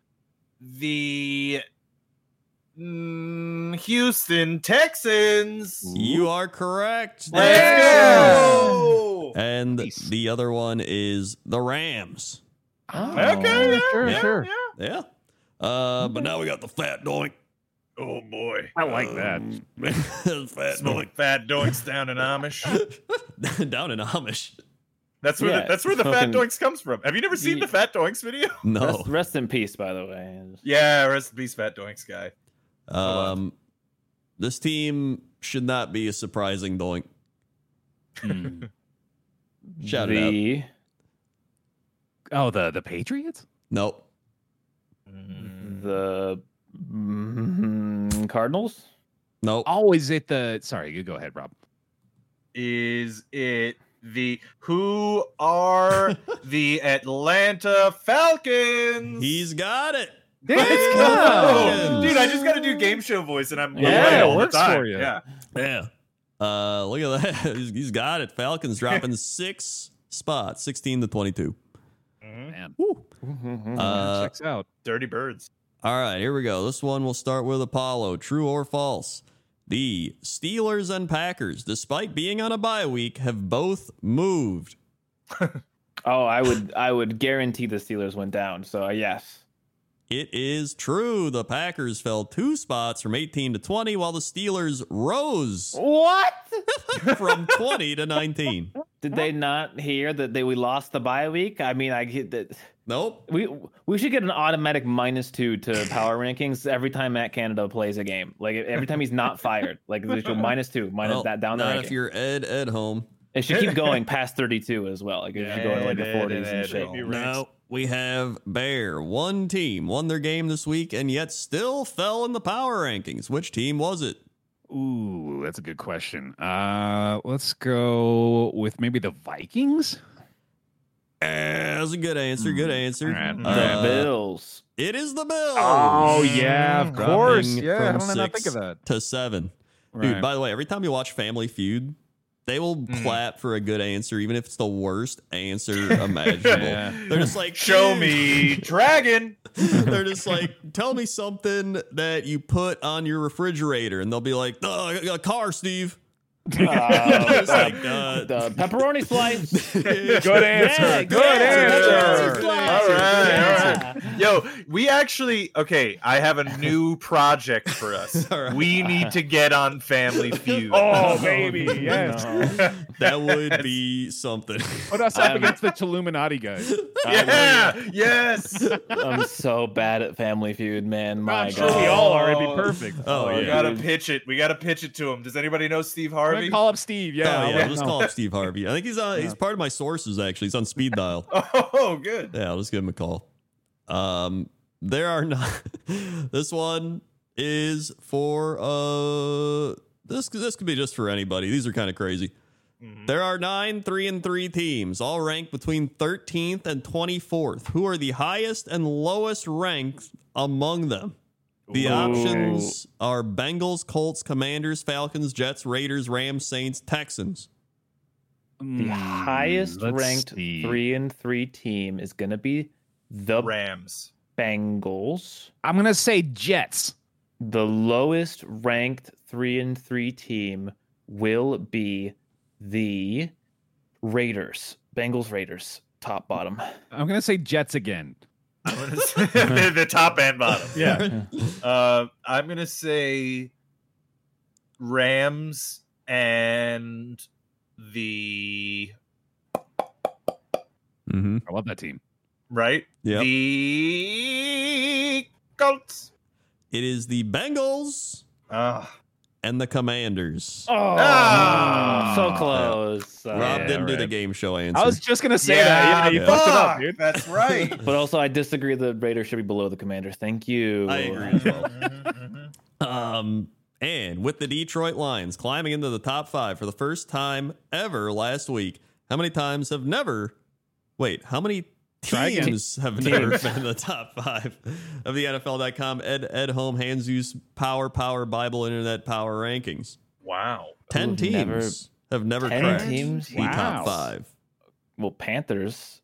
Speaker 3: the mm, Houston Texans?
Speaker 2: You are correct.
Speaker 3: Let's go.
Speaker 2: And
Speaker 4: Nice.
Speaker 2: the other one is the Rams.
Speaker 4: Oh.
Speaker 3: Okay, yeah,
Speaker 4: sure,
Speaker 3: yeah,
Speaker 4: sure.
Speaker 3: Oh, yeah.
Speaker 2: Yeah. Uh, but now we got the fat doink.
Speaker 3: Oh boy,
Speaker 4: I like that.
Speaker 2: Um, fat
Speaker 3: smoking fat doinks down in Amish.
Speaker 2: doink. Down in Amish.
Speaker 3: That's where
Speaker 1: Yeah,
Speaker 3: the, that's where the
Speaker 1: fucking-
Speaker 3: fat doinks comes from. Have you never seen
Speaker 1: Yeah.
Speaker 3: the fat doinks video?
Speaker 2: No.
Speaker 1: Rest, rest in peace, by the way.
Speaker 3: Yeah, rest in peace, fat doinks guy. well.
Speaker 2: Um, this team should not be a surprising doink.
Speaker 4: Hmm.
Speaker 2: Shout it out.
Speaker 1: the
Speaker 4: Oh, the the Patriots.
Speaker 2: Nope.
Speaker 1: the mm, Cardinals.
Speaker 2: Nope.
Speaker 4: Oh, is it the? Sorry, you go ahead, Rob.
Speaker 3: Is it the who are the Atlanta Falcons?
Speaker 2: He's got it.
Speaker 3: Let's
Speaker 2: go.
Speaker 3: go. dude. I just got to do game show voice, and I'm I'm
Speaker 1: Yeah,
Speaker 3: right
Speaker 1: it
Speaker 3: all
Speaker 4: works
Speaker 3: the time.
Speaker 4: for you.
Speaker 3: Yeah,
Speaker 2: Yeah. Uh, look at that. He's- He's got it. Falcons dropping six spots, 16 to 22.
Speaker 1: Mm-hmm.
Speaker 3: Mhm.
Speaker 4: Man,
Speaker 2: Woo.
Speaker 1: Oh,
Speaker 2: Uh,
Speaker 4: checks out.
Speaker 3: dirty birds.
Speaker 2: All right, here we go. This one we'll start with Apollo. True or false? The Steelers and Packers, despite being on a bye week, have both moved.
Speaker 1: oh, I would I would guarantee the Steelers went down. So uh, yes.
Speaker 2: It is true. The Packers fell two spots from 18 to 20, while the Steelers rose
Speaker 1: What?
Speaker 2: from 20 to 19.
Speaker 1: Did they not hear that they we lost the bye week? I mean, I get that
Speaker 2: Nope.
Speaker 1: we we should get an automatic minus two to power rankings every time Matt Canada plays a game. Like every time he's not fired, like they should go minus two, minus
Speaker 2: Well,
Speaker 1: that down the
Speaker 2: not if
Speaker 1: ranking.
Speaker 2: you're Ed Ed home.
Speaker 1: It should keep going past thirty two as well. Like it should go to like the
Speaker 3: Yeah,
Speaker 1: forties
Speaker 3: yeah,
Speaker 1: and shit.
Speaker 3: yeah,
Speaker 2: No, we have Bear. One team won their game this week and yet still fell in the power rankings. Which team was it?
Speaker 4: Ooh, that's a good question. Uh, let's go with maybe the Vikings.
Speaker 2: Eh, That's a good answer. Good answer.
Speaker 4: Hmm. All right.
Speaker 1: The
Speaker 2: Uh,
Speaker 1: Bills.
Speaker 2: It is the Bills.
Speaker 4: Oh yeah, of
Speaker 3: Mm,
Speaker 4: course.
Speaker 2: Dropping
Speaker 4: Yeah,
Speaker 2: from
Speaker 4: how did I not think
Speaker 2: six
Speaker 4: of that?
Speaker 2: To seven. Dude,
Speaker 4: Right. Hmm.
Speaker 2: by the way, every time you watch Family Feud, they will
Speaker 3: Mm.
Speaker 2: clap for a good answer, even if it's the worst answer imaginable.
Speaker 4: Yeah.
Speaker 2: They're just like,
Speaker 3: Show
Speaker 2: "Dude."
Speaker 3: me dragon.
Speaker 2: They're just like, tell me something that you put on your refrigerator, and they'll be like, "Uh, a car, Steve.
Speaker 5: Oh,
Speaker 1: Uh,
Speaker 2: It's like, uh,
Speaker 1: the pepperoni slice.
Speaker 5: Good answer.
Speaker 1: Yeah,
Speaker 5: good
Speaker 1: good answer.
Speaker 5: answer.
Speaker 1: Good
Speaker 3: All right,
Speaker 1: answer.
Speaker 3: Yo, we actually okay. I have a new project for us.
Speaker 2: All right.
Speaker 3: We need to get on Family Feud.
Speaker 5: Oh, baby, yes.
Speaker 1: no.
Speaker 2: that would be something.
Speaker 5: Put us up
Speaker 1: Um,
Speaker 5: against the Illuminati guys.
Speaker 3: yeah, yes.
Speaker 1: I'm so bad at Family Feud, man. My
Speaker 5: I'm
Speaker 1: God.
Speaker 5: sure we all are. It'd be
Speaker 3: Oh.
Speaker 5: perfect.
Speaker 2: Oh,
Speaker 1: Oh,
Speaker 2: yeah.
Speaker 3: We gotta pitch it. We gotta pitch it to him. Does anybody know Steve
Speaker 5: I'm gonna
Speaker 3: Harvey?
Speaker 5: call up Steve. Yeah,
Speaker 2: oh,
Speaker 5: I'll
Speaker 2: yeah,
Speaker 5: let
Speaker 2: I'll just
Speaker 5: him
Speaker 2: call
Speaker 5: know.
Speaker 2: up Steve Harvey. I think he's uh, he's part of my sources actually. He's on speed dial.
Speaker 3: Oh, good.
Speaker 2: Yeah, I'll just give him a call. Um, there are not. this one is for uh, this this could be just for anybody. These are kind of crazy.
Speaker 3: Mhm.
Speaker 2: There are nine three and three teams, all ranked between 13th and 24th. Who are the highest and lowest ranked among them? The
Speaker 1: Ooh.
Speaker 2: options are Bengals, Colts, Commanders, Falcons, Jets, Raiders, Rams, Saints, Texans.
Speaker 1: The
Speaker 4: Mm,
Speaker 1: highest
Speaker 4: let's
Speaker 1: ranked
Speaker 4: see.
Speaker 1: three and three team is gonna be the
Speaker 3: Rams.
Speaker 1: Bengals.
Speaker 4: I'm gonna say Jets.
Speaker 1: The lowest ranked three and three team will be the Raiders. Bengals Raiders. Top bottom.
Speaker 4: I'm gonna say Jets again.
Speaker 3: I'm gonna say the, the top and bottom.
Speaker 5: Yeah.
Speaker 3: Uh, I'm gonna say Rams and the
Speaker 2: Mm-hmm.
Speaker 4: I love that team.
Speaker 3: right.
Speaker 2: Yep.
Speaker 3: The Colts.
Speaker 2: It is the Bengals
Speaker 3: Ah.
Speaker 2: and the Commanders.
Speaker 1: Oh,
Speaker 3: Ah.
Speaker 1: so close. Uh,
Speaker 2: Rob didn't do the
Speaker 4: right.
Speaker 2: game show answer.
Speaker 4: I was just gonna say that. Yeah, you
Speaker 2: yeah.
Speaker 4: fucked it up,
Speaker 3: fuck,
Speaker 4: dude.
Speaker 3: That's right.
Speaker 1: But also, I disagree. The Raiders should be below the Commanders. Thank you.
Speaker 2: I agree.
Speaker 3: Mhm, mhm.
Speaker 2: Um, And with the Detroit Lions climbing into the top five for the first time ever last week, how many times have never? Wait, how many
Speaker 5: Try again.
Speaker 2: teams have never been in the top five of the NFL.com Ed Ed Home Hands Use Power Power Bible Internet Power Rankings?
Speaker 3: Wow.
Speaker 2: Ten
Speaker 1: Who've
Speaker 2: teams
Speaker 1: never-
Speaker 2: have never
Speaker 1: 10
Speaker 2: cracked
Speaker 1: teams?
Speaker 2: the
Speaker 5: Wow.
Speaker 2: top five.
Speaker 1: Well, Panthers,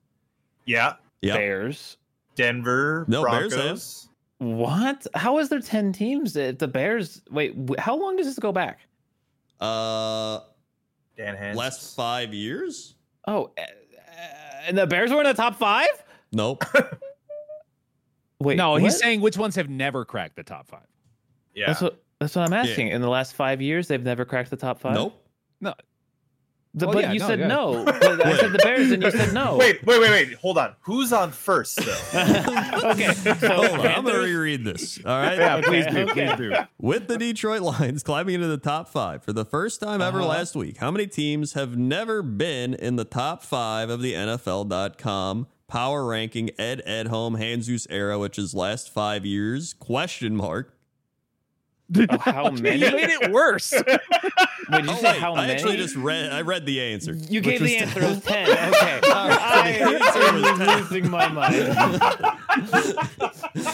Speaker 3: Yeah.
Speaker 2: Yep.
Speaker 1: Bears.
Speaker 3: Denver.
Speaker 2: No, Bears
Speaker 3: Broncos.
Speaker 1: What? How is there ten teams? Uh, The Bears. Wait, wh- how long does this go back?
Speaker 2: Uh,
Speaker 3: Dan Hans.
Speaker 2: last five years?
Speaker 1: Oh, uh, uh, and the Bears were in the top five.
Speaker 2: Nope.
Speaker 1: Wait,
Speaker 5: no, he's
Speaker 1: what?
Speaker 5: saying which ones have never cracked the top five.
Speaker 3: Yeah.
Speaker 1: that's what that's what I'm asking. In the last five years, they've never cracked the top five.
Speaker 2: nope.
Speaker 1: The-
Speaker 5: Well,
Speaker 1: but
Speaker 5: Oh, yeah,
Speaker 1: you
Speaker 5: no,
Speaker 1: said
Speaker 5: yeah.
Speaker 1: no. But I
Speaker 2: Wait.
Speaker 1: said the Bears, and you said no.
Speaker 3: Wait, wait, wait, wait. Hold on. Who's on first though?
Speaker 1: okay. So
Speaker 2: Hold on, I'm gonna
Speaker 1: Panthers-
Speaker 2: reread this. All right.
Speaker 5: Yeah, please
Speaker 1: Okay,
Speaker 5: do,
Speaker 1: okay.
Speaker 5: please do.
Speaker 2: With the Detroit Lions climbing into the top five for the first time ever
Speaker 1: Uh-huh.
Speaker 2: last week, how many teams have never been in the top five of the NFL.com power ranking Ed Ed Home Hans Zeus era, which is last five years? Question mark.
Speaker 1: Oh, how many?
Speaker 5: You made it worse.
Speaker 1: Wait, did you
Speaker 2: Oh,
Speaker 1: say
Speaker 2: wait,
Speaker 1: how
Speaker 2: I
Speaker 1: many?
Speaker 2: actually just read. I read the answer.
Speaker 1: you
Speaker 2: which
Speaker 1: gave
Speaker 2: was
Speaker 1: the answer of ten. Okay, I
Speaker 2: right, so the answer was
Speaker 1: am
Speaker 2: 10.
Speaker 1: losing my mind.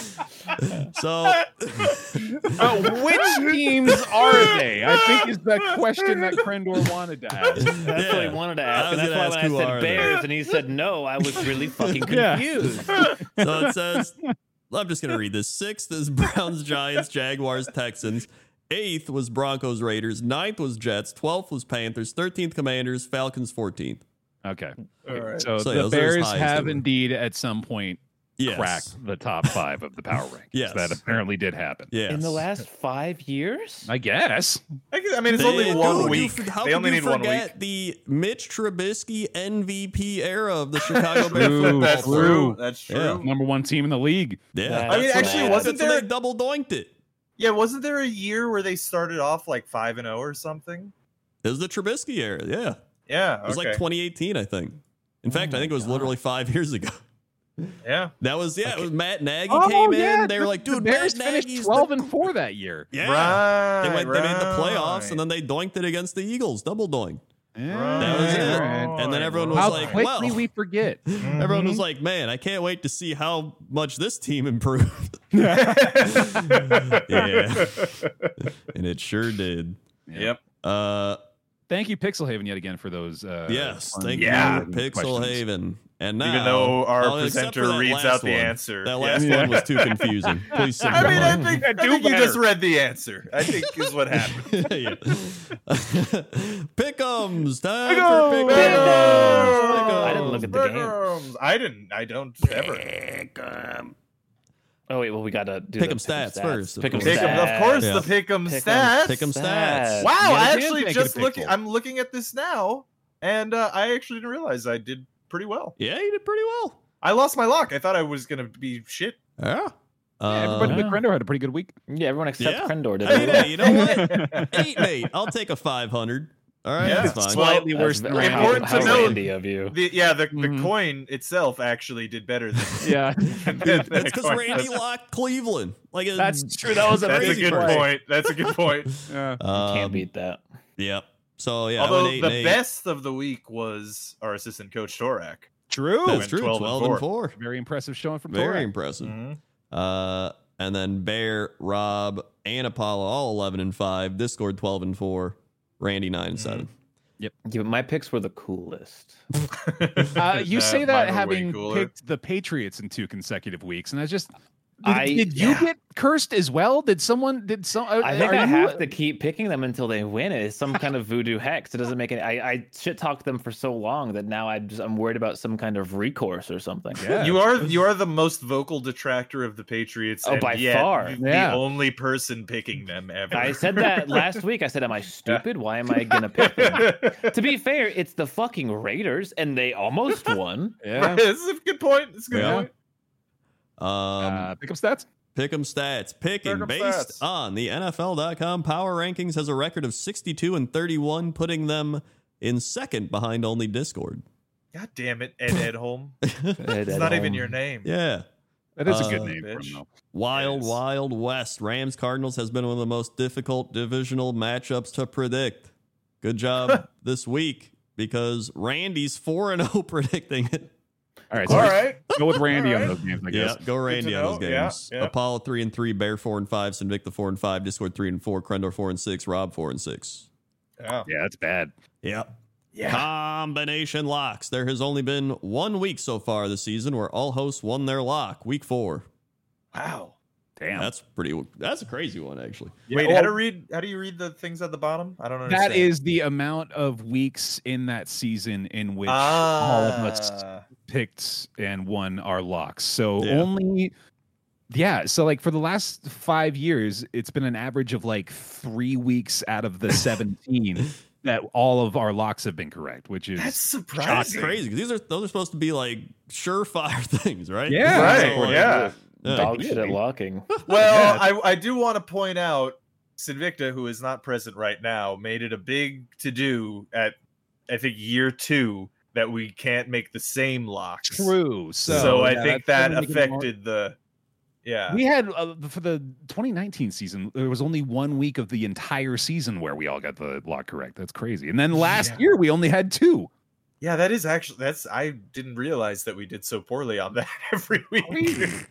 Speaker 2: So
Speaker 5: which teams are they? I think is the question that Krendor wanted to ask.
Speaker 1: That's what he
Speaker 2: Yeah.
Speaker 1: wanted to
Speaker 2: I
Speaker 1: ask, and
Speaker 2: was
Speaker 1: that's
Speaker 2: gonna
Speaker 1: why
Speaker 2: ask
Speaker 1: when
Speaker 2: who
Speaker 1: I said
Speaker 2: are they.
Speaker 1: Bears and he said no, I was really fucking
Speaker 5: Yeah.
Speaker 1: confused.
Speaker 2: So it says, I'm just going to read this. Sixth is Browns, Giants, Jaguars, Texans. Eighth was Broncos, Raiders. Ninth was Jets. Twelfth was Panthers. Thirteenth, Commanders. Falcons, 14th.
Speaker 5: Okay.
Speaker 3: All right.
Speaker 5: So,
Speaker 2: So
Speaker 5: the
Speaker 2: those are as
Speaker 5: Bears
Speaker 2: high as they
Speaker 5: have
Speaker 2: were.
Speaker 5: indeed at some point
Speaker 2: Yes.
Speaker 5: cracked the top five of the power rankings.
Speaker 2: Yes.
Speaker 5: That apparently did happen.
Speaker 2: Yes.
Speaker 1: In the last five years,
Speaker 5: I guess.
Speaker 3: I guess- I mean, it's
Speaker 2: They-
Speaker 3: only one
Speaker 2: dude, you
Speaker 3: week.
Speaker 2: for- how
Speaker 3: They
Speaker 2: could
Speaker 3: only
Speaker 2: you
Speaker 3: need one
Speaker 2: forget
Speaker 3: week.
Speaker 2: The Mitch Trubisky MVP era of the Chicago Bears.
Speaker 5: True.
Speaker 3: That's
Speaker 5: True.
Speaker 3: true. That's true.
Speaker 2: Yeah.
Speaker 5: Number one team in the league.
Speaker 2: Yeah.
Speaker 1: I mean,
Speaker 2: That's
Speaker 1: actually,
Speaker 2: what-
Speaker 3: wasn't
Speaker 2: that's when
Speaker 3: there-
Speaker 2: they double doinked it?
Speaker 3: Yeah, wasn't there a year where they started off like five and zero or something?
Speaker 2: It was the Trubisky era. Yeah. It
Speaker 3: Yeah,
Speaker 2: was
Speaker 3: okay.
Speaker 2: like 2018, I think. In
Speaker 1: Oh
Speaker 2: fact, I think it was literally five years ago.
Speaker 3: yeah.
Speaker 2: That was yeah. It was Matt Nagy
Speaker 5: Oh,
Speaker 2: came in.
Speaker 5: yeah,
Speaker 2: They
Speaker 5: the-
Speaker 2: were like,
Speaker 5: the
Speaker 2: "Dude,
Speaker 5: Bears
Speaker 2: Matt
Speaker 5: finished
Speaker 2: Nagy's the-
Speaker 5: 12 and 4 that year.
Speaker 2: Yeah,
Speaker 3: Right.
Speaker 2: they went. They made the playoffs, and
Speaker 3: right.
Speaker 2: then they doinked it against the Eagles, double doink.
Speaker 3: That
Speaker 2: was it.
Speaker 5: Right.
Speaker 2: And then everyone was
Speaker 5: How
Speaker 2: like,
Speaker 5: quickly
Speaker 2: well.
Speaker 5: we forget.
Speaker 2: Everyone was like, "Man, I can't wait to see how much this team improved." yeah, and it sure did.
Speaker 3: Yep.
Speaker 2: Uh,
Speaker 5: Thank you, Pixel Haven, yet again for those. Uh,
Speaker 2: yes,
Speaker 5: fun
Speaker 2: thank
Speaker 3: yeah.
Speaker 2: you,
Speaker 5: questions.
Speaker 2: Pixel Haven. And now,
Speaker 3: Even though our
Speaker 2: oh, except for
Speaker 3: presenter
Speaker 2: that
Speaker 3: reads
Speaker 2: last
Speaker 3: out the
Speaker 2: one.
Speaker 3: answer.
Speaker 2: that
Speaker 3: Yeah.
Speaker 2: last one was too confusing. Please
Speaker 3: I mean, I
Speaker 2: simplify.
Speaker 3: think, I
Speaker 5: Do
Speaker 3: think you
Speaker 5: better.
Speaker 3: just read the answer. I think is what happened.
Speaker 2: Yeah. Pickums time
Speaker 5: Pick'ems!
Speaker 2: for pickums.
Speaker 1: I didn't look at the game.
Speaker 3: Pick'ems. I didn't. I don't ever.
Speaker 1: Oh wait, well we gotta do
Speaker 2: Pick
Speaker 1: the
Speaker 2: 'em stats first, of
Speaker 1: Pick 'em
Speaker 2: course.
Speaker 3: Pick 'em. Of course, the
Speaker 2: Yeah.
Speaker 3: pick'em
Speaker 1: Pick'em.
Speaker 3: stats.
Speaker 2: Pick'em stats.
Speaker 3: Wow,
Speaker 5: Yeah,
Speaker 3: I
Speaker 5: they did
Speaker 3: actually
Speaker 5: make it a
Speaker 3: just looking.
Speaker 5: pickle.
Speaker 3: I'm looking at this now, and uh, I actually didn't realize I did pretty well.
Speaker 2: Yeah, you did pretty well.
Speaker 3: I lost my lock. I thought I was gonna be shit.
Speaker 2: Yeah.
Speaker 5: Yeah,
Speaker 2: Uh,
Speaker 5: everybody
Speaker 1: yeah.
Speaker 5: but Krendor had a pretty good week.
Speaker 1: Yeah, everyone except
Speaker 2: Yeah.
Speaker 1: Krendor did.
Speaker 2: Hey,
Speaker 1: it.
Speaker 2: hey, you know what? Eight and eight. I'll take a five hundred. All right,
Speaker 3: Yeah.
Speaker 2: that's fine.
Speaker 3: Well,
Speaker 5: Slightly worse than
Speaker 1: That's
Speaker 5: Ryan.
Speaker 1: how-
Speaker 3: Important to
Speaker 1: how
Speaker 3: note-
Speaker 1: Randy of you.
Speaker 3: The, yeah, the,
Speaker 5: Mhm.
Speaker 3: the coin itself actually did better than.
Speaker 5: Yeah.
Speaker 3: than that
Speaker 2: That's because
Speaker 3: coin.
Speaker 2: Randy locked Cleveland. Like a,
Speaker 5: That's true. That was a
Speaker 3: That's a
Speaker 2: crazy
Speaker 3: good
Speaker 2: person.
Speaker 3: point. That's a good point.
Speaker 5: Uh,
Speaker 2: Um,
Speaker 1: Can't beat that.
Speaker 2: Yep. So yeah, I went
Speaker 3: Although
Speaker 2: eight and
Speaker 3: the
Speaker 2: eight.
Speaker 3: best of the week was our assistant coach Torak.
Speaker 5: true.
Speaker 2: That's
Speaker 3: Ooh,
Speaker 2: true.
Speaker 3: 12
Speaker 2: Twelve,
Speaker 3: and
Speaker 2: and
Speaker 3: four.
Speaker 2: four.
Speaker 5: Very impressive showing from
Speaker 2: Very
Speaker 5: Torrey.
Speaker 2: impressive.
Speaker 3: Mm-hmm.
Speaker 2: Uh, and then Bear, Rob, and Apollo all eleven and five. Discord twelve and four. Randy nine and
Speaker 3: Mhm.
Speaker 2: 7
Speaker 1: Yeah, but my picks were the coolest.
Speaker 5: Uh, you say that
Speaker 3: mine were way
Speaker 5: having
Speaker 3: cooler.
Speaker 5: picked the Patriots in two consecutive weeks, and I just did,
Speaker 1: I-
Speaker 5: did you
Speaker 1: yeah.
Speaker 5: get cursed as well? Did someone did some? uh,
Speaker 1: I think
Speaker 5: are
Speaker 1: I
Speaker 5: you-
Speaker 1: have to keep picking them until they win. It's some kind of voodoo hex. It doesn't make any. I, I shit talked them for so long that now I just I'm worried about some kind of recourse or something.
Speaker 5: Yeah.
Speaker 3: You are you are the most vocal detractor of the Patriots.
Speaker 1: Oh,
Speaker 3: and
Speaker 1: by
Speaker 3: yet
Speaker 1: far.
Speaker 3: The
Speaker 5: Yeah.
Speaker 3: only person picking them ever.
Speaker 1: I said that last week. I said, "Am I stupid? Why am I gonna pick them?" to be fair, it's the fucking Raiders, and they almost won.
Speaker 5: Yeah.
Speaker 3: this is a good point. It's a good
Speaker 5: Yeah.
Speaker 3: point.
Speaker 2: Um,
Speaker 5: uh, pick up stats.
Speaker 2: Pick'em stats. Picking
Speaker 3: Mm-hmm. 'em
Speaker 2: based
Speaker 3: stats.
Speaker 2: on the NFL.com power rankings has a record of 62 and 31, putting them in second behind only Discord.
Speaker 3: God damn it, Ed Edholm.
Speaker 1: It's
Speaker 3: It's not even your name.
Speaker 2: Yeah.
Speaker 4: That is a
Speaker 2: Uh,
Speaker 4: good name. For
Speaker 3: bitch.
Speaker 4: him, though.
Speaker 2: Wild,
Speaker 3: Yes.
Speaker 2: wild west. Rams Cardinals has been one of the most difficult divisional matchups to predict. Good job this week because Randy's 4 and 0 predicting it.
Speaker 4: All right, so
Speaker 3: All
Speaker 4: we
Speaker 3: right.
Speaker 4: go with Randy on
Speaker 3: All
Speaker 4: those games, I
Speaker 2: Yeah,
Speaker 4: guess.
Speaker 2: go Randy on
Speaker 3: know.
Speaker 2: those
Speaker 3: Yeah,
Speaker 2: games.
Speaker 3: yeah.
Speaker 2: Apollo 3 and 3, Bear 4 and 5, Sinvicta 4 and 5, Discord 3 and 4, Crendor 4 and 6, Rob 4 and 6.
Speaker 3: Yeah.
Speaker 4: Yeah, that's bad.
Speaker 2: Yeah.
Speaker 3: Yeah.
Speaker 2: Combination locks. There has only been one week so far this season where all hosts won their lock, week 4.
Speaker 3: Wow.
Speaker 4: Damn.
Speaker 2: That's pretty That's a crazy one actually.
Speaker 3: Wait,
Speaker 4: Yeah,
Speaker 3: how
Speaker 4: well-
Speaker 3: to read? How do you read the things at the bottom? I don't understand.
Speaker 4: That is the amount of weeks in that season in which all of us
Speaker 3: Ah.
Speaker 4: picked and won our locks. So
Speaker 2: Yeah.
Speaker 4: only yeah, so like for the last 5 years it's been an average of like 3 weeks out of the 17 that all of our locks have been correct, which is
Speaker 3: That's
Speaker 2: That's
Speaker 3: surprising.
Speaker 2: crazy 'cause these are those are supposed to be like surefire things, right?
Speaker 4: Yeah.
Speaker 3: Right,
Speaker 2: like,
Speaker 3: yeah.
Speaker 2: yeah.
Speaker 1: Dog shit at locking.
Speaker 3: Well, I, I do want to point out Sinvicta, who is not present right now, made it a big to do at I think year two that we can't make the same locks.
Speaker 4: true. So,
Speaker 3: So, I
Speaker 4: yeah,
Speaker 3: think
Speaker 4: that's
Speaker 3: that
Speaker 4: gonna make it more-
Speaker 3: affected the yeah.
Speaker 4: We had uh, for the 2019 season, there was only one week of the entire season where we all got the lock correct. That's crazy. And then last
Speaker 3: Yeah.
Speaker 4: year, we only had two.
Speaker 3: yeah, that is actually that's I didn't realize that we did so poorly on that every week.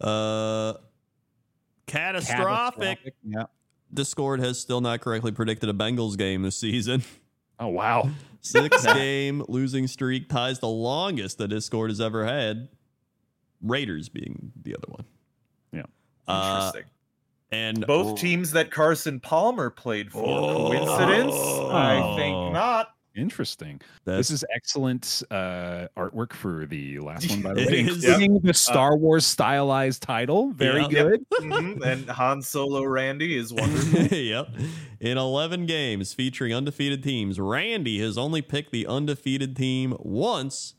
Speaker 2: Uh, catastrophic.
Speaker 4: Yeah.
Speaker 2: Discord has still not correctly predicted a Bengals game this season.
Speaker 4: Oh, wow.
Speaker 2: Six game losing streak ties the longest the Discord has ever had. Raiders being the other one.
Speaker 4: Yeah.
Speaker 2: Uh,
Speaker 3: Interesting.
Speaker 2: and
Speaker 4: Oh.
Speaker 2: oh,
Speaker 3: Both teams that Carson Palmer played for. Coincidence? I think not.
Speaker 4: Interesting.
Speaker 2: That's
Speaker 4: This is excellent uh, artwork for the last one, by the
Speaker 2: It
Speaker 4: way,
Speaker 2: is.
Speaker 4: including
Speaker 1: Uh,
Speaker 4: the Star Wars stylized title. Very
Speaker 2: Yeah.
Speaker 4: good.
Speaker 3: Mhm, And Han Solo Randy is wonderful.
Speaker 2: yep. In 11 games featuring undefeated teams, Randy has only picked the undefeated team once.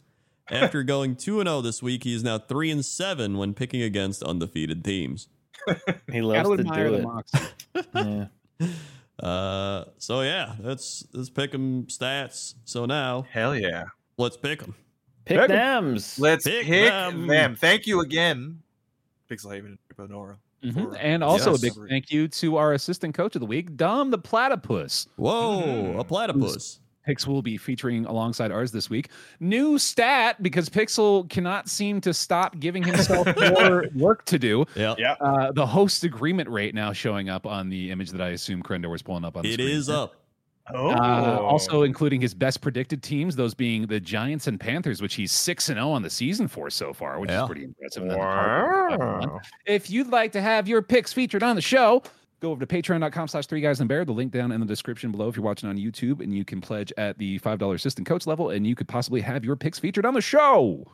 Speaker 2: After going 2 and 0 this week, he is now 3 and 7 when picking against undefeated teams.
Speaker 1: He
Speaker 4: Gotta
Speaker 1: loves to
Speaker 4: admire
Speaker 1: do
Speaker 4: the
Speaker 1: it.
Speaker 4: moxie.
Speaker 1: Yeah.
Speaker 2: Uh, so yeah, that's let's pick 'em stats. So now,
Speaker 3: Hell yeah.
Speaker 2: let's pick 'em.
Speaker 1: Pick
Speaker 4: Pick 'em.
Speaker 1: thems.
Speaker 3: Let's
Speaker 2: Pick
Speaker 3: pick,
Speaker 2: them.
Speaker 3: them. Thank you again, Pixelhaven and Bonora.
Speaker 4: Mhm.
Speaker 3: for-
Speaker 4: And also
Speaker 2: Yes.
Speaker 4: a big thank you to our assistant coach of the week, Dom the Platypus.
Speaker 2: Whoa,
Speaker 3: Mhm.
Speaker 2: a platypus.
Speaker 4: Pixel will be featuring alongside ours this week. New stat because Pixel cannot seem to stop giving himself more work to do.
Speaker 2: Yeah.
Speaker 3: Yeah.
Speaker 4: Uh, the host agreement rate now showing up on the image that I assume Krendor was pulling up on. The
Speaker 2: It
Speaker 4: screen.
Speaker 2: is up.
Speaker 3: Oh.
Speaker 4: Uh, also including his best predicted teams, those being the Giants and Panthers, which he's six and zero on the season for so far, which
Speaker 2: Yeah.
Speaker 4: is pretty impressive. And then the Cardinals at five and one.
Speaker 3: Wow.
Speaker 4: If you'd like to have your picks featured on the show, go over to patreon.com slash three guys and bear. The link down in the description below if you're watching on YouTube and you can pledge at the $5 assistant coach level and you could possibly have your picks featured on the show.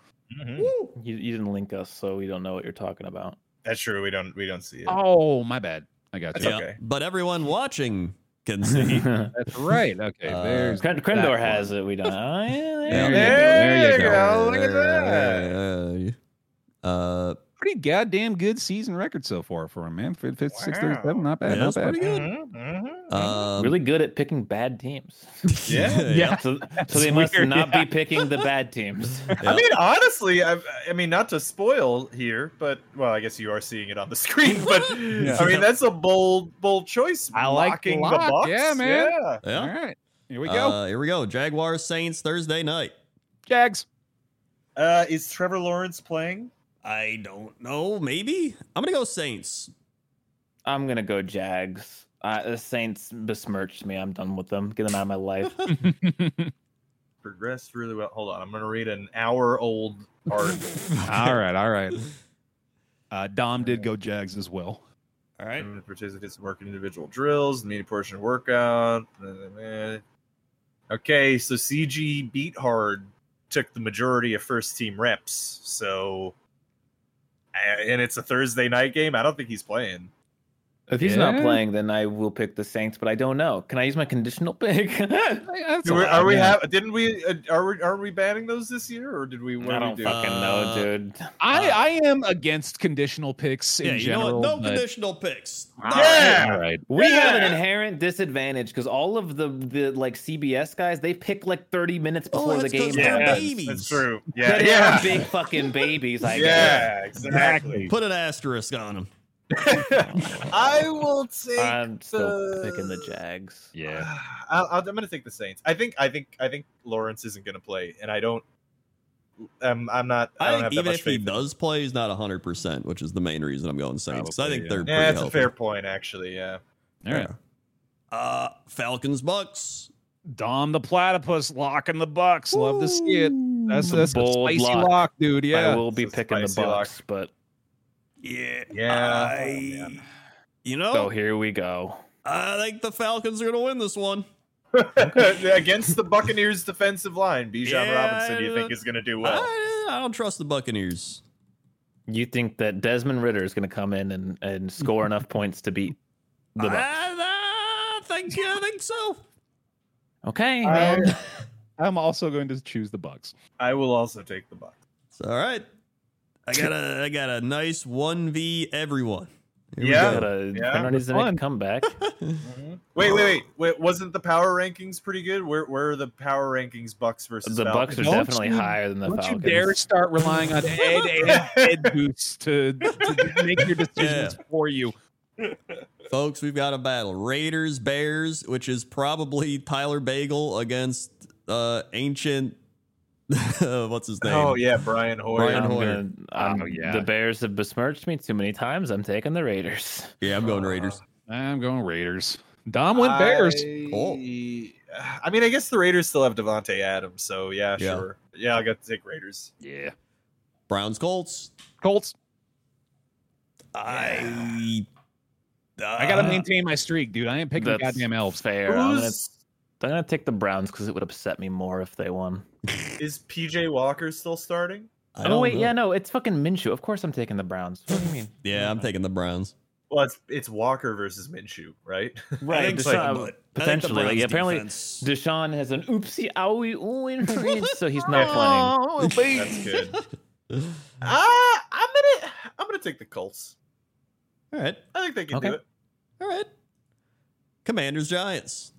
Speaker 3: Mhm.
Speaker 1: You, you didn't link us, so we don't know what you're talking about.
Speaker 3: That's true. We don't we don't see it.
Speaker 4: Oh, my bad. I got you.
Speaker 3: That's okay.
Speaker 2: But everyone watching can see.
Speaker 4: That's right. Okay.
Speaker 2: Uh,
Speaker 4: there's
Speaker 1: Kren-
Speaker 4: that
Speaker 1: Krendor
Speaker 4: one.
Speaker 1: has it. We don't. Oh, yeah,
Speaker 2: Yeah.
Speaker 1: there you
Speaker 3: There
Speaker 1: go.
Speaker 3: you go. Look at
Speaker 2: that. Uh,
Speaker 4: pretty goddamn good season record so far for him, man. Fifth, fifth, sixth, third,
Speaker 3: Wow.
Speaker 4: seventh, not bad.
Speaker 2: Yeah,
Speaker 4: not
Speaker 2: that's
Speaker 4: bad.
Speaker 2: pretty good.
Speaker 3: Mhm,
Speaker 4: Mm-hmm,
Speaker 3: mhm.
Speaker 2: um,
Speaker 1: really good at picking bad teams.
Speaker 3: Yeah.
Speaker 2: yeah.
Speaker 1: So, so they must not be picking the bad teams.
Speaker 3: I mean, honestly, I I mean, not to spoil here, but well, I guess you are seeing it on the screen. But I mean, that's a bold, bold choice.
Speaker 4: I like
Speaker 3: locking
Speaker 4: the
Speaker 3: the
Speaker 4: lock.
Speaker 3: box.
Speaker 4: Yeah, man.
Speaker 3: Yeah.
Speaker 2: Yeah.
Speaker 4: All right. Here we go.
Speaker 2: Uh, here we go. Jaguars Saints Thursday night.
Speaker 4: Jags.
Speaker 3: Uh, is Trevor Lawrence playing?
Speaker 2: I don't know. Maybe I'm gonna go Saints.
Speaker 1: I'm gonna go Jags. Uh, the Saints besmirched me. I'm done with them. Get them out of my life.
Speaker 3: Progressed really well. Hold on, I'm gonna read an hour old art.
Speaker 4: all right. All right. Uh, Dom did go Jags as well.
Speaker 2: All right.
Speaker 3: and participants work in individual drills, the media portion workout. Okay, so CG Beat Hard took the majority of first team reps. So, and it's a Thursday night game. I don't think he's playing.
Speaker 1: If he's not
Speaker 4: Yeah.
Speaker 1: playing, then I will pick the Saints, but I don't know. Can I use my conditional pick? I
Speaker 4: That's
Speaker 3: Do we-
Speaker 4: all
Speaker 3: are
Speaker 4: I
Speaker 3: we
Speaker 4: got.
Speaker 3: have? Didn't we? Uh, are we? Aren't we banning those this year, or did we? What did we
Speaker 1: don't
Speaker 3: do?
Speaker 1: fucking know,
Speaker 2: Uh,
Speaker 1: dude.
Speaker 4: I I am against conditional picks in
Speaker 2: yeah, you know
Speaker 4: general.
Speaker 2: what? No
Speaker 4: but-
Speaker 2: conditional picks.
Speaker 3: Ah, Yeah.
Speaker 4: All right.
Speaker 1: We have an
Speaker 3: Yeah.
Speaker 1: inherent disadvantage because all of the the like CBS guys they pick like 30 minutes
Speaker 2: Oh,
Speaker 1: before the
Speaker 2: that's 'cause
Speaker 1: game.
Speaker 2: they're
Speaker 1: starts.
Speaker 3: Yeah, that's-
Speaker 2: babies.
Speaker 3: That's true.
Speaker 1: Yeah,
Speaker 3: Yeah,
Speaker 1: they
Speaker 3: yeah,
Speaker 1: are big fucking babies. I guess.
Speaker 3: yeah, exactly.
Speaker 2: Put an asterisk on them.
Speaker 3: I will take.
Speaker 1: I'm still
Speaker 3: the-
Speaker 1: picking the Jags.
Speaker 5: Yeah.
Speaker 3: I'll, I'll, I'm going to take the Saints. I think. I think. I think Lawrence isn't going to play, and I don't. I'm. I'm not. I
Speaker 2: I
Speaker 3: don't
Speaker 2: think
Speaker 3: have that
Speaker 2: even
Speaker 3: much
Speaker 2: if he
Speaker 3: faith. in-
Speaker 2: does play, he's not 100%, which is the main reason I'm going Saints. 'cause I
Speaker 5: Probably,
Speaker 2: think
Speaker 5: yeah.
Speaker 2: they're pretty
Speaker 3: Yeah, that's a
Speaker 2: healthy.
Speaker 3: fair point, actually. Yeah.
Speaker 4: All right.
Speaker 2: Uh, Falcons, Bucks.
Speaker 4: Dom the platypus locking the bucks. Love to see it. That's
Speaker 1: It's a
Speaker 4: that's a
Speaker 1: bold
Speaker 4: spicy
Speaker 1: lock.
Speaker 4: lock. dude.
Speaker 1: I
Speaker 4: Yeah.
Speaker 1: will be
Speaker 3: It's a
Speaker 1: picking the
Speaker 3: spicy lock.
Speaker 1: Bucks, but
Speaker 2: Yeah.
Speaker 3: Yeah.
Speaker 2: I-
Speaker 3: Oh, man.
Speaker 2: you
Speaker 1: oh,
Speaker 2: know,
Speaker 1: here we go.
Speaker 2: I think the Falcons are going to win this one.
Speaker 3: Against the Buccaneers' defensive line, Bijan
Speaker 2: Yeah,
Speaker 3: Robinson, you
Speaker 2: I-
Speaker 3: think is going to do well?
Speaker 2: I, I don't trust the Buccaneers.
Speaker 1: You think that Desmond Ritter is going to come in and and score enough points to beat the Bucks?
Speaker 2: I, I think, yeah, I think so.
Speaker 1: Okay,
Speaker 4: I-
Speaker 1: man.
Speaker 4: I'm also going to choose the bucks.
Speaker 3: I will also take the Bucks.
Speaker 2: It's all right. I got a, I got a nice 1v everyone. Here we
Speaker 3: Yeah.
Speaker 2: go.
Speaker 1: Gotta-
Speaker 3: Yeah.
Speaker 1: Bernard needs to make a
Speaker 4: Fun.
Speaker 1: comeback.
Speaker 3: Mm-hmm. Wait, wait, wait, wait! Wasn't the power rankings pretty good? Where, where are the power rankings? Bucks versus
Speaker 1: the Bucks are
Speaker 4: Don't
Speaker 1: definitely
Speaker 4: you-
Speaker 1: higher than the
Speaker 4: Don't
Speaker 1: Falcons.
Speaker 4: you dare start relying on Ed and Ed Goose to, to make your decisions for you.
Speaker 2: Folks, we've got a battle. Raiders, Bears, which is probably Tyler Bagel against uh ancient what's his name?
Speaker 3: Oh yeah, Brian Hoyer.
Speaker 2: Brian
Speaker 1: I'm
Speaker 2: Hoyer.
Speaker 1: gonna- I'm-
Speaker 4: Oh, yeah.
Speaker 1: The Bears have besmirched me too many times. I'm taking the Raiders.
Speaker 2: Yeah, I'm going Raiders.
Speaker 4: I'm going Raiders. Dom went Bears.
Speaker 3: I-
Speaker 2: Cool.
Speaker 3: I mean, I guess the Raiders still have Devonte Adams, so yeah,
Speaker 2: Yeah.
Speaker 3: sure. Yeah, I got to take Raiders.
Speaker 4: Yeah.
Speaker 2: Browns, Colts.
Speaker 4: Colts.
Speaker 2: I
Speaker 4: I gotta
Speaker 2: uh,
Speaker 4: maintain my streak, dude. I ain't picking the
Speaker 1: That's
Speaker 4: goddamn elves.
Speaker 1: Fair. I'm gonna,
Speaker 3: Who's-
Speaker 1: I'm gonna take the Browns because it would upset me more if they won.
Speaker 3: Is PJ Walker still starting?
Speaker 2: I
Speaker 1: Oh
Speaker 2: don't
Speaker 1: wait,
Speaker 2: know.
Speaker 1: yeah, no, it's fucking Minshew. Of course, I'm taking the Browns. What do you mean?
Speaker 2: Yeah, I'm taking the Browns.
Speaker 3: Well, it's it's Walker versus Minshew, right?
Speaker 1: Right,
Speaker 2: I think
Speaker 1: Deshaun-
Speaker 2: so, but I think the
Speaker 1: potentially.
Speaker 2: Browns
Speaker 1: Like, apparently,
Speaker 2: defense-
Speaker 1: Deshaun has an oopsie owie ooh injury, so he's not
Speaker 3: That's good. Ah, I'm gonna I'm gonna take the Colts.
Speaker 2: all right.
Speaker 3: I think they can do
Speaker 1: Okay.
Speaker 3: it.
Speaker 2: All right. Commanders, Giants.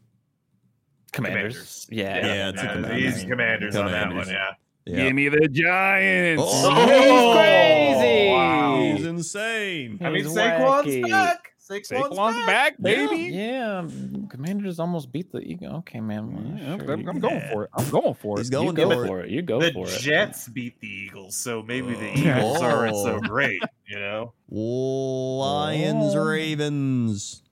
Speaker 1: playing. Commanders.
Speaker 3: Commanders.
Speaker 1: Yeah.
Speaker 2: Yeah. it's the
Speaker 3: yeah,
Speaker 2: Commanders.
Speaker 3: he's commanders, on that one.
Speaker 2: Commanders.
Speaker 3: Yeah.
Speaker 2: Yeah.
Speaker 4: Give me the Giants.
Speaker 2: Oh,
Speaker 1: He's crazy.
Speaker 2: he's insane.
Speaker 3: I mean,
Speaker 1: He's
Speaker 3: Saquon's
Speaker 1: wacky.
Speaker 3: back. Saquon's,
Speaker 4: Saquon's
Speaker 3: back.
Speaker 4: back, baby.
Speaker 1: Yeah, um, Commanders almost beat the Eagle. Okay, man. well,
Speaker 4: Yeah, I'm,
Speaker 1: sure,
Speaker 4: I'm
Speaker 1: you-
Speaker 4: going for it. I'm going for it.
Speaker 2: He's
Speaker 1: You
Speaker 2: going
Speaker 1: go
Speaker 2: for it.
Speaker 1: for it. You go
Speaker 3: The
Speaker 1: for it.
Speaker 3: Jets beat the Eagles, so maybe the
Speaker 2: Oh.
Speaker 3: Eagles aren't so great, you know.
Speaker 2: Lions,
Speaker 1: Oh.
Speaker 2: Ravens,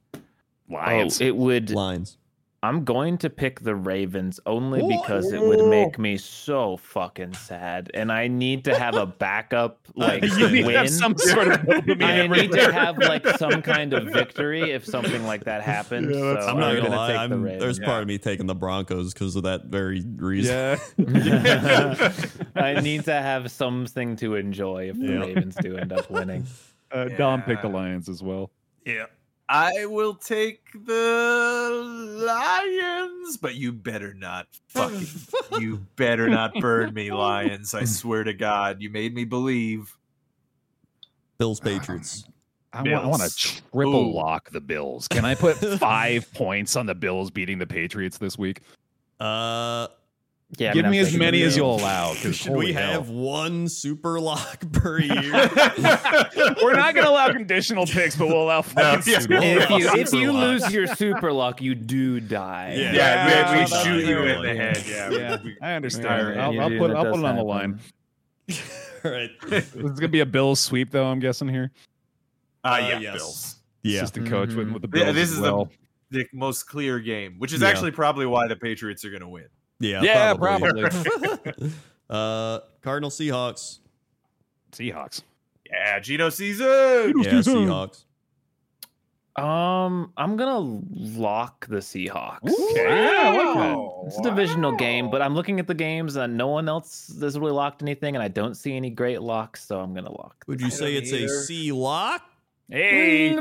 Speaker 1: Oh, it would.
Speaker 2: Lions.
Speaker 1: I'm going to pick the Ravens only
Speaker 2: Ooh.
Speaker 1: because it would make me so fucking sad, and I need to have a backup like
Speaker 4: you need to
Speaker 1: win.
Speaker 4: have some sort of
Speaker 1: I
Speaker 4: dopamine.
Speaker 1: need to have like some kind of victory if something like that happens. so
Speaker 2: I'm not
Speaker 1: going
Speaker 2: gonna
Speaker 1: to
Speaker 2: lie.
Speaker 1: take the
Speaker 2: I'm, there's
Speaker 1: Ravens.
Speaker 2: part of me taking the Broncos because of that very reason.
Speaker 4: yeah.
Speaker 1: I need to have something to enjoy if the
Speaker 2: Yeah.
Speaker 1: Ravens do end up winning.
Speaker 4: Uh, Dom picked the Lions as well.
Speaker 2: Yeah.
Speaker 3: I will take the Lions, but you better not fucking you better not burn me, Lions. I swear to God, you made me believe.
Speaker 2: Bills, Patriots.
Speaker 4: I want, I want
Speaker 3: Bills.
Speaker 4: to triple
Speaker 3: Ooh.
Speaker 4: lock the Bills. Can I put five points on the Bills beating the Patriots this week?
Speaker 2: Uh,
Speaker 1: Yeah, I
Speaker 4: Give
Speaker 1: mean, I'm
Speaker 4: me as
Speaker 1: taking
Speaker 4: many
Speaker 1: the
Speaker 4: as you'll
Speaker 1: Ravens.
Speaker 4: allow. 'cause
Speaker 2: should we
Speaker 4: holy hell.
Speaker 2: have one super lock per year?
Speaker 4: We're not going to allow conditional picks, but we'll allow fucking
Speaker 3: yeah.
Speaker 4: super
Speaker 1: if you,
Speaker 2: Super
Speaker 1: if you
Speaker 2: luck.
Speaker 1: lose your super luck, you do die.
Speaker 2: Yeah.
Speaker 3: yeah, we, we
Speaker 4: Yeah,
Speaker 3: shoot you in
Speaker 2: yeah.
Speaker 3: the head. Yeah, we-
Speaker 4: Yeah,
Speaker 3: we- All
Speaker 4: I
Speaker 3: right,
Speaker 4: understand. I'll,
Speaker 1: you
Speaker 4: I'll
Speaker 1: do,
Speaker 4: put,
Speaker 1: that
Speaker 4: I'll
Speaker 1: does
Speaker 4: put it on the
Speaker 1: happen.
Speaker 4: line.
Speaker 2: All right.
Speaker 4: It's going to be a Bills sweep, though, I'm guessing here.
Speaker 3: uh,
Speaker 2: Uh,
Speaker 3: yeah,
Speaker 2: yes.
Speaker 3: Bills.
Speaker 2: Yeah.
Speaker 4: Assistant coach with,
Speaker 1: Mhm.
Speaker 4: with the
Speaker 3: Yeah,
Speaker 4: Bills.
Speaker 3: this
Speaker 4: as
Speaker 3: is the-
Speaker 4: well.
Speaker 3: The most clear game, which is
Speaker 2: Yeah.
Speaker 3: actually probably why the Patriots are going to win.
Speaker 2: Yeah.
Speaker 4: Yeah,
Speaker 2: uh, Cardinal, Seahawks.
Speaker 4: Seahawks.
Speaker 3: Yeah, Geno season.
Speaker 2: Yeah, Seahawks.
Speaker 1: Um, I'm gonna lock the Seahawks.
Speaker 4: Yeah, I like that.
Speaker 1: It's a divisional game, but I'm looking at the games and no one else has really locked anything, and I don't see any great locks, so I'm gonna lock.
Speaker 2: Would you say
Speaker 3: don't
Speaker 2: it's a
Speaker 3: either.
Speaker 2: C lock?
Speaker 1: Hey,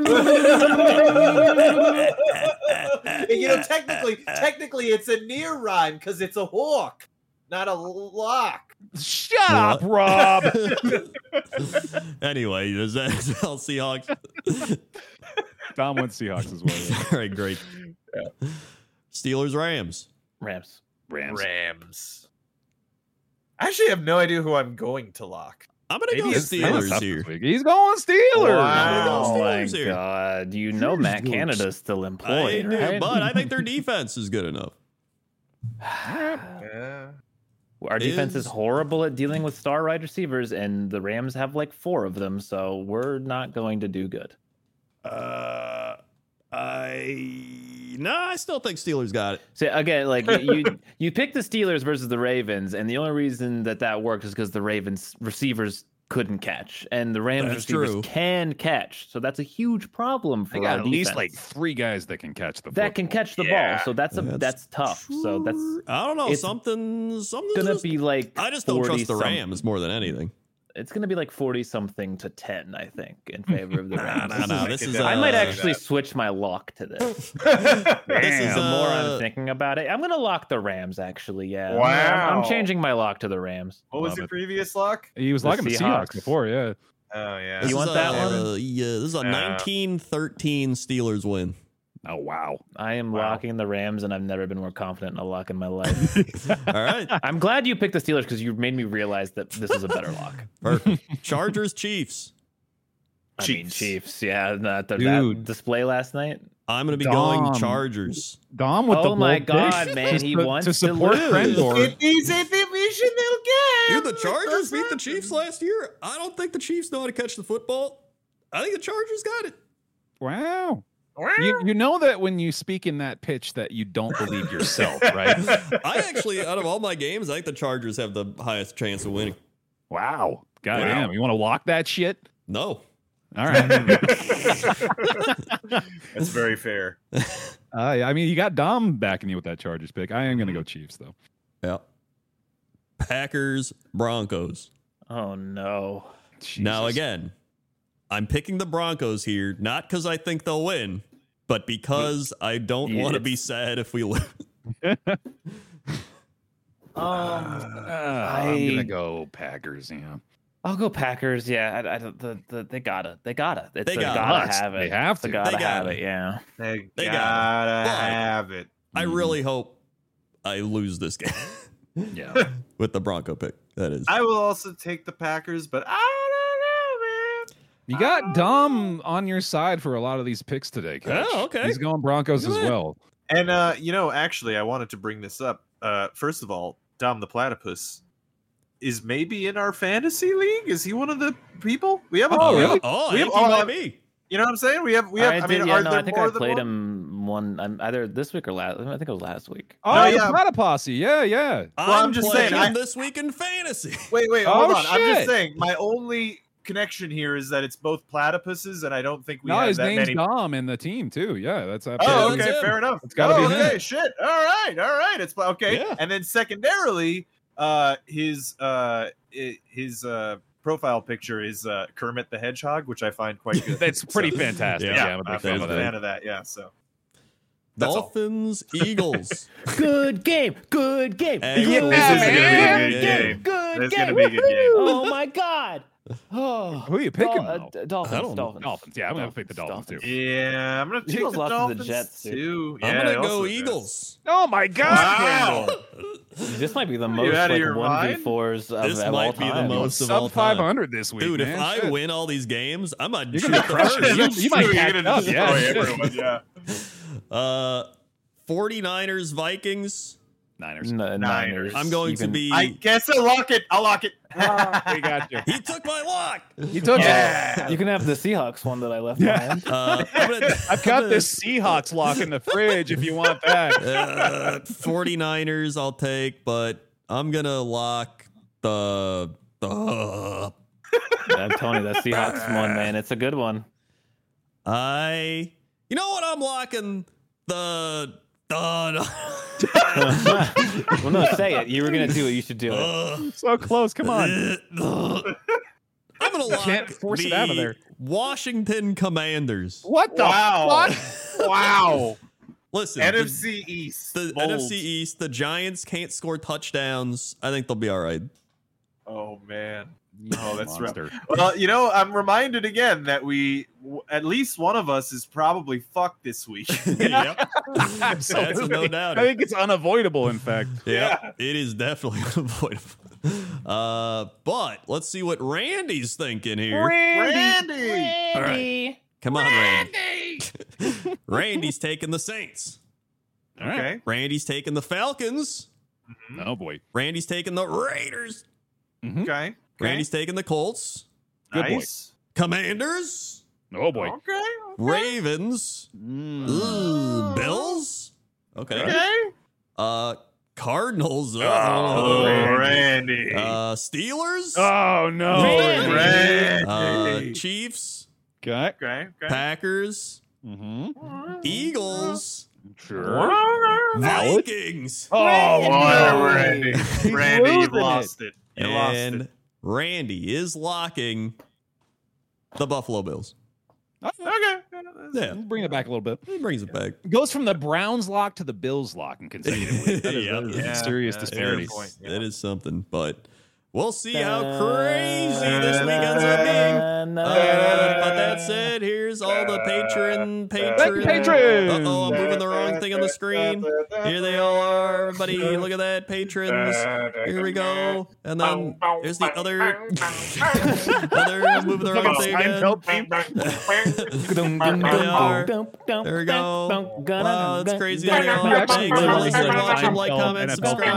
Speaker 6: And, you know, technically, technically, it's a near rhyme because it's a hawk, not a lock.
Speaker 1: shut up,
Speaker 2: Um,
Speaker 1: Rob.
Speaker 2: anyway, does that sell Seahawks?
Speaker 4: Dom went Seahawks as well. yeah.
Speaker 2: All right, great. Steelers Rams.
Speaker 1: Rams. Rams.
Speaker 3: Rams. I actually have no idea who I'm going to lock.
Speaker 2: I'm gonna
Speaker 3: Maybe
Speaker 2: go
Speaker 3: it's-
Speaker 4: That was
Speaker 2: Steelers
Speaker 4: tough
Speaker 2: here.
Speaker 4: this week. He's going Steelers.
Speaker 3: Wow.
Speaker 1: Oh my
Speaker 2: Steelers here.
Speaker 1: God! You know Matt Canada's still
Speaker 2: I
Speaker 1: employed,
Speaker 2: knew,
Speaker 1: right?
Speaker 2: but I think their defense is good enough.
Speaker 3: Yeah.
Speaker 1: Our defense is
Speaker 2: Is-
Speaker 1: horrible at dealing with star wide receivers, and the Rams have like four of them, so we're not going to do good.
Speaker 2: Uh, I no, I still think Steelers got it.
Speaker 1: So again, like you, you pick the Steelers versus the Ravens, and the only reason that that worked is because the Ravens receivers couldn't catch, and the Rams
Speaker 2: That's
Speaker 1: receivers
Speaker 2: true.
Speaker 1: can catch. So that's a huge problem for
Speaker 4: They
Speaker 1: our
Speaker 4: got at least
Speaker 1: defense.
Speaker 4: like three guys that can catch the
Speaker 1: that can
Speaker 4: football.
Speaker 1: catch the
Speaker 3: Yeah.
Speaker 1: ball. So that's a
Speaker 2: That's
Speaker 1: that's, tough. So that's
Speaker 2: I don't know
Speaker 1: it's
Speaker 2: something something's
Speaker 1: gonna
Speaker 2: just-
Speaker 1: be like
Speaker 2: I just don't
Speaker 1: 40
Speaker 2: trust the
Speaker 1: some-
Speaker 2: Rams more than anything.
Speaker 1: It's gonna be like forty something to ten, I think, in favor of the
Speaker 2: Nah,
Speaker 1: Rams.
Speaker 2: nah, nah. This is
Speaker 1: I might
Speaker 2: uh,
Speaker 1: actually switch my lock to this.
Speaker 2: This is
Speaker 1: the more
Speaker 2: uh,
Speaker 1: I'm thinking about it, I'm gonna lock the Rams. Actually, yeah. I'm- I'm,
Speaker 3: Wow.
Speaker 1: changing my lock to the Rams.
Speaker 3: What was
Speaker 4: Love
Speaker 3: your
Speaker 4: it.
Speaker 3: previous lock?
Speaker 4: He was
Speaker 1: The
Speaker 4: like him Seahawks.
Speaker 1: Seahawks.
Speaker 4: Seahawks before, yeah.
Speaker 3: Oh yeah.
Speaker 2: this
Speaker 1: You
Speaker 2: is
Speaker 1: want that
Speaker 2: a- uh,
Speaker 1: one?
Speaker 2: Yeah, this is a
Speaker 3: Nah.
Speaker 2: 1913 Steelers win.
Speaker 4: Oh wow.
Speaker 1: I am
Speaker 3: Wow.
Speaker 1: locking the Rams, and I've never been more confident in a lock in my life.
Speaker 2: All right,
Speaker 1: I'm glad you picked the Steelers because you made me realize that this is a better lock.
Speaker 2: perfect. Chargers Chiefs.
Speaker 1: I mean,
Speaker 3: Chiefs.
Speaker 1: Chiefs, yeah. That, that,
Speaker 4: Dude.
Speaker 1: display last night.
Speaker 2: I'm gonna be going
Speaker 4: Dom.
Speaker 2: Chargers.
Speaker 4: Dom with the
Speaker 1: Oh my
Speaker 4: bold
Speaker 1: God,
Speaker 4: pick.
Speaker 1: man,
Speaker 4: Just
Speaker 1: he
Speaker 4: to,
Speaker 1: wants
Speaker 4: to
Speaker 1: to
Speaker 4: support
Speaker 2: lose.
Speaker 4: Frendor.
Speaker 6: It is a division again.
Speaker 2: Dude, the Chargers beat the Chiefs last year. I don't think the Chiefs know how to catch the football. I think the Chargers got it.
Speaker 4: Wow. You, you know that when you speak in that pitch that you don't believe yourself, right?
Speaker 2: I actually, out of all my games, I think the Chargers have the highest chance of winning.
Speaker 4: Wow. God damn. You want to lock that shit?
Speaker 2: No.
Speaker 4: All right.
Speaker 3: That's very fair.
Speaker 4: uh, I mean, you got Dom backing you with that Chargers pick. I am going to go Chiefs, though.
Speaker 2: Yeah. Packers, Broncos.
Speaker 1: Oh no.
Speaker 2: Now,
Speaker 4: Jesus.
Speaker 2: again, I'm picking the Broncos here, not because I think they'll win, but because I don't
Speaker 1: Yeah,
Speaker 2: want to
Speaker 1: it's-
Speaker 2: be sad if we lose.
Speaker 1: Um,
Speaker 4: Uh,
Speaker 1: I-
Speaker 4: I'm going to go Packers. Yeah.
Speaker 1: I'll go Packers. Yeah, I, I, don't- the, the, they gotta, they gotta, it's,
Speaker 2: They
Speaker 1: they
Speaker 2: gotta.
Speaker 1: gotta,
Speaker 4: Must.
Speaker 1: have it.
Speaker 4: They have to.
Speaker 1: They gotta
Speaker 2: They gotta.
Speaker 1: have it. Yeah.
Speaker 3: They,
Speaker 2: They got it.
Speaker 3: gotta
Speaker 2: But-
Speaker 3: have it.
Speaker 2: I really hope I lose this game
Speaker 4: Yeah.
Speaker 2: with the Bronco pick. That is.
Speaker 3: I will also take the Packers, but I don't know, man.
Speaker 4: You got Dom on your side for a lot of these picks today. Coach.
Speaker 2: Oh, okay.
Speaker 4: He's going Broncos
Speaker 2: Look
Speaker 4: as
Speaker 2: at that.
Speaker 4: well.
Speaker 3: And uh, you know, actually, I wanted to bring this up. Uh, first of all, Dom the Platypus is maybe in our fantasy league. Is he one of the people we have? A,
Speaker 4: Oh,
Speaker 3: we have a-
Speaker 4: really?
Speaker 2: Oh, I
Speaker 3: We
Speaker 2: think
Speaker 3: have
Speaker 2: he
Speaker 3: all-
Speaker 2: might be.
Speaker 3: you know what I'm saying? We have. We have. I,
Speaker 1: I,
Speaker 3: mean,
Speaker 1: did,
Speaker 3: are
Speaker 1: yeah, no,
Speaker 3: there
Speaker 1: I think
Speaker 3: more
Speaker 1: I
Speaker 3: than
Speaker 1: played
Speaker 3: one?
Speaker 1: him one, um, either this week or last. I think it was last week.
Speaker 4: Oh,
Speaker 3: No,
Speaker 4: the
Speaker 3: yeah.
Speaker 4: Platyposse. Yeah, yeah.
Speaker 2: I'm,
Speaker 3: I'm just
Speaker 2: playing
Speaker 3: saying, I-
Speaker 2: him this week in fantasy.
Speaker 3: Wait, wait,
Speaker 4: Oh,
Speaker 3: hold on. I'm
Speaker 4: shit.
Speaker 3: just saying. My only connection here is that it's both platypuses, and I don't think we
Speaker 4: no,
Speaker 3: have
Speaker 4: his
Speaker 3: that
Speaker 4: name's
Speaker 3: many.
Speaker 4: Dom and the team, too. Yeah, that's
Speaker 3: Oh,
Speaker 4: absolutely.
Speaker 2: It's
Speaker 3: okay,
Speaker 2: him.
Speaker 3: fair enough.
Speaker 4: It's gotta
Speaker 3: oh,
Speaker 4: be him.
Speaker 3: okay, shit. All right, all right. It's pla- okay.
Speaker 2: Yeah.
Speaker 3: And then secondarily, uh, his uh, i- his uh, profile picture is uh, Kermit the Hedgehog, which I find quite good.
Speaker 4: That's pretty
Speaker 2: So-
Speaker 4: fantastic.
Speaker 2: Yeah.
Speaker 4: Yeah, I'm a big
Speaker 3: I'm,
Speaker 4: fan
Speaker 3: a
Speaker 2: that
Speaker 4: of
Speaker 2: is good.
Speaker 4: that.
Speaker 3: fan of that. Yeah. So That's all.
Speaker 2: Dolphins, Eagles.
Speaker 1: Good game. Good game.
Speaker 2: Hey,
Speaker 1: good
Speaker 2: this is
Speaker 3: gonna be a
Speaker 1: game,
Speaker 3: good game.
Speaker 1: Good
Speaker 3: This is
Speaker 1: game.
Speaker 3: gonna be a good game.
Speaker 1: Oh my god. Oh.
Speaker 4: Who are you picking,
Speaker 1: Dol- uh,
Speaker 4: though?
Speaker 1: d-
Speaker 2: I
Speaker 1: Dolphins.
Speaker 2: don't-
Speaker 1: Dolphins.
Speaker 4: Dolphins. Yeah, I'm going to pick the Dolphins, too.
Speaker 3: yeah, I'm gonna take
Speaker 1: Eagles
Speaker 3: the
Speaker 1: lost to the
Speaker 3: Dolphins
Speaker 1: Jets, dude.
Speaker 3: too.
Speaker 2: I'm
Speaker 3: Yeah,
Speaker 2: gonna
Speaker 3: I also
Speaker 2: go
Speaker 3: did.
Speaker 2: Eagles.
Speaker 4: Oh, my God.
Speaker 3: Wow.
Speaker 1: This might be the
Speaker 3: you
Speaker 1: most
Speaker 3: out of
Speaker 1: like
Speaker 3: your
Speaker 1: one v
Speaker 3: mind?
Speaker 1: fours of
Speaker 2: This
Speaker 1: of all
Speaker 2: might be the
Speaker 1: time.
Speaker 2: most- of all
Speaker 4: Sub
Speaker 2: time.
Speaker 4: 500 this week.
Speaker 2: Dude, if
Speaker 4: man.
Speaker 2: I
Speaker 4: Shit.
Speaker 2: win all these games, I'm gonna
Speaker 4: You're
Speaker 2: shoot
Speaker 4: gonna
Speaker 2: the
Speaker 4: crush
Speaker 2: first.
Speaker 4: it. You- you might
Speaker 3: You're
Speaker 4: catch
Speaker 3: gonna
Speaker 4: up, yeah.
Speaker 3: destroy everyone, yeah.
Speaker 2: Uh, 49ers, Vikings.
Speaker 4: Niners.
Speaker 1: N- Niners.
Speaker 2: I'm going to
Speaker 1: Even-
Speaker 2: be.
Speaker 3: I guess I'll lock it. I'll lock it.
Speaker 4: we got you.
Speaker 2: he took my lock.
Speaker 4: You took
Speaker 3: Yeah.
Speaker 1: You can have the Seahawks one that I left
Speaker 4: Yeah.
Speaker 1: behind.
Speaker 2: Uh, I'm gonna,
Speaker 4: I've got this Seahawks lock in the fridge if you want that.
Speaker 2: Uh, 49ers, I'll take, but I'm gonna lock the. the
Speaker 1: I'm telling you, that Seahawks one, man, it's a good one.
Speaker 2: I. You know what? I'm locking the. the
Speaker 1: Well, no, say it. You were gonna do it. You should do it.
Speaker 2: uh,
Speaker 4: So close. Come on.
Speaker 2: I'm I'm gonna lie.
Speaker 4: can't force it out of
Speaker 2: the
Speaker 4: there.
Speaker 2: Washington Commanders.
Speaker 4: What the
Speaker 3: Wow.
Speaker 4: fuck?
Speaker 5: Wow.
Speaker 2: Listen, the-
Speaker 3: NFC East.
Speaker 2: the,
Speaker 3: Bold.
Speaker 2: NFC East, the Giants can't score touchdowns. I think they'll be all right.
Speaker 3: Oh man. Oh, that's rough.
Speaker 4: Monster.
Speaker 3: Well, you know, I'm reminded again that we w- at least one of us is probably fucked this week.
Speaker 2: yep. That's a no doubt.
Speaker 4: I think it's unavoidable, in fact.
Speaker 2: Yeah, it is definitely unavoidable. Uh, but let's see what Randy's thinking here.
Speaker 3: Randy.
Speaker 1: Randy.
Speaker 2: Come on, Randy. Randy's taking the Saints.
Speaker 4: All right.
Speaker 3: Okay.
Speaker 2: Randy's taking the Falcons.
Speaker 4: Oh boy.
Speaker 2: Randy's taking the Raiders.
Speaker 3: Okay.
Speaker 2: Randy's taking the Colts.
Speaker 4: Good boy.
Speaker 3: nice.
Speaker 2: Commanders.
Speaker 4: Oh boy. Mm.
Speaker 3: Okay. Oh.
Speaker 2: Ravens. Ooh, Bills. Okay.
Speaker 3: Okay.
Speaker 2: Uh, Cardinals.
Speaker 3: Oh,
Speaker 2: Uh,
Speaker 3: Randy. Oh,
Speaker 2: uh, Steelers.
Speaker 4: Oh no.
Speaker 1: Randy.
Speaker 3: Randy.
Speaker 2: Uh, Chiefs.
Speaker 4: Okay.
Speaker 3: okay. Okay. Oh.
Speaker 2: Packers.
Speaker 4: Mm-hmm.
Speaker 2: Eagles.
Speaker 4: Sure. Valid.
Speaker 2: Vikings.
Speaker 4: Oh,
Speaker 3: Oh, Randy. Randy, you
Speaker 4: losing
Speaker 3: lost it. You lost
Speaker 2: and
Speaker 3: it.
Speaker 2: Randy is locking the Buffalo Bills.
Speaker 3: Okay.
Speaker 2: Yeah,
Speaker 4: Bring it back a little bit.
Speaker 2: he brings it back.
Speaker 4: Goes from the Browns lock to the Bills lock in consecutive weeks. That is,
Speaker 2: Yeah.
Speaker 4: that is
Speaker 3: Yeah,
Speaker 4: serious
Speaker 3: yeah, that's a good
Speaker 4: disparities.
Speaker 3: point. Yeah. Uh,
Speaker 2: That is something, but we'll see how crazy this week ends up being. Uh, but that's it. Here's all the patron patrons.
Speaker 4: patrons!
Speaker 2: Uh-oh, I'm moving the wrong thing on the screen. Here they all are, everybody. Look at that, patrons. Here we go. And then there's the other. other I'm moving the wrong thing again. They are. There we go. Wow, that's crazy. They all
Speaker 4: You
Speaker 2: are.
Speaker 4: actually
Speaker 2: Thanks,
Speaker 4: literally
Speaker 2: everybody.
Speaker 4: said
Speaker 2: Watch them, like,
Speaker 4: Seinfeld
Speaker 2: comment,
Speaker 4: NFL
Speaker 2: subscribe.
Speaker 4: program.